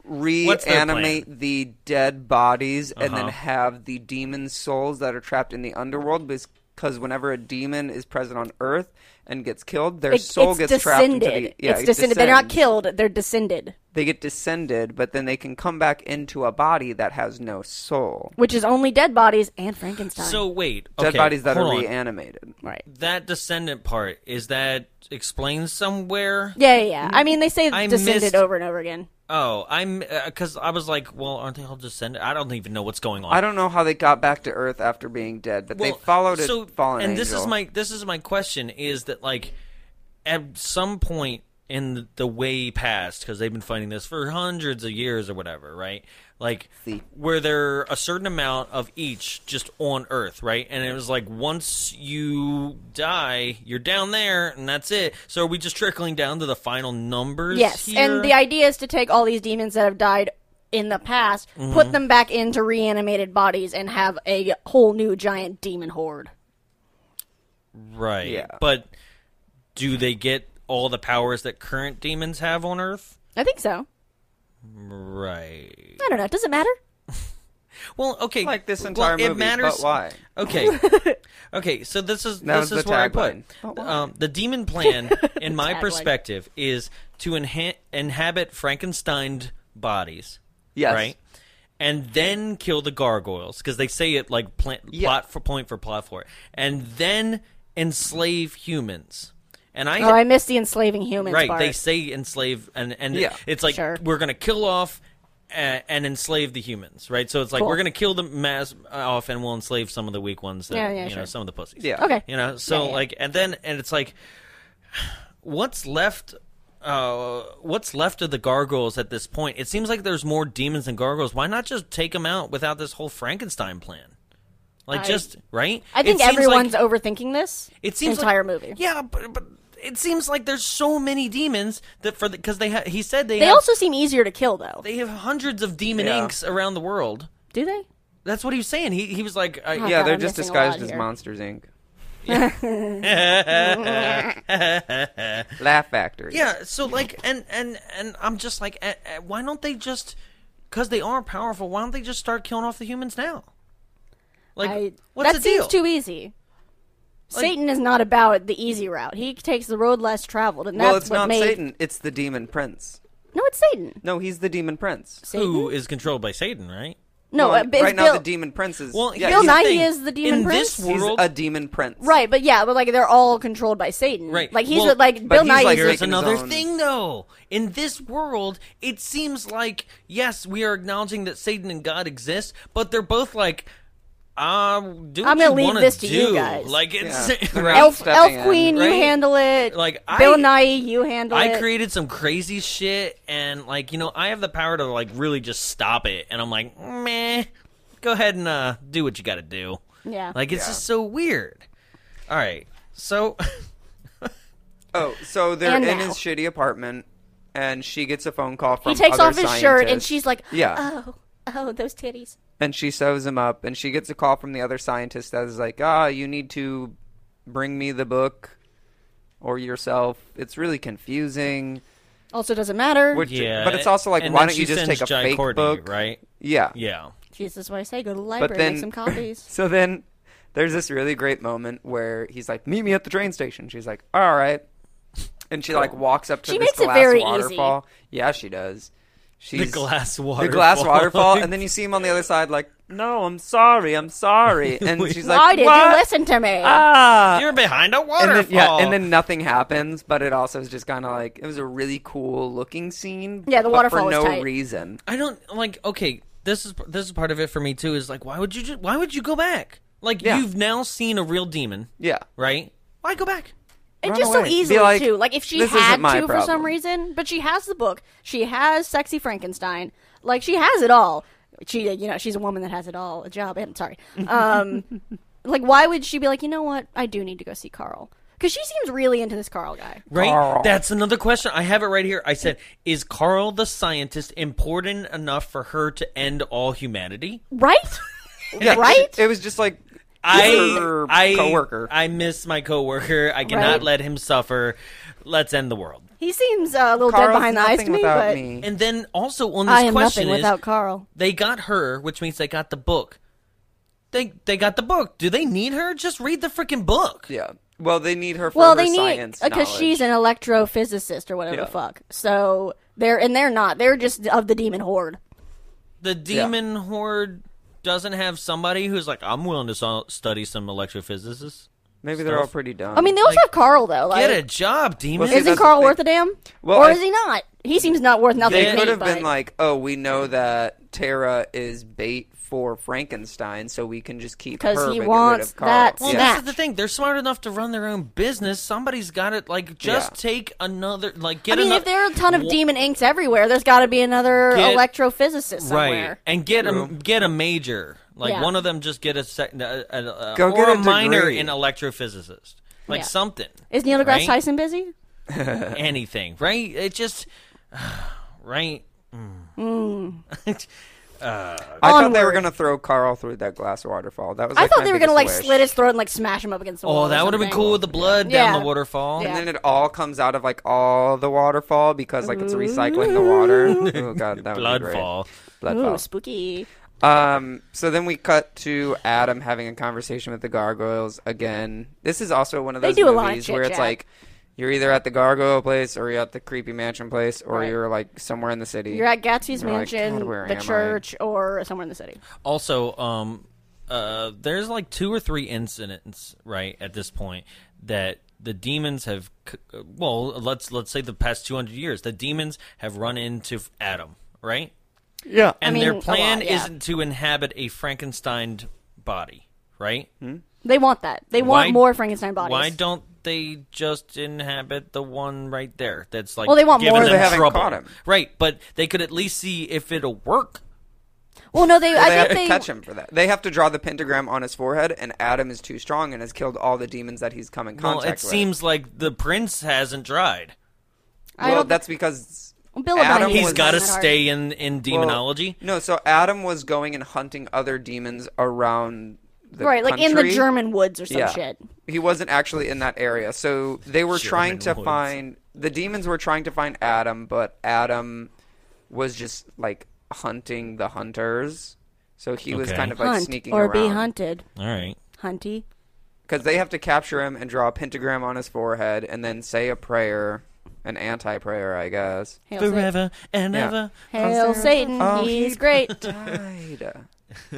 Speaker 1: What's their plan? Uh-huh.
Speaker 3: Reanimate the dead bodies and then have the demon souls that are trapped in the underworld because whenever a demon is present on Earth and gets killed, their
Speaker 2: It-
Speaker 3: soul
Speaker 2: it's
Speaker 3: gets
Speaker 2: descended.
Speaker 3: trapped into the yeah,
Speaker 2: it's
Speaker 3: it
Speaker 2: descended. They're not
Speaker 3: descends.
Speaker 2: killed. They're descended,
Speaker 3: They get descended, but then they can come back into a body that has no soul.
Speaker 2: which is only dead bodies and Frankenstein.
Speaker 1: So wait,
Speaker 3: Dead
Speaker 1: okay,
Speaker 3: bodies that
Speaker 1: hold
Speaker 3: are
Speaker 1: on.
Speaker 3: reanimated.
Speaker 2: right.
Speaker 1: That descendant part is that explained somewhere?
Speaker 2: Yeah, yeah, yeah. I mean, they say
Speaker 1: I
Speaker 2: descended
Speaker 1: missed-
Speaker 2: over and over again.
Speaker 1: Oh, I'm because I was like, well, aren't they all descended? I don't even know what's going on.
Speaker 3: I don't know how they got back to Earth after being dead, but they followed a
Speaker 1: so,
Speaker 3: fallen
Speaker 1: And this is
Speaker 3: angel.
Speaker 1: my this is my question: is that like at some point in the, the way past because they've been fighting this for hundreds of years or whatever, right? Like,
Speaker 3: See.
Speaker 1: were there a certain amount of each just on Earth, right? And it was like once you die, you're down there, and that's it. So are we just trickling down to the final numbers?
Speaker 2: Yes,
Speaker 1: here?
Speaker 2: and the idea is to take all these demons that have died in the past,
Speaker 1: Mm-hmm.
Speaker 2: put them back into reanimated bodies, and have a whole new giant demon horde.
Speaker 1: Right.
Speaker 3: Yeah.
Speaker 1: But do they get all the powers that current demons have on Earth?
Speaker 2: I think so.
Speaker 1: Right.
Speaker 2: I don't know. Does it matter?
Speaker 1: Well, okay.
Speaker 3: like this
Speaker 1: well,
Speaker 3: entire
Speaker 1: it
Speaker 3: movie,
Speaker 1: matters.
Speaker 3: but why?
Speaker 1: Okay. okay, so this is
Speaker 3: That
Speaker 1: this
Speaker 3: was
Speaker 1: is
Speaker 3: the
Speaker 1: where I put.
Speaker 3: tagline. But why?
Speaker 1: Um, the demon plan in my
Speaker 2: Tagline.
Speaker 1: perspective is to inha- inhabit Frankensteined bodies,
Speaker 3: Yes.
Speaker 1: right? And then kill the gargoyles because they say it like pla-
Speaker 3: Yeah.
Speaker 1: plot for point for plot for it, and then enslave humans. And I
Speaker 2: Oh, I missed the enslaving humans
Speaker 1: right
Speaker 2: part.
Speaker 1: they say enslave and and
Speaker 3: Yeah.
Speaker 1: it's like
Speaker 2: Sure.
Speaker 1: we're gonna kill off and, and enslave the humans, right? So it's like
Speaker 2: Cool.
Speaker 1: we're gonna kill the mass off, and we'll enslave some of the weak ones. That,
Speaker 2: Yeah, yeah,
Speaker 1: you know,
Speaker 2: sure.
Speaker 1: some of the pussies.
Speaker 3: Yeah.
Speaker 2: Okay.
Speaker 1: You know, so
Speaker 2: yeah.
Speaker 1: like, and then and it's like, what's left? Uh, what's left of the gargoyles at this point? It seems like there's more demons than gargoyles. Why not just take them out without this whole Frankenstein plan? Like,
Speaker 2: I-
Speaker 1: just right?
Speaker 2: I
Speaker 1: It
Speaker 2: think
Speaker 1: seems like-
Speaker 2: everyone's overthinking this.
Speaker 1: it seems
Speaker 2: entire
Speaker 1: like,
Speaker 2: movie.
Speaker 1: Yeah, but, but it seems like there's so many demons that for because they ha- he said they
Speaker 2: They
Speaker 1: have,
Speaker 2: also seem easier to kill though.
Speaker 1: they have hundreds of demon
Speaker 3: Yeah.
Speaker 1: inks around the world.
Speaker 2: Do they?
Speaker 1: That's what he was saying. He he was like, uh, I,
Speaker 3: Yeah,
Speaker 2: God,
Speaker 3: they're
Speaker 2: I'm
Speaker 3: just
Speaker 2: missing a lot
Speaker 3: disguised as
Speaker 2: here.
Speaker 3: Monsters Inc. Laugh Factory.
Speaker 1: Yeah, so like, and and and I'm just like, eh, eh, why don't they just? Because they are powerful. Why don't they just start killing off the humans now? Like,
Speaker 2: I,
Speaker 1: what's
Speaker 2: that
Speaker 1: the deal?
Speaker 2: seems too easy. Satan is not about the easy route. He takes the road less traveled, and that's
Speaker 3: Well, it's
Speaker 2: what
Speaker 3: not
Speaker 2: made.
Speaker 3: Satan. It's the Demon Prince.
Speaker 2: No, it's Satan.
Speaker 3: No, he's the Demon Prince.
Speaker 2: Satan.
Speaker 1: Who is controlled by Satan, right?
Speaker 2: No,
Speaker 3: Well,
Speaker 2: uh, but it's
Speaker 3: right now
Speaker 2: Bill,
Speaker 3: the Demon Prince is.
Speaker 1: Well,
Speaker 3: yeah,
Speaker 1: here's
Speaker 2: Bill
Speaker 1: the
Speaker 2: Nye
Speaker 1: thing.
Speaker 2: is the demon
Speaker 1: in
Speaker 2: prince?
Speaker 1: this
Speaker 2: He's
Speaker 3: he's,
Speaker 1: world.
Speaker 3: a Demon Prince.
Speaker 2: right? But yeah, but like they're all controlled by Satan.
Speaker 1: Right.
Speaker 2: Like he's
Speaker 1: Well,
Speaker 2: like
Speaker 3: but
Speaker 2: Bill
Speaker 3: he's
Speaker 2: Nye.
Speaker 3: like
Speaker 2: is-
Speaker 1: Here's
Speaker 3: making his
Speaker 1: another
Speaker 3: own-
Speaker 1: thing, though. In this world, it seems like yes, we are acknowledging that Satan and God exist, but they're both like, um, do what
Speaker 2: I'm
Speaker 1: you
Speaker 2: gonna leave
Speaker 1: wanna
Speaker 2: this to
Speaker 1: do.
Speaker 2: you guys.
Speaker 1: Like it's
Speaker 3: Yeah. They're not
Speaker 2: Elf,
Speaker 3: stepping
Speaker 2: Elf
Speaker 3: in.
Speaker 2: Queen,
Speaker 1: right?
Speaker 2: you handle it.
Speaker 1: Like,
Speaker 2: Bill
Speaker 1: I-
Speaker 2: Nye, you handle it.
Speaker 1: I created some crazy shit, and like you know, I have the power to like really just stop it. And I'm like, meh, go ahead and uh, do what you got to do.
Speaker 2: Yeah.
Speaker 1: Like it's just so weird. All right, so
Speaker 3: Oh, so they're
Speaker 2: And
Speaker 3: in
Speaker 2: now.
Speaker 3: his shitty apartment, and she gets a phone call from.
Speaker 2: he takes
Speaker 3: other
Speaker 2: off his shirt, and
Speaker 3: scientists.
Speaker 2: she's like,
Speaker 3: Yeah.
Speaker 2: "Oh, oh, those titties."
Speaker 3: and she sews him up, and she gets a call from the other scientist that is like, "Ah, you need to bring me the book, or yourself. It's really confusing."
Speaker 2: Also, doesn't matter.
Speaker 3: Which,
Speaker 1: yeah,
Speaker 3: but it's also like,
Speaker 1: and
Speaker 3: why
Speaker 1: then
Speaker 3: don't you
Speaker 1: she
Speaker 3: just
Speaker 1: sends
Speaker 3: take a
Speaker 1: Jai
Speaker 3: fake
Speaker 1: Courtney,
Speaker 3: book?
Speaker 1: Right?
Speaker 3: Yeah,
Speaker 1: Yeah.
Speaker 2: Jesus, what I say, go to the
Speaker 3: But
Speaker 2: library,
Speaker 3: then,
Speaker 2: make some copies.
Speaker 3: so then, there's this really great moment where he's like, "Meet me at the train station." She's like, "All right," and she like walks up to
Speaker 2: She
Speaker 3: this
Speaker 2: makes it
Speaker 3: glass
Speaker 2: very
Speaker 3: waterfall. Yeah, she does. She's
Speaker 1: glass
Speaker 3: The glass
Speaker 1: waterfall.
Speaker 3: waterfall, and then you see him on the other side, like, "No, I'm sorry, I'm sorry," and she's like,
Speaker 2: Why did
Speaker 3: "What?
Speaker 2: you listen to me?
Speaker 3: Ah!"
Speaker 1: You're behind a
Speaker 3: And
Speaker 1: waterfall.
Speaker 3: then, yeah, and then nothing happens, but it also is just kind of like it was a really cool looking scene.
Speaker 2: Yeah, the
Speaker 3: but
Speaker 2: waterfall
Speaker 3: for
Speaker 2: was
Speaker 3: no
Speaker 2: tight.
Speaker 3: reason.
Speaker 1: I don't like. Okay, this is this is part of it for me too. Is like, why would you just? Why would you go back? Like,
Speaker 3: Yeah.
Speaker 1: you've now seen a real demon,
Speaker 3: Yeah,
Speaker 1: right? Why go back?
Speaker 2: and
Speaker 3: run
Speaker 2: just
Speaker 3: away.
Speaker 2: so
Speaker 3: Be
Speaker 2: easily
Speaker 3: like,
Speaker 2: too. Like if she
Speaker 3: "This
Speaker 2: had
Speaker 3: isn't
Speaker 2: to
Speaker 3: my
Speaker 2: for some
Speaker 3: problem."
Speaker 2: reason, but she has the book. She has sexy Frankenstein. Like she has it all. She, uh, you know, she's a woman that has it all. A job. I'm sorry. Um, like why would she be like, you know what? I do need to go see Carl because she seems really into this Carl guy.
Speaker 1: Right?
Speaker 3: Carl.
Speaker 1: That's another question. I have it right here. I said, Is Carl the scientist important enough for her to end all humanity?
Speaker 2: Right?
Speaker 3: yeah,
Speaker 2: Right?
Speaker 3: It was just like
Speaker 1: I,
Speaker 3: her
Speaker 1: I,
Speaker 3: coworker.
Speaker 1: I miss my coworker. I cannot
Speaker 2: Right.
Speaker 1: let him suffer. Let's end the world.
Speaker 2: he seems uh, a little dead
Speaker 3: Carl's
Speaker 2: behind the eyes
Speaker 3: nothing
Speaker 2: to me,
Speaker 3: without
Speaker 2: but
Speaker 3: me.
Speaker 1: And then also on this
Speaker 2: I am
Speaker 1: question
Speaker 2: nothing
Speaker 1: is,
Speaker 2: without Carl.
Speaker 1: they got her, which means they got the book. They they got the book. Do they need her? Just read the freaking book.
Speaker 3: Yeah. Well, they need her for
Speaker 2: Well,
Speaker 3: her
Speaker 2: they need
Speaker 3: science
Speaker 2: because she's an electrophysicist or whatever
Speaker 3: Yeah.
Speaker 2: the fuck. So they're and they're not. They're just of the demon horde.
Speaker 1: The demon horde doesn't have somebody who's like, I'm willing to so- study some electrophysicists.
Speaker 3: Maybe they're all pretty dumb.
Speaker 2: I mean, they also have Carl though. Like,
Speaker 1: Get a job, demon.
Speaker 3: see,
Speaker 2: isn't
Speaker 3: that's the
Speaker 2: Carl
Speaker 3: thing.
Speaker 2: worth a damn?
Speaker 3: Well,
Speaker 2: or
Speaker 3: I-
Speaker 2: is he not? He seems not worth nothing.
Speaker 3: they
Speaker 2: to me,
Speaker 3: could have been
Speaker 2: but-
Speaker 3: like, "Oh, we know that Tara is bait for Frankenstein, so we can just keep her
Speaker 2: 'Cause
Speaker 3: but
Speaker 2: he
Speaker 3: get rid
Speaker 2: wants
Speaker 3: of Carl."
Speaker 2: that
Speaker 1: Well,
Speaker 3: yeah.
Speaker 2: snack.
Speaker 1: this is the thing. They're smart enough to run their own business. Somebody's got it. Like, just
Speaker 3: Yeah.
Speaker 1: take another. Like,
Speaker 2: I
Speaker 1: get
Speaker 2: mean,
Speaker 1: ano-
Speaker 2: if there are a ton of
Speaker 1: Wha-
Speaker 2: demon inks everywhere, there's got to be another
Speaker 1: Get-
Speaker 2: electrophysicist somewhere.
Speaker 1: right, and get a get a major. Like
Speaker 2: Yeah.
Speaker 1: one of them, just get a second a, a, a,
Speaker 3: Go
Speaker 1: or
Speaker 3: get
Speaker 1: a,
Speaker 3: a
Speaker 1: minor
Speaker 3: degree.
Speaker 1: in electrophysicist. Like
Speaker 2: Yeah.
Speaker 1: something,
Speaker 2: Is Neil deGrasse
Speaker 1: Right?
Speaker 2: Tyson busy?
Speaker 1: anything. Right? It just right.
Speaker 2: Mm.
Speaker 3: I thought they were
Speaker 2: Onward.
Speaker 3: gonna throw Carl through that glass waterfall. That was
Speaker 2: I
Speaker 3: like,
Speaker 2: thought
Speaker 3: my
Speaker 2: they were gonna like
Speaker 3: biggest wish.
Speaker 2: slit his throat and like smash him up against the wall.
Speaker 1: Oh,
Speaker 2: or
Speaker 1: that would have been
Speaker 2: something.
Speaker 1: cool with the blood down
Speaker 2: Yeah.
Speaker 1: the waterfall.
Speaker 2: Yeah.
Speaker 3: And then it all comes out of like all the waterfall because like it's recycling the water. Oh god, that would be great.
Speaker 1: Bloodfall.
Speaker 2: Mm. Ooh,
Speaker 3: Bloodfall.
Speaker 2: spooky.
Speaker 3: Um, so then we cut to Adam having a conversation with the gargoyles again. This is also one of
Speaker 2: They
Speaker 3: those
Speaker 2: do a lot of
Speaker 3: movies where it's
Speaker 2: chit-chat.
Speaker 3: like you're either at the gargoyle place or you're at the creepy mansion place or
Speaker 2: Right.
Speaker 3: you're like somewhere in the city.
Speaker 2: You're at Gatsby's
Speaker 3: You're like,
Speaker 2: mansion,
Speaker 3: "God, where
Speaker 2: the
Speaker 3: am I?"
Speaker 2: church, or somewhere in the city.
Speaker 1: Also, um, uh, there's like two or three incidents right at this point that the demons have. c- uh, Well, let's let's say the past 200 years, the demons have run into f- Adam, right?
Speaker 3: Yeah.
Speaker 1: and
Speaker 2: mean,
Speaker 1: their
Speaker 2: a lot,
Speaker 1: plan
Speaker 2: yeah.
Speaker 1: isn't to inhabit a Frankenstein body, right?
Speaker 2: They want that. They
Speaker 1: Why-
Speaker 2: want more Frankenstein bodies.
Speaker 1: Why don't they just inhabit the one right there? That's like
Speaker 2: Well, they want
Speaker 1: giving
Speaker 2: more
Speaker 1: them
Speaker 2: They
Speaker 3: haven't
Speaker 1: trouble,
Speaker 3: caught him.
Speaker 1: right? But they could at least see if it'll work.
Speaker 2: well, no, they.
Speaker 3: Well,
Speaker 2: I
Speaker 3: they
Speaker 2: think
Speaker 3: have to
Speaker 2: they
Speaker 3: catch him for that. They have to draw the pentagram on his forehead, and Adam is too strong and has killed all the demons that he's come in
Speaker 1: Well,
Speaker 3: contact
Speaker 1: it
Speaker 3: with.
Speaker 1: seems like the prince hasn't tried.
Speaker 2: I
Speaker 3: well,
Speaker 2: don't-
Speaker 3: that's because
Speaker 2: Bill O'Brien
Speaker 3: Adam
Speaker 2: is
Speaker 1: He's
Speaker 3: was-
Speaker 2: not
Speaker 1: got to
Speaker 2: that hard.
Speaker 1: stay in in
Speaker 3: well,
Speaker 1: demonology.
Speaker 3: no, so Adam was going and hunting other demons around the
Speaker 2: right, like in the
Speaker 3: country.
Speaker 2: German woods or some
Speaker 3: Yeah.
Speaker 2: shit.
Speaker 3: He wasn't actually in that area. So they were trying to
Speaker 1: woods.
Speaker 3: find the demons were trying to find Adam, but Adam was just like hunting the hunters. So he was
Speaker 1: Okay.
Speaker 3: kind of like
Speaker 2: Hunt
Speaker 3: sneaking
Speaker 2: or
Speaker 3: around.
Speaker 2: be hunted.
Speaker 1: All right.
Speaker 2: Hunty.
Speaker 3: Because they have to capture him and draw a pentagram on his forehead and then say a prayer, an anti prayer, I guess.
Speaker 2: Hail Satan.
Speaker 1: Forever and
Speaker 3: Yeah.
Speaker 1: ever.
Speaker 2: Hail Satan.
Speaker 3: Oh,
Speaker 2: he's
Speaker 3: he-
Speaker 2: great.
Speaker 3: Died.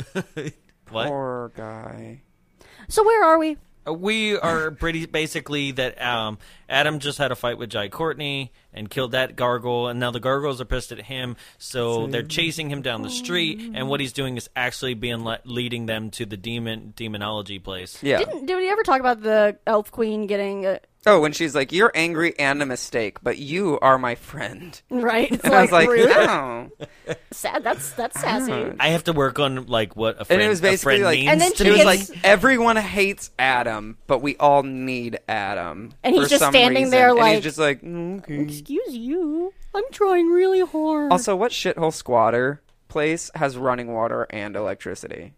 Speaker 1: What?
Speaker 3: Poor guy.
Speaker 2: so where are we?
Speaker 1: Uh, We are pretty basically that um, Adam just had a fight with Jai Courtney and killed that gargoyle, and now the gargoyles are pissed at him, so they're chasing him down the street. And what he's doing is actually being le- leading them to the demon demonology place.
Speaker 3: Yeah.
Speaker 2: Didn't did we ever talk about the elf queen getting uh, a,
Speaker 3: Oh, when she's like, "You're angry and a mistake, but you are my friend,"
Speaker 2: right? It's
Speaker 3: and
Speaker 2: like,
Speaker 3: I was like,
Speaker 2: rude.
Speaker 3: "No."
Speaker 2: sad. That's that's sassy.
Speaker 1: I have to work on like what a friend,
Speaker 3: And it was
Speaker 1: a
Speaker 3: basically
Speaker 1: friend
Speaker 3: like,
Speaker 1: means
Speaker 2: And then
Speaker 1: to
Speaker 2: she
Speaker 3: it
Speaker 1: me.
Speaker 3: was
Speaker 2: gets-
Speaker 3: like everyone hates Adam, but we all need Adam.
Speaker 2: And he's
Speaker 3: for
Speaker 2: just
Speaker 3: some
Speaker 2: standing
Speaker 3: reason.
Speaker 2: there
Speaker 3: And
Speaker 2: like-
Speaker 3: he's just like, "Mm, okay."
Speaker 2: Excuse you. I'm trying really hard.
Speaker 3: Also, what shithole squatter place has running water and electricity?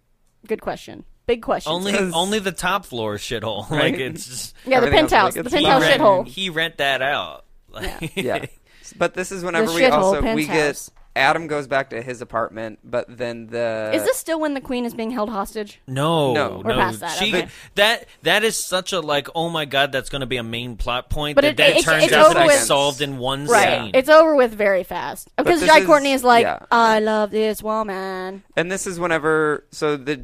Speaker 2: Good question. Big question.
Speaker 1: only only the top floor shithole. Like it's just,
Speaker 2: yeah, the
Speaker 3: everything
Speaker 2: penthouse.
Speaker 3: else, like,
Speaker 2: the
Speaker 3: it's
Speaker 1: he
Speaker 2: penthouse
Speaker 3: fine.
Speaker 1: rent,
Speaker 2: shithole.
Speaker 1: He rent that out. Like,
Speaker 3: Yeah. but this is whenever we
Speaker 2: shithole
Speaker 3: also we get
Speaker 2: penthouse.
Speaker 3: Adam goes back to his apartment, but then the
Speaker 2: Is this still when the queen is being held hostage?
Speaker 1: No,
Speaker 3: No.
Speaker 1: no,
Speaker 3: We're
Speaker 2: past that,
Speaker 1: she
Speaker 2: okay.
Speaker 1: that that is such a like. Oh my god, that's going to be a main plot point.
Speaker 2: But
Speaker 1: that
Speaker 2: it-
Speaker 1: then
Speaker 2: it's-
Speaker 1: turns
Speaker 2: it's
Speaker 1: out
Speaker 2: over
Speaker 1: to be
Speaker 2: with-
Speaker 1: solved in one
Speaker 2: Right.
Speaker 1: scene.
Speaker 2: It's over with very fast. Because
Speaker 3: this
Speaker 2: Jai
Speaker 3: is-
Speaker 2: Courtney is like,
Speaker 3: yeah.
Speaker 2: I love this woman.
Speaker 3: And this is whenever so the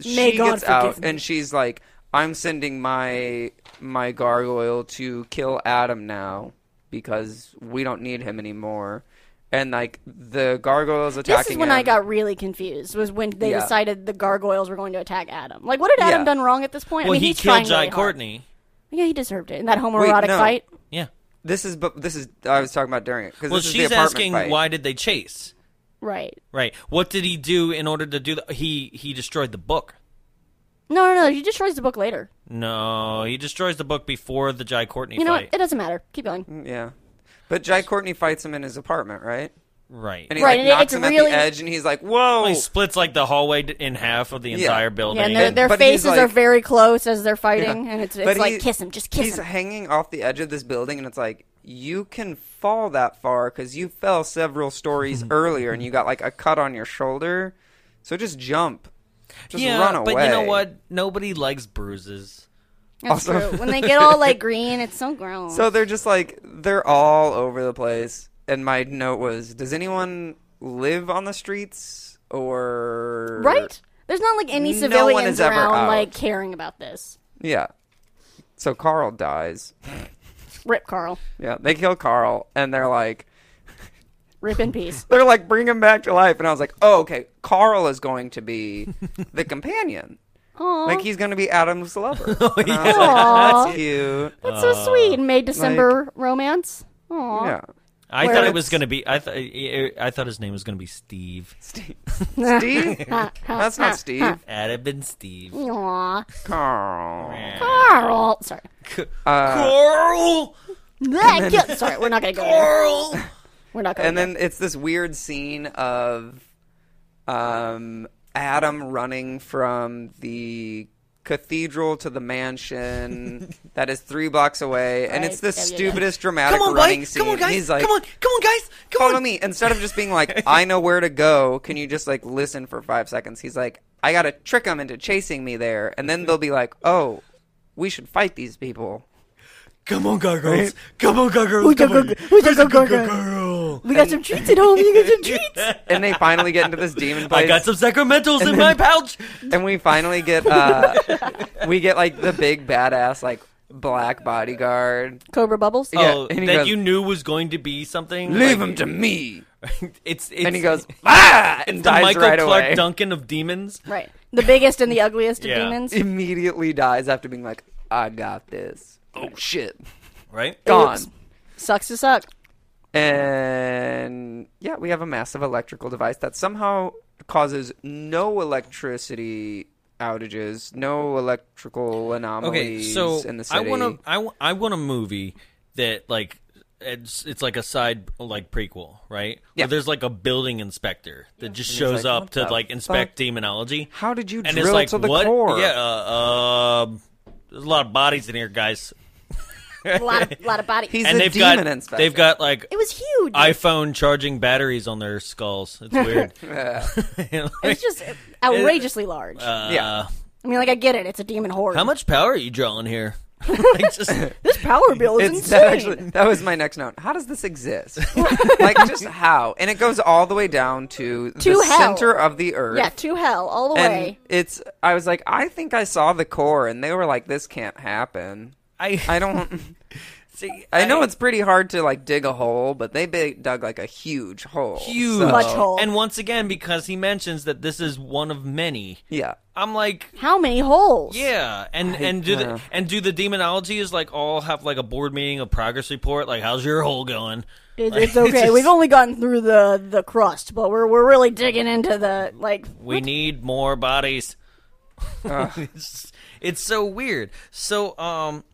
Speaker 3: she
Speaker 2: May God
Speaker 3: gets out
Speaker 2: forgive me.
Speaker 3: and she's like, I'm sending my my gargoyle to kill Adam now because we don't need him anymore. And like the gargoyle is attacking
Speaker 2: This is when
Speaker 3: him.
Speaker 2: I got really confused. Was when they
Speaker 3: Yeah.
Speaker 2: decided the gargoyles were going to attack Adam. Like, what did Adam
Speaker 3: Yeah.
Speaker 2: done wrong at this point?
Speaker 1: well,
Speaker 2: I mean,
Speaker 1: he
Speaker 2: he's
Speaker 1: killed
Speaker 2: trying
Speaker 1: Jai
Speaker 2: really hard.
Speaker 1: Courtney.
Speaker 2: Yeah, he deserved it in that homoerotic
Speaker 3: Wait, no.
Speaker 2: fight.
Speaker 1: Yeah.
Speaker 3: this is but this is I was talking about during it because
Speaker 1: Well,
Speaker 3: this is
Speaker 1: she's
Speaker 3: the apartment
Speaker 1: asking
Speaker 3: fight.
Speaker 1: why did they chase?
Speaker 2: Right.
Speaker 1: Right. What did he do in order to do that? He he destroyed the book.
Speaker 2: No, no, no. He destroys the book later.
Speaker 1: No, he destroys the book before the Jai Courtney
Speaker 2: You know
Speaker 1: fight.
Speaker 2: what? It doesn't matter. Keep going.
Speaker 3: Yeah, but Jai Courtney fights him in his apartment, right?
Speaker 1: right.
Speaker 3: And he
Speaker 2: Right,
Speaker 3: like
Speaker 2: and it-
Speaker 3: knocks
Speaker 2: it's
Speaker 3: him
Speaker 2: really-
Speaker 3: at the edge, and he's like, "Whoa!"
Speaker 1: He splits like the hallway d- in half of the entire building.
Speaker 2: Yeah, and their,
Speaker 3: And-
Speaker 2: their
Speaker 3: but he's
Speaker 2: faces are
Speaker 3: like-
Speaker 2: very close as they're fighting, and it's,
Speaker 3: But
Speaker 2: it's like
Speaker 3: he-
Speaker 2: kiss him, just
Speaker 3: He's
Speaker 2: kiss him.
Speaker 3: hanging off the edge of this building, and it's like you can fall that far because you fell several stories earlier, and you got like a cut on your shoulder. So just jump, just
Speaker 1: yeah,
Speaker 3: run away.
Speaker 1: but you know what? Nobody likes bruises.
Speaker 2: That's
Speaker 3: Also-
Speaker 2: true. When they get all like green, it's so gross.
Speaker 3: So they're just like they're all over the place. And my note was: Does anyone live on the streets or
Speaker 2: right? There's not like any
Speaker 3: No
Speaker 2: civilians
Speaker 3: one is ever
Speaker 2: around
Speaker 3: out.
Speaker 2: like caring about this.
Speaker 3: Yeah. So Carl dies.
Speaker 2: Rip Carl.
Speaker 3: Yeah, they kill Carl, and they're like,
Speaker 2: Rip in peace.
Speaker 3: they're like, bring him back to life. And I was like, oh, okay, Carl is going to be the companion.
Speaker 2: Aw.
Speaker 3: Like he's gonna be Adam's lover.
Speaker 1: Oh,
Speaker 3: And I was
Speaker 2: Oh. Aw.
Speaker 3: like, That's cute.
Speaker 2: That's
Speaker 1: uh,
Speaker 2: so sweet. May December romance. Aw.
Speaker 3: Yeah.
Speaker 1: I
Speaker 2: Where
Speaker 1: thought it
Speaker 2: it's-
Speaker 1: was going to be. I thought eh, I thought his name was going to be Steve.
Speaker 3: Steve. Steve? That's not Steve.
Speaker 1: Adam and Steve.
Speaker 3: Uh,
Speaker 2: Aw.
Speaker 3: Carl.
Speaker 2: Carl. Sorry.
Speaker 1: Carl,
Speaker 2: Blech. Yeah, Sorry, we're not gonna go there.
Speaker 1: Carl.
Speaker 2: We're not going.
Speaker 3: And then it's this weird scene of um, Adam running from the cathedral to the mansion that is three blocks away, and it's the
Speaker 2: Right. Yeah, yeah, yeah.
Speaker 3: stupidest dramatic
Speaker 1: Come on,
Speaker 3: running
Speaker 1: guys.
Speaker 3: scene.
Speaker 1: Come on, guys.
Speaker 3: He's like,
Speaker 1: come on, come on, guys. Come
Speaker 3: follow
Speaker 1: on.
Speaker 3: me instead of just being like i know where to go can you just like listen for five seconds he's like i gotta trick them into chasing me there and then they'll be like oh we should fight these people
Speaker 1: Come on, gargoyles. Come on, gargoyles.
Speaker 2: go,
Speaker 1: Come on.
Speaker 2: go, go, we go,
Speaker 1: Where's the
Speaker 2: go, go, go.
Speaker 1: gargoyle?
Speaker 2: we got some treats at home. You got some treats.
Speaker 3: and they finally get into this demon place
Speaker 1: I got some sacramentals in my pouch.
Speaker 3: and we finally get uh we get like the big badass like black bodyguard
Speaker 2: Cobra bubbles.
Speaker 3: Yeah,
Speaker 1: oh, that
Speaker 3: and he goes-
Speaker 1: you knew was going to be something.
Speaker 3: leave
Speaker 1: like-
Speaker 3: him to me
Speaker 1: it's, it's
Speaker 3: and he goes ah and
Speaker 1: the
Speaker 3: dies
Speaker 1: Michael
Speaker 3: right
Speaker 1: Clark
Speaker 3: away.
Speaker 1: Duncan of demons.
Speaker 2: Oh, Right. The biggest and the ugliest of
Speaker 1: Yeah.
Speaker 2: demons.
Speaker 3: Immediately dies after being like, I got this. Oh shit,
Speaker 1: Right?
Speaker 3: gone.
Speaker 2: Oops. Sucks to suck.
Speaker 3: And yeah, we have a massive electrical device that somehow causes no electricity outages, no electrical
Speaker 1: Okay,
Speaker 3: anomalies
Speaker 1: so
Speaker 3: in the
Speaker 1: I
Speaker 3: city.
Speaker 1: want a I, w- I want a movie that like it's it's like a side like prequel, right?
Speaker 3: Yeah.
Speaker 1: Where there's like a building inspector that just
Speaker 3: he's
Speaker 1: shows
Speaker 3: like,
Speaker 1: up
Speaker 3: "What
Speaker 1: to
Speaker 3: the
Speaker 1: like inspect
Speaker 3: fuck?"
Speaker 1: demonology.
Speaker 3: How did you
Speaker 1: and
Speaker 3: drill
Speaker 1: it's like
Speaker 3: to the
Speaker 1: what?
Speaker 3: core?
Speaker 1: Yeah, uh, um there's a lot of bodies in here, guys.
Speaker 2: A lot of, lot of body.
Speaker 3: He's
Speaker 1: and
Speaker 3: a
Speaker 1: they've
Speaker 3: demon
Speaker 1: got
Speaker 3: inspector.
Speaker 1: they've got like
Speaker 2: it was huge.
Speaker 1: iPhone charging batteries on their skulls. It's weird.
Speaker 2: it was just outrageously large.
Speaker 3: yeah.
Speaker 2: I mean, like I get it. It's a demon horde.
Speaker 1: Uh, How much power are you drawing here? like just
Speaker 2: This power bill is
Speaker 3: It's
Speaker 2: insane.
Speaker 3: that actually that was my next note. How does this exist? like just how? And it goes all the way down to,
Speaker 2: To
Speaker 3: the
Speaker 2: hell.
Speaker 3: center of the earth.
Speaker 2: yeah, to hell all the
Speaker 3: and
Speaker 2: way.
Speaker 3: it's I was like, I think I saw the core and they were like, This can't happen.
Speaker 1: I
Speaker 3: I don't I know it's pretty hard to like dig a hole, but they big, dug like a huge hole.
Speaker 1: huge
Speaker 3: so-
Speaker 2: Much hole.
Speaker 1: And once again, because he mentions that this is one of many,
Speaker 3: Yeah.
Speaker 1: I'm like,
Speaker 2: How many holes?
Speaker 1: yeah. And and do the and do the demonology is like all have like a board meeting, a progress report, like how's your hole going?
Speaker 2: It,
Speaker 1: Like,
Speaker 2: it's okay.
Speaker 1: just-
Speaker 2: We've only gotten through the the crust, but we're we're really digging into the like.
Speaker 1: We need more bodies. it's, it's so weird. So, um,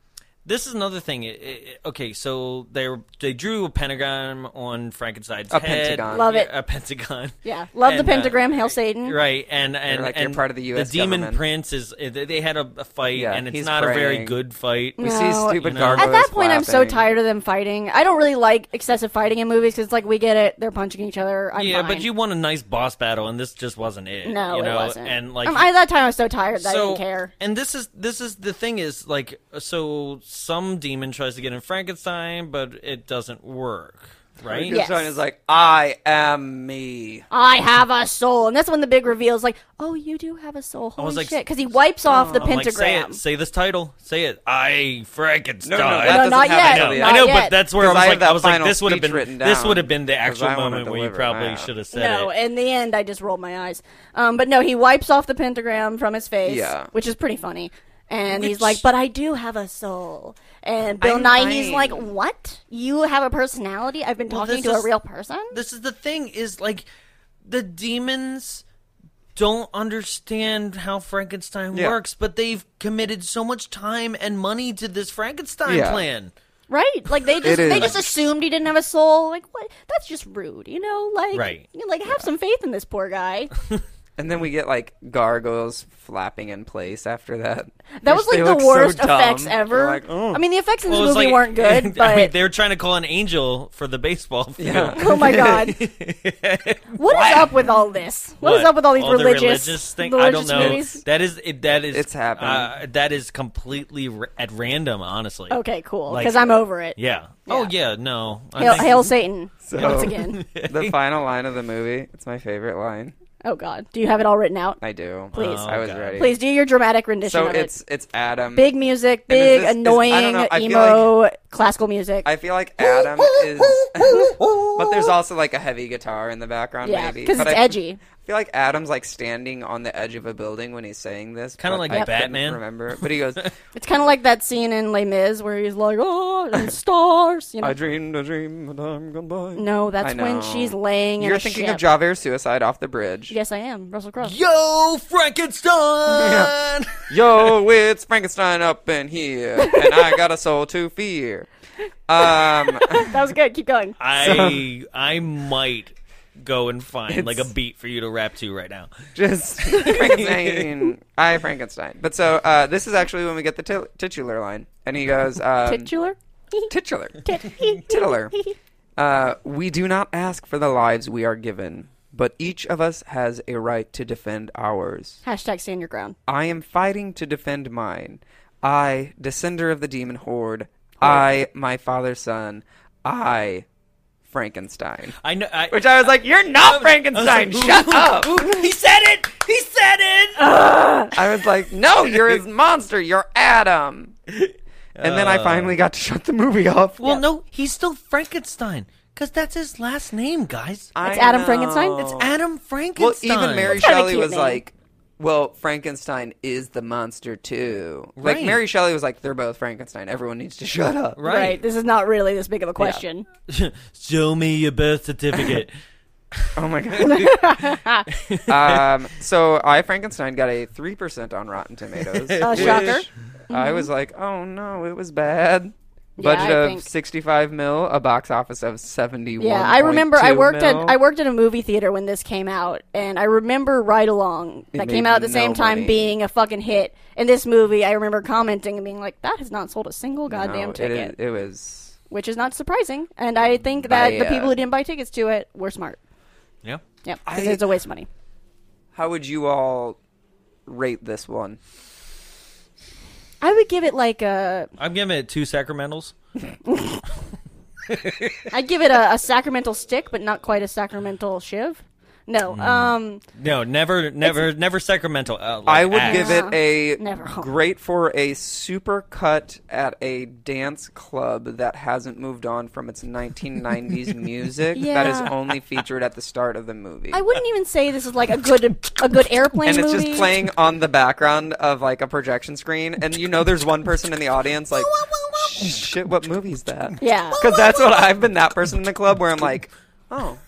Speaker 1: this is another thing. It, it, okay, so they were, they drew a pentagon on Frankenstein's
Speaker 3: A
Speaker 1: head.
Speaker 3: pentagon.
Speaker 2: Love
Speaker 1: Yeah,
Speaker 2: it.
Speaker 1: A pentagon.
Speaker 2: Yeah, love the
Speaker 1: And, uh,
Speaker 2: pentagram. hail Satan.
Speaker 1: Right, and and
Speaker 3: Mm-hmm. like, "You're
Speaker 1: and
Speaker 3: part of the US
Speaker 1: demon
Speaker 3: government."
Speaker 1: prince is eh, they- they had a, a fight,
Speaker 3: Yeah,
Speaker 1: and it's
Speaker 3: he's
Speaker 1: not a very
Speaker 3: praying. Mm-hmm.
Speaker 1: good fight.
Speaker 3: We see
Speaker 2: No,
Speaker 3: stupid
Speaker 1: you know. At
Speaker 2: At
Speaker 3: gargoyles.
Speaker 2: that point, I'm so
Speaker 3: flapping.
Speaker 2: tired of them fighting. I don't really like excessive fighting in movies because it's like we get it; they're punching each other. I'm
Speaker 1: Yeah,
Speaker 2: fine.
Speaker 1: but you won a nice boss battle, and this just wasn't it.
Speaker 2: no,
Speaker 1: you know?
Speaker 2: it wasn't.
Speaker 1: And like
Speaker 2: Um, at that time, I was so tired that I didn't care.
Speaker 1: And this is this is the thing is like so some demon tries to get in Frankenstein, but it doesn't work, right?
Speaker 2: Yeah.
Speaker 3: Frankenstein is like, I am me.
Speaker 2: I have a soul, and that's when the big reveal is like, "Oh, you do have a soul." Holy
Speaker 1: was like,
Speaker 2: shit! Because he wipes off the
Speaker 1: I'm like, say
Speaker 2: pentagram.
Speaker 1: it, say this title, say it. I Frankenstein.
Speaker 3: No, no, that
Speaker 2: No,
Speaker 3: doesn't
Speaker 2: not
Speaker 3: happen
Speaker 2: yet.
Speaker 3: until
Speaker 1: I
Speaker 3: the
Speaker 1: know,
Speaker 2: Not
Speaker 1: I know,
Speaker 2: yet.
Speaker 1: but that's where I
Speaker 3: 'Cause
Speaker 1: was
Speaker 3: I have
Speaker 1: like, I
Speaker 3: that
Speaker 1: was like,
Speaker 3: final
Speaker 1: this would have
Speaker 3: speech
Speaker 1: been
Speaker 3: written
Speaker 1: this would have
Speaker 3: down,
Speaker 1: been the
Speaker 3: 'cause
Speaker 1: actual
Speaker 3: I wanna
Speaker 1: moment where you
Speaker 3: deliver
Speaker 1: probably
Speaker 3: that.
Speaker 1: should have said
Speaker 2: no,
Speaker 1: it.
Speaker 2: in the end, I just rolled my eyes. Um, but no, he wipes off the pentagram from his face,
Speaker 3: Yeah.
Speaker 2: which is pretty funny. And he's
Speaker 1: Which-
Speaker 2: like, "But I do have a soul." And Bill
Speaker 3: I'm
Speaker 2: Nye, he's
Speaker 3: fine.
Speaker 2: like, "What? You have a personality? I've been
Speaker 1: Well,
Speaker 2: talking
Speaker 1: this
Speaker 2: to
Speaker 1: is-
Speaker 2: a real person."
Speaker 1: this is the thing is like the demons don't understand how Frankenstein
Speaker 3: Yeah.
Speaker 1: works, but they've committed so much time and money to this Frankenstein
Speaker 3: Yeah.
Speaker 1: plan.
Speaker 2: Right? Like they just
Speaker 3: It is.
Speaker 2: they just assumed he didn't have a soul. Like what? That's just rude, you know? Like
Speaker 1: Right.
Speaker 2: you know, like have some faith in this poor guy.
Speaker 3: And then we get like gargoyles flapping in place after that.
Speaker 2: That
Speaker 3: Which
Speaker 2: was
Speaker 3: they
Speaker 2: like
Speaker 3: look
Speaker 2: the
Speaker 3: so
Speaker 2: worst
Speaker 3: dumb.
Speaker 2: effects
Speaker 3: They're
Speaker 2: ever.
Speaker 3: like, "Oh."
Speaker 2: I mean, the effects in this
Speaker 1: Well, it's
Speaker 2: movie
Speaker 1: like-
Speaker 2: weren't good, but
Speaker 1: I mean, they were trying to call an angel for the baseball field.
Speaker 2: oh my god, what is up with all this? what is up with all these
Speaker 1: the
Speaker 2: religious,
Speaker 1: thing?
Speaker 2: religious
Speaker 1: I don't know.
Speaker 2: movies?
Speaker 1: That is it, that is
Speaker 3: It's happening.
Speaker 1: Uh, that is completely r- at random, honestly.
Speaker 2: Okay, cool.
Speaker 1: Like-
Speaker 2: Because I'm over it.
Speaker 1: Yeah. Oh yeah. No. I
Speaker 2: Hail,
Speaker 1: think-
Speaker 2: hail Satan once
Speaker 3: So-
Speaker 2: again.
Speaker 3: the final line of the movie. It's my favorite line.
Speaker 2: Oh god, do you have it all written out?
Speaker 3: I do.
Speaker 2: Please.
Speaker 3: I was
Speaker 1: God.
Speaker 3: ready.
Speaker 2: Please do your dramatic rendition
Speaker 3: So
Speaker 2: of
Speaker 3: it's
Speaker 2: it.
Speaker 3: it's Adam.
Speaker 2: Big music,
Speaker 3: And is
Speaker 2: big
Speaker 3: this- is- I don't
Speaker 2: annoying
Speaker 3: know, I feel
Speaker 2: emo classical music.
Speaker 3: I feel like Adam is, but there's also like a heavy guitar in the background.
Speaker 2: yeah,
Speaker 3: maybe
Speaker 2: because
Speaker 3: But
Speaker 2: it's
Speaker 3: I-
Speaker 2: edgy.
Speaker 3: I feel like Adam's like standing on the edge of a building when he's saying this.
Speaker 1: Kinda
Speaker 3: but
Speaker 1: like
Speaker 3: I couldn't
Speaker 1: Batman.
Speaker 3: Remember, but he goes,
Speaker 2: It's kind of like that scene in Les Mis where he's like, "Oh, and stars," you know.
Speaker 3: "I dreamed a dream, and I'm gone by."
Speaker 2: no, that's
Speaker 3: I
Speaker 2: when
Speaker 3: know.
Speaker 2: she's laying in
Speaker 3: You're
Speaker 2: a
Speaker 3: thinking
Speaker 2: ship.
Speaker 3: of Javer's suicide off the bridge.
Speaker 2: Yes, I am Russell Crowe.
Speaker 1: Yo, Frankenstein.
Speaker 3: Yo, it's Frankenstein up in here, and I got a soul to fear. Um,
Speaker 2: That was good. Keep going.
Speaker 1: I I might go and find like a
Speaker 3: It's-
Speaker 1: beat for you to rap to right now.
Speaker 3: just Frankenstein. I Frankenstein. But so uh, this is actually when we get the til- titular line, and he goes, um,
Speaker 2: Titular.
Speaker 3: titular, titular. Uh, we do not ask for the lives we are given, but each of us has a right to defend ours.
Speaker 2: Hashtag stand your ground.
Speaker 3: I am fighting to defend mine. I, descender of the demon horde. I, my father's son. I, Frankenstein.
Speaker 1: I know. I,
Speaker 3: Which I was like, you're not Frankenstein. Shut up.
Speaker 1: he said it. He said it.
Speaker 3: I was like, no, you're his monster. You're Adam. And then I finally got to shut the movie off.
Speaker 1: well, no, he's still Frankenstein. Because that's his last name, guys.
Speaker 2: It's Adam Frankenstein?
Speaker 1: It's Adam
Speaker 3: Oh. Well,
Speaker 1: Frankenstein.
Speaker 3: even Mary
Speaker 2: That's kinda
Speaker 3: Shelley
Speaker 2: cute
Speaker 3: was
Speaker 2: name.
Speaker 3: like, "Well, Frankenstein is the monster too." Like
Speaker 1: Right.
Speaker 3: Mary Shelley was like, "They're both Frankenstein. Everyone needs to shut up."
Speaker 1: Right.
Speaker 2: Right. This is not really this big of a question.
Speaker 1: Show me your birth certificate.
Speaker 3: Oh my god. um, so I Frankenstein got a three percent on Rotten Tomatoes.
Speaker 2: Uh,
Speaker 3: which
Speaker 2: shocker. Mm-hmm.
Speaker 3: I was like, "Oh no, it was bad." Budget
Speaker 2: I
Speaker 3: of
Speaker 2: think-
Speaker 3: sixty-five mil, a box office of seventy-one.
Speaker 2: Yeah, I remember I worked
Speaker 3: mil.
Speaker 2: at I worked at a movie theater when this came out, and I remember Ride Along that came
Speaker 3: made
Speaker 2: out at the
Speaker 3: no
Speaker 2: same time
Speaker 3: money.
Speaker 2: being a fucking hit. And this movie, I remember commenting and being like, "That has not sold a single
Speaker 3: No,
Speaker 2: goddamn
Speaker 3: it
Speaker 2: ticket,"
Speaker 3: is- It, was.
Speaker 2: which is not surprising. And I think that
Speaker 3: By,
Speaker 2: the
Speaker 3: uh,
Speaker 2: people who didn't buy tickets to it were smart.
Speaker 1: yeah.
Speaker 2: Yep, because
Speaker 3: I-
Speaker 2: it's a waste of money.
Speaker 3: How would you all rate this one?
Speaker 2: I would give it like a
Speaker 1: I'm giving it two sacramentals.
Speaker 2: I'd give it a, a sacramental stick, but not quite a sacramental shiv. No, um,
Speaker 1: No, never, never, never sacramental. Uh, like
Speaker 3: I would
Speaker 1: axe.
Speaker 3: give it a
Speaker 2: Never.
Speaker 3: great for a super cut at a dance club that hasn't moved on from its 1990s music that is
Speaker 2: Yeah.
Speaker 3: only featured at the start of the movie.
Speaker 2: I wouldn't even say this is like a good a good airplane
Speaker 3: and it's
Speaker 2: movie.
Speaker 3: just playing on the background of like a projection screen, and you know there's one person in the audience like, "Shit, what movie's that?"
Speaker 2: Yeah.
Speaker 3: because that's what I've been that person in the club where I'm like, "Oh,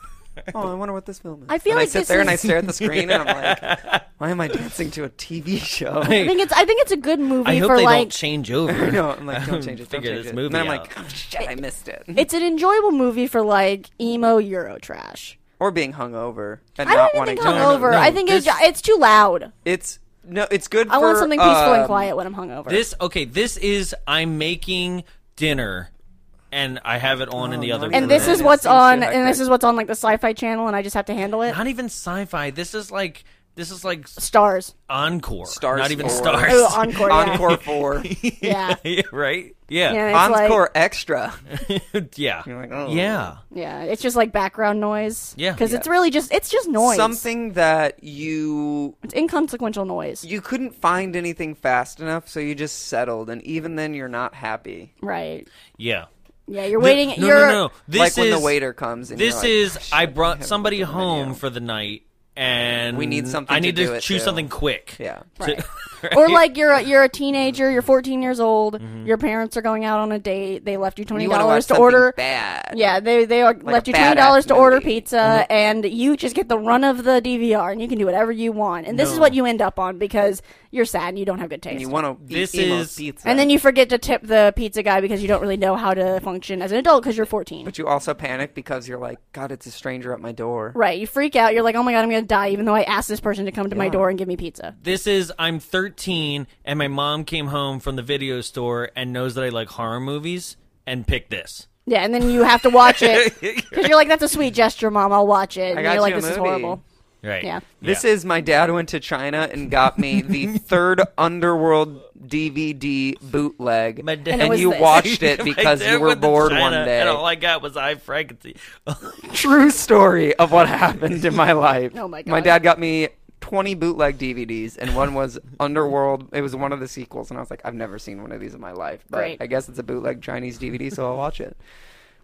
Speaker 3: oh, I wonder what this film is."
Speaker 2: I feel
Speaker 3: and
Speaker 2: like
Speaker 3: I sit
Speaker 2: this
Speaker 3: there and I
Speaker 2: is-
Speaker 3: stare at the screen, and I'm like, "Why am I dancing to a TV show?"
Speaker 2: I think it's I think it's a good
Speaker 1: I
Speaker 2: movie
Speaker 1: hope
Speaker 2: for
Speaker 1: they
Speaker 2: like
Speaker 1: don't change over.
Speaker 3: No, I'm like, don't change it. Don't
Speaker 1: Figure
Speaker 3: change
Speaker 1: this
Speaker 3: it.
Speaker 1: movie
Speaker 3: and then I'm
Speaker 1: out.
Speaker 3: like, oh, shit, I missed it.
Speaker 2: it's an enjoyable movie for like emo Euro trash.
Speaker 3: or being hungover and
Speaker 2: I
Speaker 3: not
Speaker 2: don't even
Speaker 3: wanting
Speaker 2: think
Speaker 3: to.
Speaker 2: hungover.
Speaker 1: no,
Speaker 2: I think it's
Speaker 1: this-
Speaker 2: it's too loud.
Speaker 3: It's no, it's good.
Speaker 2: I
Speaker 3: for,
Speaker 2: want something peaceful and
Speaker 3: um,
Speaker 2: quiet when I'm hungover.
Speaker 1: This okay. This is I'm making dinner, and I have it on in
Speaker 2: Oh,
Speaker 1: the other. room.
Speaker 2: and this is
Speaker 3: Yeah,
Speaker 2: what's on
Speaker 3: some shit like
Speaker 2: and this
Speaker 3: that.
Speaker 2: is what's on like the sci-fi channel and I just have to handle it.
Speaker 1: not even sci-fi. This is like this is like
Speaker 2: Stars.
Speaker 1: encore.
Speaker 3: Stars
Speaker 1: Not even
Speaker 3: four.
Speaker 1: stars.
Speaker 2: Oh, encore. Yeah.
Speaker 3: Encore four,
Speaker 2: Yeah.
Speaker 1: Yeah, right. Yeah.
Speaker 2: Yeah, it's like-
Speaker 3: encore extra.
Speaker 1: Yeah. yeah.
Speaker 3: like, oh.
Speaker 1: Yeah.
Speaker 2: Yeah, it's just like background noise.
Speaker 1: Yeah.
Speaker 2: because it's really just it's just noise.
Speaker 3: Something that you
Speaker 2: it's inconsequential noise.
Speaker 3: you couldn't find anything fast enough, so you just settled, and even then you're not happy.
Speaker 2: Right.
Speaker 1: Yeah.
Speaker 2: Yeah, you're waiting.
Speaker 1: No, no,
Speaker 2: you're
Speaker 1: no, no. This
Speaker 3: like
Speaker 1: is
Speaker 3: when the waiter comes. And you're
Speaker 1: This
Speaker 3: like, "Oh,
Speaker 1: is
Speaker 3: "Shit,
Speaker 1: I
Speaker 3: we
Speaker 1: brought
Speaker 3: haven't
Speaker 1: somebody
Speaker 3: looked at the menu."
Speaker 1: home for the night, and
Speaker 3: We need something
Speaker 1: I
Speaker 3: to
Speaker 1: need
Speaker 3: do it
Speaker 1: choose
Speaker 3: to.
Speaker 1: something quick.
Speaker 3: Yeah.
Speaker 2: Right. or like you're a, you're a teenager. You're 14 years old. Your parents are going out on a date. They left you twenty
Speaker 3: Mm-hmm. You want to
Speaker 2: dollars
Speaker 3: watch
Speaker 2: to
Speaker 3: something
Speaker 2: order.
Speaker 3: bad.
Speaker 2: Yeah, they they are, left
Speaker 3: a
Speaker 2: you twenty dollars
Speaker 3: badass
Speaker 2: to order
Speaker 3: movie. Mm-hmm.
Speaker 2: pizza, and you just get the run of the DVR, and you can do whatever you want. And this is what you end up on because you're sad and you don't have good taste.
Speaker 3: You want to
Speaker 1: This
Speaker 3: eat emo
Speaker 1: is-
Speaker 3: pizza,
Speaker 2: and then you forget to tip the pizza guy because you don't really know how to function as an adult because you're 14.
Speaker 3: but you also panic because you're like, God, it's a stranger at my door.
Speaker 2: right, you freak out. You're like, oh my god, I'm gonna die, even though I asked this person to come to my door and give me pizza.
Speaker 1: This is I'm 13 and my mom came home from the video store and knows that I like horror movies and picked this.
Speaker 2: Yeah, and then you have to watch it because you're like, that's a sweet gesture, mom. I'll watch it. And
Speaker 3: got
Speaker 2: you're like,
Speaker 3: you a
Speaker 2: this is
Speaker 3: movie.
Speaker 2: horrible.
Speaker 1: Right.
Speaker 2: Yeah.
Speaker 3: This is my dad went to China and got me the third Underworld DVD bootleg,
Speaker 1: My dad- And
Speaker 3: and,
Speaker 1: it was
Speaker 3: you
Speaker 2: this.
Speaker 3: watched it because you were bored one day.
Speaker 1: And all I got was I Frankenstein.
Speaker 3: True story of what happened in my life.
Speaker 2: Oh my
Speaker 3: My
Speaker 2: God.
Speaker 3: dad got me twenty bootleg DVDs, and one was Underworld. It was one of the sequels, and I was like, I've never seen one of these in my life, but
Speaker 2: Great.
Speaker 3: I guess it's a bootleg Chinese DVD, so I'll watch it.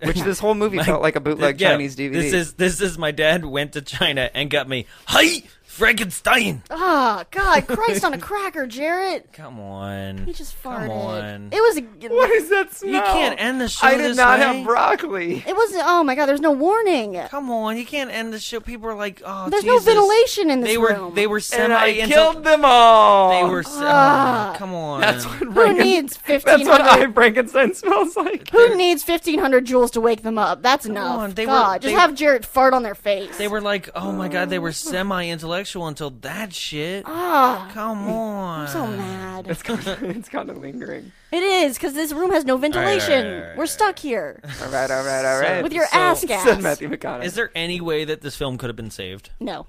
Speaker 3: Which this whole movie felt like a bootleg
Speaker 1: Yeah,
Speaker 3: Chinese DVD.
Speaker 1: This is this is my dad went to China and got me Hey Frankenstein.
Speaker 2: Ah, God, Christ on a cracker, Jarrett.
Speaker 1: Come on.
Speaker 2: He just farted.
Speaker 1: Come on.
Speaker 2: It was. A,
Speaker 3: what is that smell?
Speaker 1: you can't end the show
Speaker 3: I did
Speaker 1: this
Speaker 3: not
Speaker 1: way.
Speaker 3: have broccoli.
Speaker 2: It was. Oh my God, there's no warning.
Speaker 1: Come on, you can't end the show. People are like, oh,
Speaker 2: There's
Speaker 1: Jesus.
Speaker 2: no ventilation in this
Speaker 1: They were
Speaker 2: room.
Speaker 1: they were
Speaker 3: and
Speaker 1: semi.
Speaker 3: I killed them all.
Speaker 1: They were. se-
Speaker 2: Ah.
Speaker 1: oh, come on.
Speaker 3: That's what
Speaker 2: Who
Speaker 3: Franken-
Speaker 2: needs
Speaker 3: That's what
Speaker 2: 1500
Speaker 3: I Frankenstein smells like.
Speaker 2: Who needs 1500 joules to wake them up? That's enough.
Speaker 1: on, they were-
Speaker 2: God,
Speaker 1: they-
Speaker 2: just have Jarrett fart on their face.
Speaker 1: They were like, oh my god, they were semi intellectual until that shit. Come on.
Speaker 2: Ah. so mad.
Speaker 3: It's kind of, it's kind of lingering.
Speaker 2: It is because this room has no ventilation.
Speaker 1: All right, all right, all right,
Speaker 2: We're stuck here
Speaker 3: All right, all right, all right.
Speaker 2: with your
Speaker 1: So-
Speaker 2: ass gas.
Speaker 3: Said Matthew McConaughey.
Speaker 1: Is there any way that this film could have been saved?
Speaker 2: No,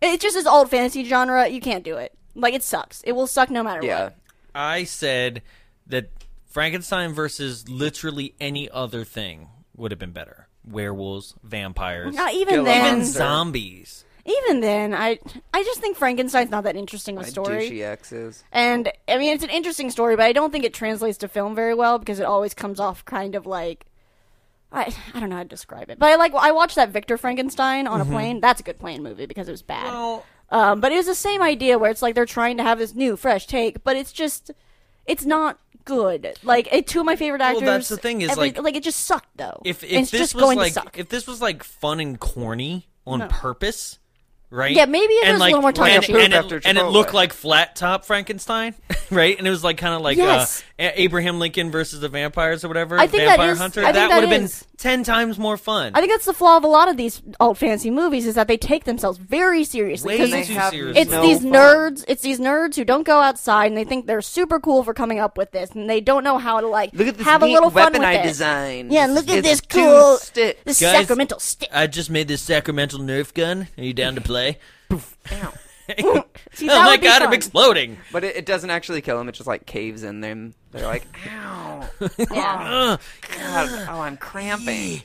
Speaker 2: it just is old fantasy genre. You can't do it. Like it sucks. It will suck no matter
Speaker 3: yeah.
Speaker 2: what.
Speaker 1: I said that Frankenstein versus literally any other thing would have been better. Werewolves, vampires,
Speaker 2: Not even
Speaker 3: Kill a
Speaker 2: then.
Speaker 1: even
Speaker 3: monster.
Speaker 1: zombies.
Speaker 2: Even then, I I just think Frankenstein's not that interesting of a
Speaker 3: Douchey
Speaker 2: story.
Speaker 3: exes.
Speaker 2: And I mean, it's an interesting story, but I don't think it translates to film very well because it always comes off kind of like I, I don't know how to describe it, but I like I watched that Victor Frankenstein on
Speaker 3: Mm-hmm.
Speaker 2: a plane. That's a good plane movie because it was bad.
Speaker 1: Well-
Speaker 2: um, but it was the same idea where it's like they're trying to have this new fresh take, but it's just it's not good. Like it, two of my favorite actors.
Speaker 1: that's the thing is,
Speaker 2: every-
Speaker 1: like,
Speaker 2: it just sucked though.
Speaker 1: If
Speaker 2: And
Speaker 1: if
Speaker 2: it's
Speaker 1: this
Speaker 2: just
Speaker 1: was
Speaker 2: going
Speaker 1: like
Speaker 2: to suck.
Speaker 1: if this was like fun and corny on purpose, right?
Speaker 2: Yeah, maybe if
Speaker 1: and
Speaker 2: it was a little more tongue
Speaker 1: and,
Speaker 2: in cheek.
Speaker 1: and,
Speaker 3: After
Speaker 1: it, and it looked
Speaker 3: Chipotle.
Speaker 1: like flat top Frankenstein, right? And it was like kind of like
Speaker 2: Yes.
Speaker 1: uh, A- Abraham Lincoln versus the vampires or whatever.
Speaker 2: I think that
Speaker 1: Vampire
Speaker 2: is-
Speaker 1: Hunter.
Speaker 2: I think that
Speaker 1: would have been
Speaker 2: is.
Speaker 1: ten times more fun.
Speaker 2: I think that's the flaw of a lot of these alt fantasy movies is that they take themselves very seriously.
Speaker 1: Way
Speaker 2: 'cause
Speaker 1: too
Speaker 2: it's-
Speaker 3: have-
Speaker 1: serious.
Speaker 2: it's
Speaker 3: no
Speaker 2: these
Speaker 3: fun.
Speaker 2: nerds. It's these nerds who don't go outside and they think they're super cool for coming up with this, and they don't know how to like
Speaker 3: Look at this
Speaker 2: have a
Speaker 3: neat
Speaker 2: little fun
Speaker 3: weapon
Speaker 2: with
Speaker 3: I
Speaker 2: it.
Speaker 3: designed.
Speaker 2: Yeah, and look at
Speaker 3: It's
Speaker 2: this
Speaker 3: two
Speaker 2: cool
Speaker 3: sticks.
Speaker 2: this
Speaker 1: Guys-
Speaker 2: sacramental stick.
Speaker 1: I just made this Sacramento Nerf gun. Are you down to play?
Speaker 2: See,
Speaker 1: oh
Speaker 2: that
Speaker 1: my
Speaker 2: would be
Speaker 1: god,
Speaker 2: fun.
Speaker 1: I'm exploding.
Speaker 3: But it, it doesn't actually kill him. It just like caves in them. They're like, ow,
Speaker 2: Yeah.
Speaker 3: God, oh, I'm cramping.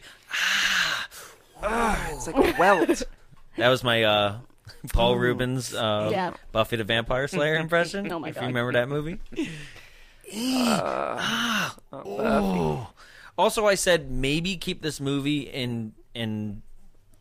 Speaker 3: Ugh, it's like a welt.
Speaker 1: That was my uh, Paul Rubens uh,
Speaker 2: Yeah.
Speaker 1: Buffy the Vampire Slayer impression.
Speaker 2: Oh my
Speaker 1: if
Speaker 2: God.
Speaker 1: you
Speaker 2: Uh,
Speaker 1: remember that movie. Ah, oh. Also, I said maybe keep this movie in in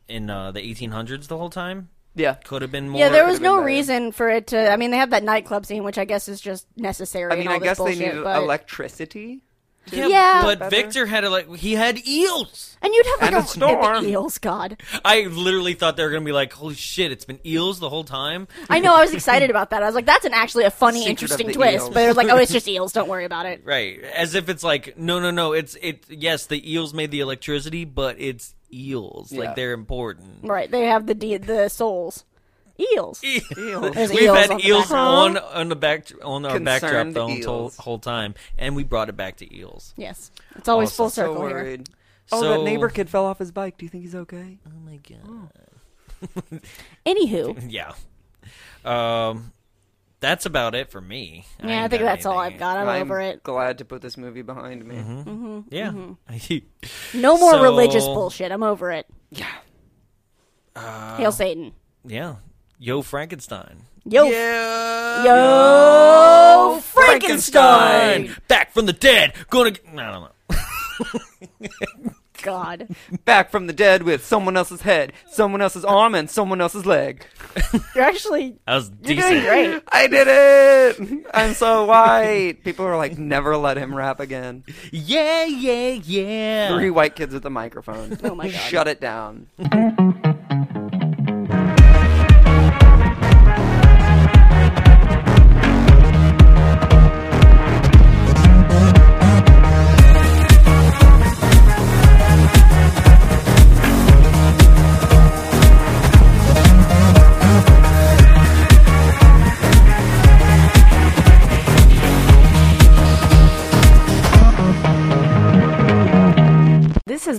Speaker 1: in uh, the 1800s the whole time.
Speaker 3: Yeah,
Speaker 1: Could have been more.
Speaker 2: Yeah, there was
Speaker 3: been
Speaker 2: no
Speaker 3: better.
Speaker 2: reason for it to. I mean, they have that nightclub scene, which I guess is just necessary.
Speaker 3: I
Speaker 2: and
Speaker 3: mean,
Speaker 2: all
Speaker 3: I
Speaker 2: this
Speaker 3: guess
Speaker 2: bullshit,
Speaker 3: they needed
Speaker 2: but...
Speaker 3: electricity.
Speaker 1: Yeah,
Speaker 2: Yeah.
Speaker 1: but
Speaker 3: Better.
Speaker 1: Victor had a like he had eels.
Speaker 2: and you'd have like
Speaker 3: and a
Speaker 2: a
Speaker 3: storm.
Speaker 2: eels. God,
Speaker 1: I literally thought they were gonna be like, holy shit, it's been eels the whole time.
Speaker 2: I know. I was excited about that. I was like, "That's an actually a funny,
Speaker 3: Secret of
Speaker 2: interesting
Speaker 3: the
Speaker 2: twist."
Speaker 3: eels.
Speaker 2: But it was like, "Oh, it's just eels. Don't worry about it."
Speaker 1: Right. As if it's like, no, no, no. It's it. Yes, the eels made the electricity, but it's eels.
Speaker 3: Yeah.
Speaker 1: Like they're important.
Speaker 2: Right? They have the de- the souls, eels. There's
Speaker 1: We've
Speaker 2: eels
Speaker 1: had
Speaker 2: on the
Speaker 1: eels on
Speaker 2: background.
Speaker 1: on the back on our backdrop
Speaker 3: Concerned
Speaker 1: the whole, whole-
Speaker 3: eels.
Speaker 1: whole time, and we brought it back to eels.
Speaker 2: Yes, it's always
Speaker 1: Also,
Speaker 2: full
Speaker 1: so
Speaker 2: circle
Speaker 3: so
Speaker 2: here.
Speaker 3: worried. Oh,
Speaker 1: So-
Speaker 3: that neighbor kid fell off his bike. Do you think he's okay?
Speaker 1: Oh my god.
Speaker 2: Anywho,
Speaker 1: Yeah. Um, that's about it for me.
Speaker 2: yeah, I
Speaker 1: ain't
Speaker 2: think
Speaker 1: got
Speaker 2: that's all I've
Speaker 1: anything.
Speaker 2: got. I'm,
Speaker 3: I'm
Speaker 2: over it.
Speaker 3: Glad to put this movie behind me.
Speaker 1: Yeah.
Speaker 2: Mm-hmm. No more
Speaker 1: So-
Speaker 2: religious bullshit. I'm over it.
Speaker 3: Uh,
Speaker 2: Yeah. Hail Satan.
Speaker 1: yeah. Yo, Frankenstein.
Speaker 2: Yo,
Speaker 1: Yeah.
Speaker 2: yo, Frankenstein.
Speaker 1: Back from the dead. Gonna. Get, I don't know.
Speaker 2: God.
Speaker 3: Back from the dead with someone else's head, someone else's arm, and someone else's leg.
Speaker 2: You're actually
Speaker 1: That was
Speaker 2: you're
Speaker 1: decent.
Speaker 2: doing great.
Speaker 3: I did it! I'm so white. People are like, never let him rap again.
Speaker 1: Yeah, yeah, yeah.
Speaker 3: Three white kids with a microphone.
Speaker 2: Oh my God.
Speaker 3: Shut it down.
Speaker 10: This has